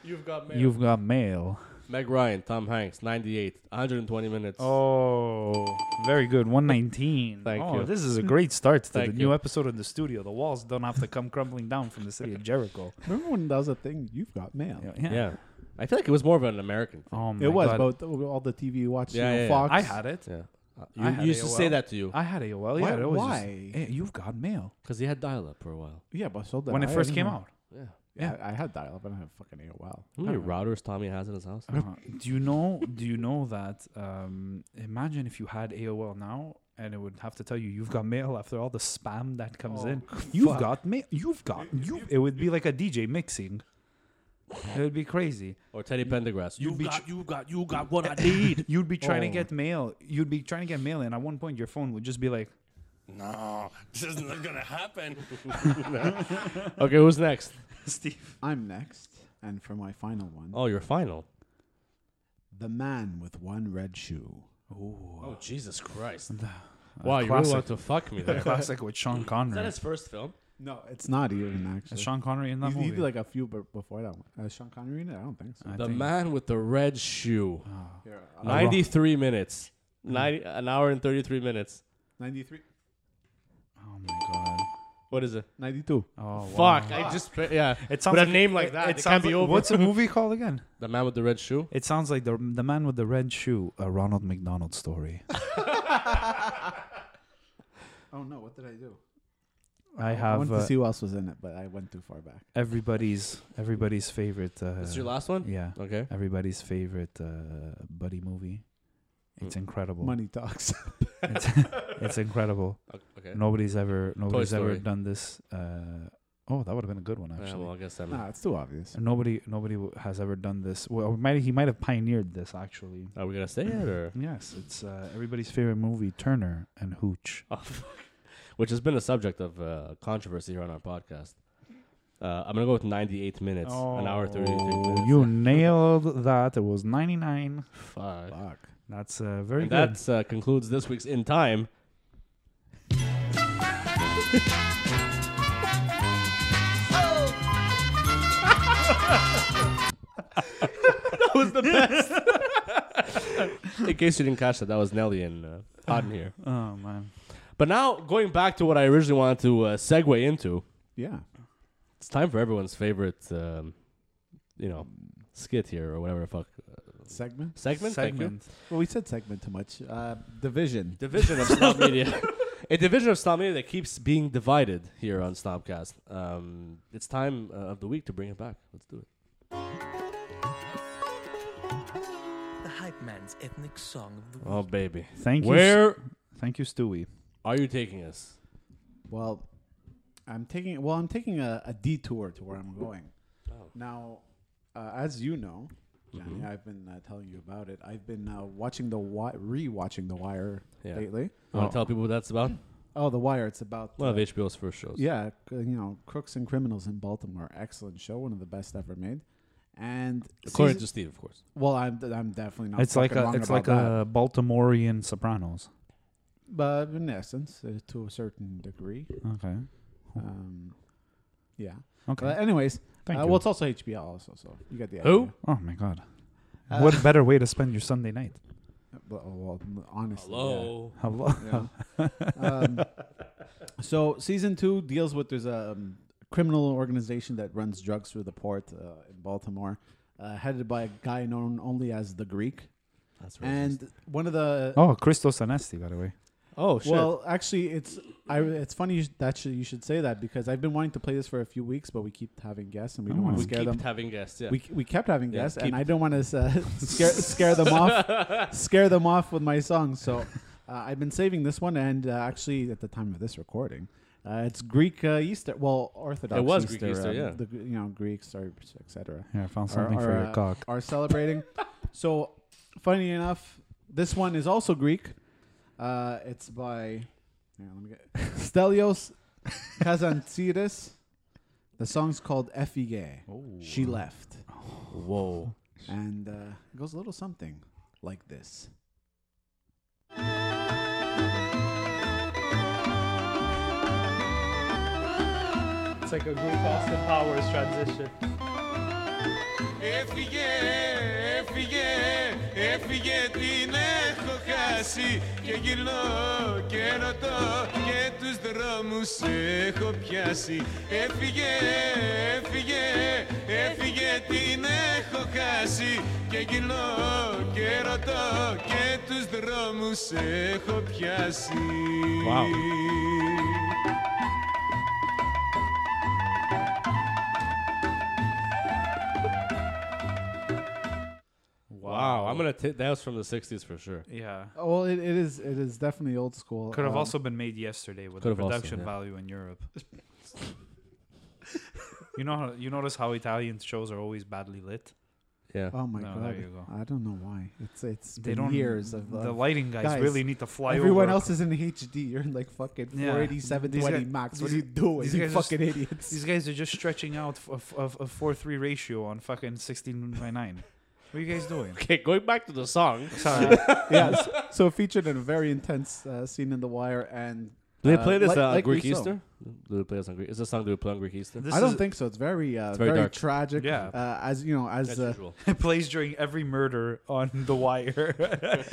[SPEAKER 2] You've got
[SPEAKER 3] <laughs> "You've got mail."
[SPEAKER 2] Meg Ryan, Tom Hanks, 98, 120 minutes.
[SPEAKER 3] Oh, very good. One nineteen.
[SPEAKER 2] Thank
[SPEAKER 3] oh,
[SPEAKER 2] you.
[SPEAKER 3] This <laughs> is a great start to the
[SPEAKER 2] Thank
[SPEAKER 3] new
[SPEAKER 2] you.
[SPEAKER 3] episode in the studio. The walls don't have to come crumbling down from the city of <laughs> Jericho.
[SPEAKER 4] Remember when that was a thing? You've got mail.
[SPEAKER 2] yeah. I feel like it was more of an American. Thing.
[SPEAKER 3] Oh my
[SPEAKER 4] it was,
[SPEAKER 3] God.
[SPEAKER 4] but all the TV you watched,
[SPEAKER 2] Yeah,
[SPEAKER 4] you know,
[SPEAKER 2] yeah, yeah.
[SPEAKER 4] Fox.
[SPEAKER 3] I had it.
[SPEAKER 2] Yeah.
[SPEAKER 3] I
[SPEAKER 2] You,
[SPEAKER 3] had
[SPEAKER 2] you used to say
[SPEAKER 3] AOL.
[SPEAKER 2] that to you
[SPEAKER 3] I had AOL.
[SPEAKER 4] Why-
[SPEAKER 3] Yeah, it always just-
[SPEAKER 4] why?
[SPEAKER 3] "Hey, you've got mail
[SPEAKER 2] because he had dial up for a while.
[SPEAKER 4] Yeah, but so did
[SPEAKER 3] when it
[SPEAKER 4] I.
[SPEAKER 3] first
[SPEAKER 4] I
[SPEAKER 3] came <laughs>
[SPEAKER 4] didn't-
[SPEAKER 3] out.
[SPEAKER 2] Yeah.
[SPEAKER 4] Yeah, I had dial up. I don't have fucking AOL.
[SPEAKER 2] How many routers Tommy has in his house?
[SPEAKER 3] Uh, do you know? Do you know that? Um, imagine if you had AOL now, and it would have to tell you you've got mail after all the spam that comes in. You've got mail. You've got you. It would be like a DJ mixing. It would be crazy.
[SPEAKER 2] Or Teddy Pendergrass. You've
[SPEAKER 3] be
[SPEAKER 2] got, you got, you got what I need.
[SPEAKER 3] You'd be trying to
[SPEAKER 2] Oh.
[SPEAKER 3] get mail. You'd be trying to get mail, and at one point your phone would just be like,
[SPEAKER 8] No, this isn't gonna happen.
[SPEAKER 2] <laughs> okay, who's next?
[SPEAKER 3] "Steve,
[SPEAKER 4] I'm next, and for my final one,
[SPEAKER 2] Oh, your final.
[SPEAKER 4] the man with one red shoe.
[SPEAKER 2] Oh, Jesus Christ. Wow, you really
[SPEAKER 3] uh, classic.
[SPEAKER 2] want to fuck me there. Is
[SPEAKER 3] classic with Sean Connery."
[SPEAKER 2] that his first film?
[SPEAKER 4] No, it's Mm. not even actually.
[SPEAKER 3] Is Sean Connery in that
[SPEAKER 4] He's- he
[SPEAKER 3] movie?
[SPEAKER 4] did like a few b- before that one. Uh, Sean Connery in it? I don't think so.
[SPEAKER 3] I
[SPEAKER 2] the
[SPEAKER 3] think- Oh.
[SPEAKER 2] Man with the Red Shoe.
[SPEAKER 4] Here, uh,
[SPEAKER 2] 93 minutes. 90, an hour and 33 minutes.
[SPEAKER 4] 93,
[SPEAKER 3] Oh my god!
[SPEAKER 2] What is it?
[SPEAKER 4] 92.
[SPEAKER 3] Oh wow.
[SPEAKER 2] Fuck, I just, yeah.
[SPEAKER 3] It
[SPEAKER 2] With a
[SPEAKER 3] like-
[SPEAKER 2] name like that, it
[SPEAKER 3] sounds
[SPEAKER 2] can't be
[SPEAKER 3] like-
[SPEAKER 2] over.
[SPEAKER 3] What's the movie called again?
[SPEAKER 2] The Man with the Red Shoe?
[SPEAKER 3] It sounds like the the man with the red shoe, a Ronald McDonald story.
[SPEAKER 4] <laughs> Oh no, what did I do?
[SPEAKER 3] I
[SPEAKER 4] I
[SPEAKER 3] have
[SPEAKER 4] wanted to
[SPEAKER 3] uh,
[SPEAKER 4] see who else was in it, but I went too far back.
[SPEAKER 3] everybody's everybody's favorite. Uh,
[SPEAKER 2] This is your last one?
[SPEAKER 3] Yeah,
[SPEAKER 2] Okay.
[SPEAKER 3] everybody's favorite uh, buddy movie.
[SPEAKER 2] Hmm.
[SPEAKER 3] It's incredible.
[SPEAKER 4] Money talks.
[SPEAKER 3] <laughs> It's,
[SPEAKER 2] <laughs>
[SPEAKER 3] it's incredible.
[SPEAKER 2] Okay.
[SPEAKER 3] Nobody's ever nobody's ever
[SPEAKER 2] Story.
[SPEAKER 3] done this. Uh, oh, that would have been a good one
[SPEAKER 2] Yeah,
[SPEAKER 3] actually.
[SPEAKER 2] well, I guess I'm,
[SPEAKER 4] nah, it's too obvious.
[SPEAKER 3] Nobody nobody w- has ever done this. Well, or might, he might have pioneered this actually.
[SPEAKER 2] Are we gonna say it or?
[SPEAKER 3] Yes, it's uh, everybody's favorite movie, Turner and Hooch.
[SPEAKER 2] Oh, fuck. Which has been a subject of uh, controversy here on our podcast. Uh, I'm gonna go with 98 minutes, an hour 33 minutes.
[SPEAKER 3] Oh, You nailed that. It was 99.
[SPEAKER 2] Fuck.
[SPEAKER 4] Fuck.
[SPEAKER 3] That's uh, very
[SPEAKER 2] And
[SPEAKER 3] good.
[SPEAKER 2] that uh, concludes this week's In Time. <laughs> that was the best. <laughs> In case you didn't catch that, that was Nelly and uh, Hot in here.
[SPEAKER 3] Oh man.
[SPEAKER 2] But now, going back to what I originally wanted to uh, segue into,
[SPEAKER 4] Yeah.
[SPEAKER 2] it's time for everyone's favorite, um, you know, skit here or whatever the fuck.
[SPEAKER 4] Segment?
[SPEAKER 2] Segment? Thank you.
[SPEAKER 4] Well, we said segment too much. Uh, division.
[SPEAKER 2] division <laughs> of snob media. A division of snob media that keeps being divided here on Snobcast. Um, it's time uh, of the week to bring it back. Let's do it.
[SPEAKER 8] The hype man's ethnic song of the
[SPEAKER 2] Oh baby,
[SPEAKER 3] Thank
[SPEAKER 2] <laughs>
[SPEAKER 3] you.
[SPEAKER 2] where
[SPEAKER 3] Thank you, Stewie.
[SPEAKER 2] are you taking us?
[SPEAKER 4] Well, I'm taking well, I'm taking a, a detour to where I'm going.
[SPEAKER 3] Oh.
[SPEAKER 4] Now, uh, as you know, Johnny,
[SPEAKER 3] Mm-hmm.
[SPEAKER 4] I've been uh, telling you about it. I've been uh, watching the wi- re-watching the Wire
[SPEAKER 2] Yeah. Oh.
[SPEAKER 4] lately.
[SPEAKER 2] You want to tell people what that's about?
[SPEAKER 4] Oh, the Wire. It's about
[SPEAKER 2] One
[SPEAKER 4] uh,
[SPEAKER 2] of HBO's first shows.
[SPEAKER 4] yeah, c- you know, crooks and criminals in Baltimore. Excellent show, one of the best ever made. And
[SPEAKER 2] according to
[SPEAKER 4] season-
[SPEAKER 2] Steve, of course.
[SPEAKER 4] well, I'm I'm definitely not.
[SPEAKER 3] it's like
[SPEAKER 4] fucking
[SPEAKER 3] a
[SPEAKER 4] wrong
[SPEAKER 3] it's like
[SPEAKER 4] about that.
[SPEAKER 3] a Baltimorean Sopranos.
[SPEAKER 4] but in essence, uh, to a certain degree.
[SPEAKER 3] Okay.
[SPEAKER 4] Um, yeah.
[SPEAKER 3] Okay.
[SPEAKER 4] But anyways,
[SPEAKER 3] Thank
[SPEAKER 4] uh,
[SPEAKER 3] you.
[SPEAKER 4] Well, it's also HBO also, so you got the
[SPEAKER 2] Who?
[SPEAKER 4] idea.
[SPEAKER 3] oh my God.
[SPEAKER 4] Uh,
[SPEAKER 3] what better way to spend your Sunday night?
[SPEAKER 4] Well, Uh, oh, well, m- honestly. <laughs>
[SPEAKER 3] Hello.
[SPEAKER 4] yeah. Yeah. um, so season two deals with there's a um, criminal organization that runs drugs through the port uh, in Baltimore, uh, headed by a guy known only as the Greek.
[SPEAKER 2] That's right.
[SPEAKER 4] And one of the
[SPEAKER 3] Oh, Christos Anesti, by the way.
[SPEAKER 2] oh shit.
[SPEAKER 4] well, actually, it's I. It's funny you sh- that should, you should say that because I've been wanting to play this for a few weeks, but we keep having guests and we don't want
[SPEAKER 3] Oh.
[SPEAKER 4] to
[SPEAKER 2] we
[SPEAKER 4] scare
[SPEAKER 2] keep
[SPEAKER 4] them.
[SPEAKER 2] having guests. Yeah.
[SPEAKER 4] we, we kept having
[SPEAKER 2] Yeah,
[SPEAKER 4] guests,
[SPEAKER 2] keep-
[SPEAKER 4] and I don't want
[SPEAKER 2] <laughs>
[SPEAKER 4] to uh, scare scare them off, scare them off with my song.
[SPEAKER 2] <laughs>
[SPEAKER 4] So uh, I've been saving this one, and uh, actually, at the time of this recording, uh, it's Greek uh, Easter. Well, Orthodox.
[SPEAKER 2] It was
[SPEAKER 4] Easter,
[SPEAKER 2] Greek Easter,
[SPEAKER 4] um,
[SPEAKER 2] yeah.
[SPEAKER 4] The, you know, Greeks are etc.
[SPEAKER 3] Yeah, I found
[SPEAKER 4] Are-
[SPEAKER 3] something for
[SPEAKER 4] are,
[SPEAKER 3] your
[SPEAKER 4] uh,
[SPEAKER 3] cock.
[SPEAKER 4] Are celebrating. so, funny enough, this one is also Greek. Uh, it's by hang on, let me get, <laughs> Stelios E Kazantzidis. The song's called Effie She Left.
[SPEAKER 2] Whoa.
[SPEAKER 4] and uh, it goes a little something like this.
[SPEAKER 9] It's like a great Austin Powers transition.
[SPEAKER 2] Wow. Wow, I'm gonna take that was from the '60s for sure.
[SPEAKER 3] Yeah.
[SPEAKER 4] Oh, well, it, it is it is definitely old school.
[SPEAKER 3] Could have
[SPEAKER 4] Um,
[SPEAKER 3] also been made yesterday with
[SPEAKER 2] could have
[SPEAKER 3] the
[SPEAKER 2] also,
[SPEAKER 3] production
[SPEAKER 2] yeah.
[SPEAKER 3] value in Europe. <laughs> you know, how, you notice how Italian shows are always badly lit.
[SPEAKER 2] Yeah,
[SPEAKER 4] Oh my
[SPEAKER 3] No,
[SPEAKER 4] god!
[SPEAKER 3] there you go.
[SPEAKER 4] I don't know why. It's it's
[SPEAKER 3] They
[SPEAKER 4] been
[SPEAKER 3] don't.
[SPEAKER 4] years of
[SPEAKER 3] the
[SPEAKER 4] uh,
[SPEAKER 3] lighting guys,
[SPEAKER 4] guys,
[SPEAKER 3] really need to fly
[SPEAKER 4] Everyone
[SPEAKER 3] over.
[SPEAKER 4] else is in HD. You're in like fucking
[SPEAKER 3] Yeah.
[SPEAKER 4] 480, 720
[SPEAKER 3] These guy-
[SPEAKER 4] max. What are
[SPEAKER 3] these-
[SPEAKER 4] you doing?
[SPEAKER 3] these
[SPEAKER 4] you
[SPEAKER 3] guys are
[SPEAKER 4] fucking idiots.
[SPEAKER 3] <laughs> These guys are just stretching out f- f- of a four three ratio on fucking sixteen by nine. What are you guys
[SPEAKER 4] <laughs>
[SPEAKER 3] doing?
[SPEAKER 2] Okay, going back to the song.
[SPEAKER 3] Sorry.
[SPEAKER 4] yes. So featured in a very intense uh, scene in The Wire, and
[SPEAKER 2] Do they
[SPEAKER 4] Uh,
[SPEAKER 2] play this
[SPEAKER 4] like-
[SPEAKER 2] on
[SPEAKER 4] like
[SPEAKER 2] Greek
[SPEAKER 4] we saw.
[SPEAKER 2] Easter? Do they play this on Greek? Is this song do we play on Greek Easter?
[SPEAKER 3] This
[SPEAKER 4] I don't
[SPEAKER 3] is-
[SPEAKER 4] think so. It's very uh,
[SPEAKER 2] It's very
[SPEAKER 4] very,
[SPEAKER 2] dark.
[SPEAKER 4] tragic.
[SPEAKER 3] Yeah.
[SPEAKER 4] Uh, as you know, as
[SPEAKER 2] As
[SPEAKER 4] uh,
[SPEAKER 2] usual.
[SPEAKER 3] it plays during every murder on The Wire.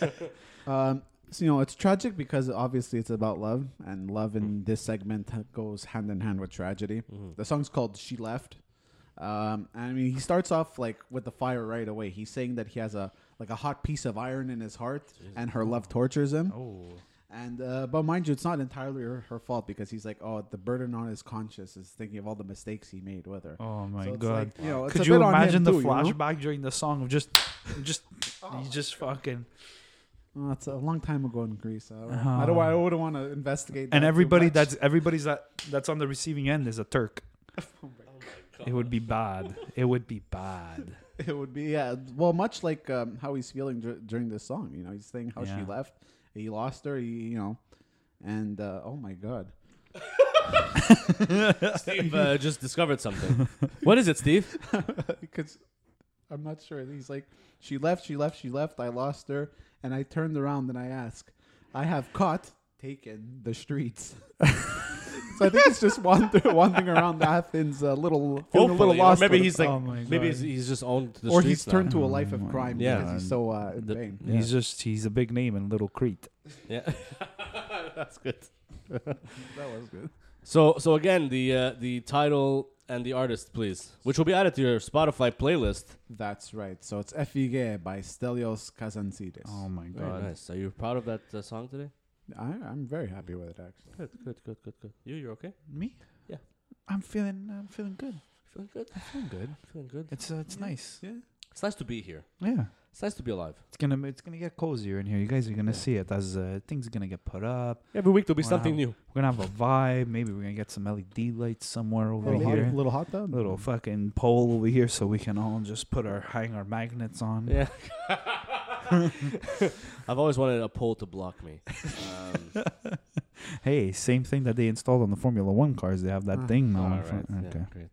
[SPEAKER 4] <laughs> um, so, you know, it's tragic because obviously it's about love, and love
[SPEAKER 3] Mm.
[SPEAKER 4] in this segment ha- goes hand in hand with tragedy.
[SPEAKER 3] Mm-hmm.
[SPEAKER 4] The song's called "She Left." Um, and I mean, he starts off like with the fire right away. He's saying that he has a like a hot piece of iron in his heart, and her love tortures him.
[SPEAKER 3] oh,
[SPEAKER 4] And uh, but mind you, it's not entirely her, her fault because he's like, oh, the burden on his conscience is thinking of all the mistakes he made with her.
[SPEAKER 3] oh my
[SPEAKER 4] So it's
[SPEAKER 3] god!
[SPEAKER 4] like, you know, it's
[SPEAKER 3] Could
[SPEAKER 4] a
[SPEAKER 3] you
[SPEAKER 4] bit on him
[SPEAKER 3] imagine the
[SPEAKER 4] too, you know?
[SPEAKER 3] flashback during the song of just, just, you just fucking,
[SPEAKER 4] Oh, it's a long time ago in Greece. I don't, I don't. I wouldn't want to investigate.
[SPEAKER 3] Uh-huh.
[SPEAKER 4] That
[SPEAKER 3] and
[SPEAKER 4] too
[SPEAKER 3] everybody
[SPEAKER 4] much.
[SPEAKER 3] that's everybody's that that's on the receiving end is a
[SPEAKER 4] <laughs>
[SPEAKER 3] Turk.
[SPEAKER 4] Oh
[SPEAKER 3] It would be bad. It would be bad.
[SPEAKER 4] <laughs> it would be yeah. Well, much like um, how he's feeling dur- during this song. You know, he's saying how
[SPEAKER 3] Yeah.
[SPEAKER 4] she left, he lost her. He, you know, and uh, oh my god,
[SPEAKER 2] <laughs>
[SPEAKER 4] <laughs>
[SPEAKER 2] Steve <laughs> uh, just discovered something. What is it, Steve?
[SPEAKER 4] because I'm not sure. He's like, she left, she left, she left. I lost her, and I turned around and I ask, I have caught, taken the streets. <laughs> so I think it's just wander, wandering around Athens, a little, feeling a little
[SPEAKER 2] Hopefully, or
[SPEAKER 4] lost.
[SPEAKER 2] maybe
[SPEAKER 4] with-
[SPEAKER 2] he's like,
[SPEAKER 3] Oh my
[SPEAKER 2] maybe
[SPEAKER 3] God.
[SPEAKER 2] he's, he's just owned the
[SPEAKER 4] or
[SPEAKER 2] streets
[SPEAKER 4] he's
[SPEAKER 2] now. Hmm.
[SPEAKER 4] turned to a life of crime
[SPEAKER 2] Yeah.
[SPEAKER 4] because he's so uh, in
[SPEAKER 3] The-
[SPEAKER 4] vain.
[SPEAKER 3] He's just he's a big name in Little Crete.
[SPEAKER 2] Yeah, <laughs> that's good.
[SPEAKER 4] That was good.
[SPEAKER 2] So, so again, the uh, the title and the artist, please, which will be added to your Spotify playlist.
[SPEAKER 4] That's right. So it's Efige by Stelios Kazantzidis.
[SPEAKER 3] Oh my
[SPEAKER 2] Very
[SPEAKER 3] god!
[SPEAKER 2] nice. Are you proud of that uh, song today?
[SPEAKER 4] I, I'm very happy with it, actually.
[SPEAKER 2] Good, good, good, good, good. You, you're okay.
[SPEAKER 3] Me?
[SPEAKER 2] Yeah.
[SPEAKER 3] I'm feeling I'm feeling good.
[SPEAKER 2] Feeling good. Feeling good. Feeling good.
[SPEAKER 3] It's uh, it's nice.
[SPEAKER 2] It's nice to be here.
[SPEAKER 3] Yeah.
[SPEAKER 2] It's nice to be alive.
[SPEAKER 3] It's gonna it's gonna get cozier in here. You guys are gonna see it as uh, things are gonna get put up.
[SPEAKER 2] Every week there'll be
[SPEAKER 3] Wow.
[SPEAKER 2] something new.
[SPEAKER 3] We're gonna have a vibe. Maybe we're gonna get some LED lights somewhere over
[SPEAKER 4] Little
[SPEAKER 3] here.
[SPEAKER 4] hot, little hot tub?
[SPEAKER 3] little fucking pole over here so we can all just put our hang our magnets on.
[SPEAKER 2] Yeah. <laughs> I've always wanted a pole to block me.
[SPEAKER 3] <laughs>
[SPEAKER 2] Um,
[SPEAKER 3] Hey, same thing that they installed on the Formula One cars. They have that
[SPEAKER 4] Ah.
[SPEAKER 3] thing now.
[SPEAKER 2] all
[SPEAKER 3] in
[SPEAKER 2] Mm-hmm. Oh, right.
[SPEAKER 3] front-
[SPEAKER 2] yeah,
[SPEAKER 3] okay.
[SPEAKER 2] great.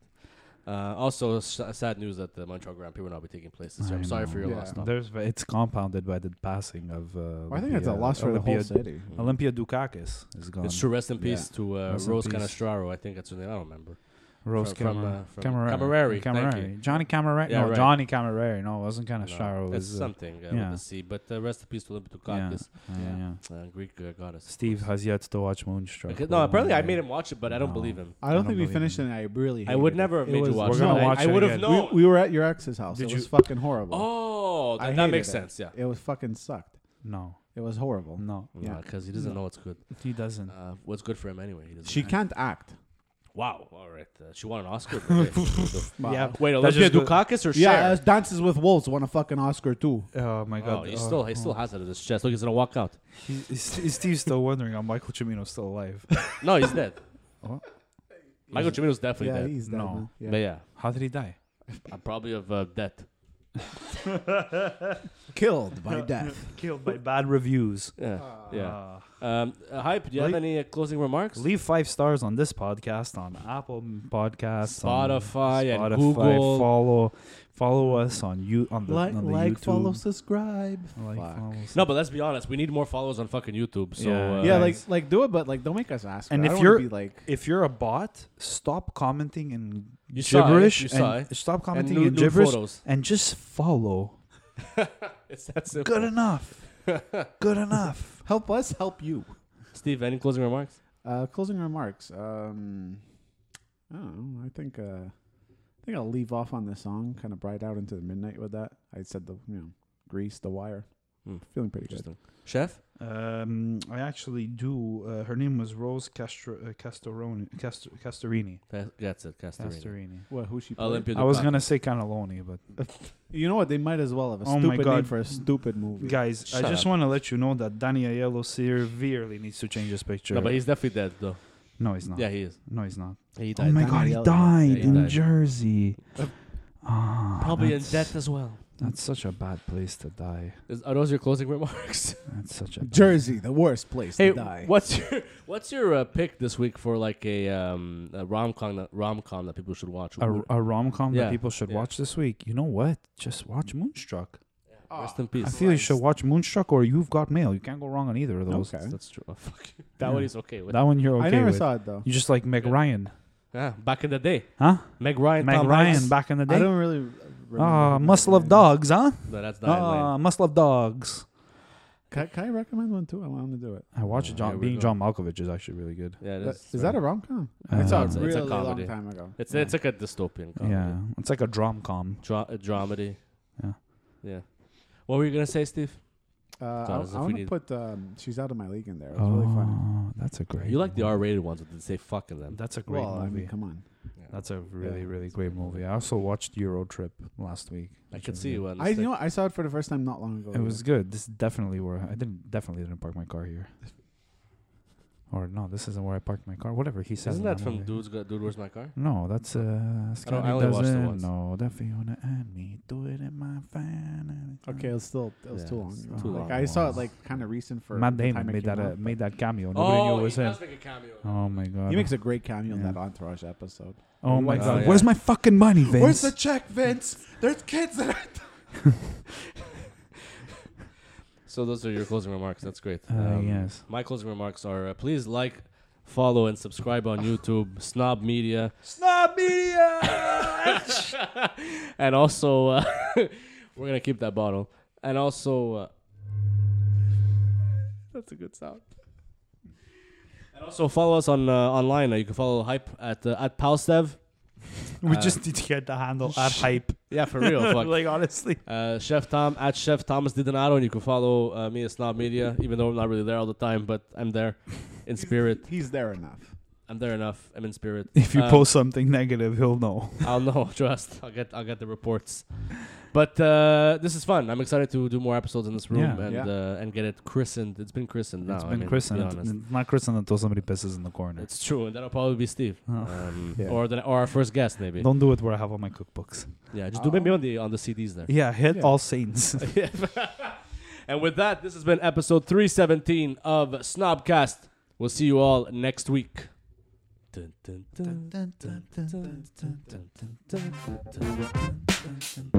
[SPEAKER 2] Uh, also, s- sad news that the Montreal Grand Prix will not be taking place this year.
[SPEAKER 3] I
[SPEAKER 2] I'm sorry
[SPEAKER 3] know.
[SPEAKER 2] for your
[SPEAKER 4] Yeah.
[SPEAKER 2] loss. Tom.
[SPEAKER 3] There's it's compounded by the passing of. Uh,
[SPEAKER 4] I think it's a
[SPEAKER 3] Olympia-
[SPEAKER 4] loss for the whole
[SPEAKER 3] Olympia-
[SPEAKER 4] city.
[SPEAKER 3] Olympia Dukakis is gone.
[SPEAKER 2] It's true. Rest in peace to uh,
[SPEAKER 3] Rest in
[SPEAKER 2] Rose
[SPEAKER 3] peace.
[SPEAKER 2] Canestraro. I think that's her name. I don't remember.
[SPEAKER 3] Rose
[SPEAKER 2] From- from,
[SPEAKER 3] Camar-
[SPEAKER 2] uh, from
[SPEAKER 3] Camerari.
[SPEAKER 2] Camerari, thank you.
[SPEAKER 3] Johnny Camerari.
[SPEAKER 2] Yeah,
[SPEAKER 3] no,
[SPEAKER 2] right.
[SPEAKER 3] Johnny Camerari. No, it wasn't kind
[SPEAKER 2] No,
[SPEAKER 3] of Sharo. It
[SPEAKER 2] It's
[SPEAKER 3] was, uh,
[SPEAKER 2] something uh,
[SPEAKER 3] yeah.
[SPEAKER 2] with a C. But uh, rest in peace to Olympic
[SPEAKER 3] yeah,
[SPEAKER 2] Dukakis,
[SPEAKER 3] yeah, yeah.
[SPEAKER 2] uh, Greek uh, goddess. of
[SPEAKER 3] Steve
[SPEAKER 2] course.
[SPEAKER 3] has yet to watch Moonstruck.
[SPEAKER 2] Okay, no, apparently I made him watch it, but I don't
[SPEAKER 3] No.
[SPEAKER 2] believe him.
[SPEAKER 4] I don't
[SPEAKER 3] I don't
[SPEAKER 4] think we
[SPEAKER 3] believe
[SPEAKER 4] finished it,
[SPEAKER 3] you.
[SPEAKER 4] and I really
[SPEAKER 2] I
[SPEAKER 4] hated
[SPEAKER 2] would
[SPEAKER 4] it.
[SPEAKER 2] never have
[SPEAKER 4] It
[SPEAKER 2] made you
[SPEAKER 4] was-
[SPEAKER 2] watch
[SPEAKER 3] We're
[SPEAKER 2] it.
[SPEAKER 3] gonna
[SPEAKER 2] I-
[SPEAKER 3] watch
[SPEAKER 2] I
[SPEAKER 3] it
[SPEAKER 2] would have
[SPEAKER 3] again.
[SPEAKER 4] We,
[SPEAKER 2] known.
[SPEAKER 4] we were at your ex's house.
[SPEAKER 3] Did
[SPEAKER 4] it
[SPEAKER 3] you-
[SPEAKER 4] was fucking horrible.
[SPEAKER 2] Oh,
[SPEAKER 4] I
[SPEAKER 2] that, that
[SPEAKER 4] hated
[SPEAKER 2] makes
[SPEAKER 4] it.
[SPEAKER 2] sense. Yeah.
[SPEAKER 4] It was fucking sucked.
[SPEAKER 3] No,
[SPEAKER 4] It was horrible.
[SPEAKER 3] no,
[SPEAKER 4] Yeah.
[SPEAKER 2] Because he doesn't know what's good.
[SPEAKER 3] he doesn't.
[SPEAKER 2] Uh, what's good for him anyway? He doesn't.
[SPEAKER 4] She can't act.
[SPEAKER 2] wow. All right. Uh, she won an
[SPEAKER 3] <laughs>
[SPEAKER 2] Oscar. for this.
[SPEAKER 3] Yeah.
[SPEAKER 2] Wait,
[SPEAKER 3] That's
[SPEAKER 2] Olympia
[SPEAKER 3] just good.
[SPEAKER 2] Dukakis or
[SPEAKER 4] Yeah,
[SPEAKER 2] Cher?
[SPEAKER 4] as Dances with Wolves won a fucking Oscar too.
[SPEAKER 3] Oh my
[SPEAKER 2] Oh,
[SPEAKER 3] God!
[SPEAKER 2] he
[SPEAKER 3] Oh,
[SPEAKER 2] still he still has it in his chest. Look, he's gonna walk out.
[SPEAKER 3] He- is, is Steve still wondering how Michael Cimino's still
[SPEAKER 2] <laughs>
[SPEAKER 3] alive?
[SPEAKER 2] No, he's dead.
[SPEAKER 3] <laughs> What?
[SPEAKER 2] Michael Cimino's
[SPEAKER 4] yeah,
[SPEAKER 2] definitely dead.
[SPEAKER 4] he's dead.
[SPEAKER 3] No.
[SPEAKER 4] man. Yeah.
[SPEAKER 2] But yeah,
[SPEAKER 3] How did he die?
[SPEAKER 2] uh, probably of uh, death.
[SPEAKER 4] Killed by death.
[SPEAKER 3] Killed by bad reviews. Ah.
[SPEAKER 2] Yeah, yeah. Um, uh, hype. Do you have
[SPEAKER 3] Lee-
[SPEAKER 2] any uh, closing remarks?
[SPEAKER 3] Leave five stars on this podcast, on Apple Podcasts, on
[SPEAKER 2] Spotify and
[SPEAKER 3] Spotify,
[SPEAKER 2] Google.
[SPEAKER 3] Follow. Follow us on you on the
[SPEAKER 4] like,
[SPEAKER 3] on the
[SPEAKER 4] like,
[SPEAKER 3] YouTube.
[SPEAKER 4] follow, subscribe.
[SPEAKER 3] Like,
[SPEAKER 4] Fuck.
[SPEAKER 3] follow,
[SPEAKER 2] No, but let's be honest. We need more followers on fucking YouTube. So
[SPEAKER 3] Yeah.
[SPEAKER 2] uh,
[SPEAKER 4] yeah,
[SPEAKER 3] Guys.
[SPEAKER 4] like, like do it, but like, don't make us ask. for
[SPEAKER 3] And
[SPEAKER 4] it.
[SPEAKER 3] if
[SPEAKER 4] I don't wanna
[SPEAKER 3] you're-
[SPEAKER 4] be like,
[SPEAKER 3] If you're a bot, stop commenting and
[SPEAKER 2] You saw it,
[SPEAKER 3] gibberish.
[SPEAKER 2] you saw
[SPEAKER 3] and Stop
[SPEAKER 2] and
[SPEAKER 3] commenting
[SPEAKER 2] new,
[SPEAKER 3] in
[SPEAKER 2] new
[SPEAKER 3] gibberish
[SPEAKER 2] photos. <laughs>
[SPEAKER 3] and just follow.
[SPEAKER 2] It's that simple.
[SPEAKER 3] Good enough. Good enough.
[SPEAKER 4] help us, help you.
[SPEAKER 2] <laughs> Steve, any closing remarks?
[SPEAKER 4] Uh, closing remarks. Um, I don't know. I think uh, I think I'll leave off on this song, kind of bright out into the midnight with that. I said the you know, grease, the wire.
[SPEAKER 2] Hmm.
[SPEAKER 4] Feeling pretty good.
[SPEAKER 2] Interesting. Chef?
[SPEAKER 3] <laughs> Um, I actually do. Uh, her name was Rose Castro, uh, Castoroni, Castor, Castorini.
[SPEAKER 2] That- That's it. Castorini.
[SPEAKER 3] Castorini.
[SPEAKER 4] What? Who she? played?
[SPEAKER 2] Olympia.
[SPEAKER 3] I was
[SPEAKER 2] Dukakis.
[SPEAKER 3] gonna say Cannelloni, but <laughs>
[SPEAKER 4] You know what? They might as well have a
[SPEAKER 3] Oh my
[SPEAKER 4] stupid name
[SPEAKER 3] God.
[SPEAKER 4] for a stupid movie.
[SPEAKER 3] guys,
[SPEAKER 2] Shut
[SPEAKER 3] I just
[SPEAKER 2] up.
[SPEAKER 3] want to let you know that Danny Aiello severely needs to change his picture.
[SPEAKER 2] No, but he's definitely dead, though.
[SPEAKER 3] no, he's not.
[SPEAKER 2] Yeah, he is.
[SPEAKER 3] No, he's not.
[SPEAKER 2] He
[SPEAKER 3] oh my
[SPEAKER 4] Danny
[SPEAKER 3] God, he
[SPEAKER 4] Aiello.
[SPEAKER 3] died Uh,
[SPEAKER 2] Yeah, he
[SPEAKER 3] in
[SPEAKER 2] died.
[SPEAKER 3] Jersey. Ah,
[SPEAKER 2] Probably in
[SPEAKER 3] that's-
[SPEAKER 2] death as well.
[SPEAKER 3] That's such a bad place to die.
[SPEAKER 2] Is, are those your closing
[SPEAKER 3] <laughs>
[SPEAKER 2] remarks?
[SPEAKER 3] That's such a bad-
[SPEAKER 4] Jersey, the worst place
[SPEAKER 2] hey,
[SPEAKER 4] to die.
[SPEAKER 2] what's your <laughs> what's your uh, pick this week for like a, um, a rom com rom com that people should watch?
[SPEAKER 3] a, a rom com
[SPEAKER 2] Yeah,
[SPEAKER 3] that people should
[SPEAKER 2] yeah.
[SPEAKER 3] watch this week. You know what? Just watch Moonstruck.
[SPEAKER 2] Rest in
[SPEAKER 3] I
[SPEAKER 2] peace.
[SPEAKER 3] feel you should watch Moonstruck or You've Got Mail. You can't go wrong on either of those.
[SPEAKER 4] Okay.
[SPEAKER 2] That's true. Oh, fuck. <laughs> That one is okay with.
[SPEAKER 3] That one you're okay
[SPEAKER 4] I never
[SPEAKER 3] with.
[SPEAKER 4] saw it though.
[SPEAKER 3] You just like Meg Ryan,
[SPEAKER 2] Ah, back in the day,
[SPEAKER 3] huh?
[SPEAKER 2] Meg Ryan.
[SPEAKER 3] Meg
[SPEAKER 2] Tom
[SPEAKER 3] Ryan
[SPEAKER 2] Hanks.
[SPEAKER 3] back in the
[SPEAKER 4] I
[SPEAKER 3] day.
[SPEAKER 4] don't really. remember
[SPEAKER 3] Ah,
[SPEAKER 4] who
[SPEAKER 3] must
[SPEAKER 4] that
[SPEAKER 3] love
[SPEAKER 4] is.
[SPEAKER 3] dogs, huh?
[SPEAKER 2] No, that's not.
[SPEAKER 3] Ah, must love dogs.
[SPEAKER 4] Can, can I recommend one too? I want to do it.
[SPEAKER 3] I watched
[SPEAKER 2] Oh,
[SPEAKER 3] John.
[SPEAKER 2] here we
[SPEAKER 3] Being
[SPEAKER 2] go.
[SPEAKER 3] John Malkovich is actually really good.
[SPEAKER 2] yeah, it
[SPEAKER 4] That-
[SPEAKER 2] is.
[SPEAKER 4] Is that a rom com? I
[SPEAKER 3] Uh,
[SPEAKER 4] saw
[SPEAKER 3] it's
[SPEAKER 4] it
[SPEAKER 3] a-
[SPEAKER 2] it's a
[SPEAKER 4] really long
[SPEAKER 2] comedy.
[SPEAKER 4] time ago.
[SPEAKER 2] It's it's like a dystopian comedy.
[SPEAKER 3] Yeah, it's like a drom com.
[SPEAKER 2] Dra- a dramedy.
[SPEAKER 3] Yeah.
[SPEAKER 2] Yeah. What were you gonna say, Steve?
[SPEAKER 4] Uh,
[SPEAKER 2] Thought
[SPEAKER 4] I,
[SPEAKER 2] as if
[SPEAKER 4] I
[SPEAKER 2] we
[SPEAKER 4] want to
[SPEAKER 2] need-
[SPEAKER 4] put um, she's out of my league in there. It was really funny.
[SPEAKER 3] Oh, that's a great.
[SPEAKER 2] You like the
[SPEAKER 3] movie.
[SPEAKER 2] R-rated ones that they say "fuck" in them.
[SPEAKER 3] That's a great
[SPEAKER 4] Well, I
[SPEAKER 3] movie.
[SPEAKER 4] mean, come on.
[SPEAKER 3] that's a really
[SPEAKER 4] Yeah.
[SPEAKER 3] really great movie. I also watched Euro Trip last week.
[SPEAKER 2] I
[SPEAKER 3] which
[SPEAKER 2] could
[SPEAKER 3] was
[SPEAKER 2] see
[SPEAKER 3] good.
[SPEAKER 2] you. on the
[SPEAKER 4] I you
[SPEAKER 2] stick.
[SPEAKER 4] know what? I saw it for the first time not long ago.
[SPEAKER 3] It
[SPEAKER 4] either.
[SPEAKER 3] was good. This is definitely where I didn't definitely didn't park my car here. Or no, this isn't where I parked my car. Whatever he says.
[SPEAKER 2] Isn't
[SPEAKER 3] in
[SPEAKER 2] that
[SPEAKER 3] the
[SPEAKER 2] from
[SPEAKER 3] movie.
[SPEAKER 2] Dude's Got, Dude Where's My Car?
[SPEAKER 3] No, that's uh. Scotty
[SPEAKER 2] I only watched the
[SPEAKER 3] doesn't
[SPEAKER 2] ones.
[SPEAKER 3] know that Fiona and me do it in my family.
[SPEAKER 4] okay. It was still it was
[SPEAKER 2] Yeah,
[SPEAKER 4] too long.
[SPEAKER 2] it's
[SPEAKER 4] ago.
[SPEAKER 2] too
[SPEAKER 4] like,
[SPEAKER 2] long.
[SPEAKER 4] I saw it like kind of recent for
[SPEAKER 3] Matt
[SPEAKER 4] the
[SPEAKER 3] Damon
[SPEAKER 4] time it
[SPEAKER 3] made
[SPEAKER 4] came
[SPEAKER 3] that uh,
[SPEAKER 4] out,
[SPEAKER 3] made
[SPEAKER 4] but
[SPEAKER 3] that cameo. Nobody knew it was him.
[SPEAKER 2] make Oh, a cameo.
[SPEAKER 3] Oh my god.
[SPEAKER 4] He makes a great cameo in
[SPEAKER 3] Yeah.
[SPEAKER 4] that Entourage episode.
[SPEAKER 3] oh my
[SPEAKER 2] Oh,
[SPEAKER 3] god.
[SPEAKER 2] yeah.
[SPEAKER 3] Where's my fucking money, Vince?
[SPEAKER 4] Where's the check, Vince? There's kids that are
[SPEAKER 2] So those are your closing remarks. That's great. Um,
[SPEAKER 3] Uh, yes.
[SPEAKER 2] My closing remarks are: uh, please like, follow, and subscribe on YouTube, Snob Media,
[SPEAKER 3] Snob media.
[SPEAKER 2] <laughs> and also uh, <laughs> we're gonna keep that bottle. And also, uh, that's a good sound. And also follow us on uh, online. Uh, you can follow Hype at uh, at Palstev.
[SPEAKER 3] <laughs> we
[SPEAKER 2] Uh,
[SPEAKER 3] just need to get the handle at hype.
[SPEAKER 2] Yeah, for real. fuck.
[SPEAKER 3] <laughs> like honestly.
[SPEAKER 2] Uh, Chef Tom at Chef Thomas Didonato, and you can follow uh, me at Snob Media, even though I'm not really there all the time, but I'm there in spirit.
[SPEAKER 4] He's there enough.
[SPEAKER 2] I'm there enough. I'm in spirit.
[SPEAKER 3] If you
[SPEAKER 2] Uh,
[SPEAKER 3] post something negative, he'll <laughs> know.
[SPEAKER 2] I'll know. Trust. I'll get. I'll get the reports. But uh, this is fun. I'm excited to do more episodes in this room
[SPEAKER 3] Yeah.
[SPEAKER 2] and
[SPEAKER 4] Yeah.
[SPEAKER 2] Uh, and get it christened. It's been christened now.
[SPEAKER 3] it's
[SPEAKER 2] I
[SPEAKER 3] been
[SPEAKER 2] mean,
[SPEAKER 3] christened.
[SPEAKER 2] To be honest.
[SPEAKER 3] It's not christened until somebody pisses in the corner.
[SPEAKER 2] It's true, and that'll probably be Steve,
[SPEAKER 3] Oh.
[SPEAKER 2] um,
[SPEAKER 4] Yeah.
[SPEAKER 2] or the, or our first guest maybe.
[SPEAKER 3] Don't do it where I have all my
[SPEAKER 2] <laughs>
[SPEAKER 3] cookbooks.
[SPEAKER 2] Yeah, just do maybe on the on the CDs there.
[SPEAKER 3] Yeah, hit
[SPEAKER 4] Yeah.
[SPEAKER 3] all saints. <laughs>
[SPEAKER 2] and with that, this has been episode 317 of Snobcast. We'll see you all next week. Dun, dun, dun, dun, dun, dun, dun, dun, dun, dun, dun, dun.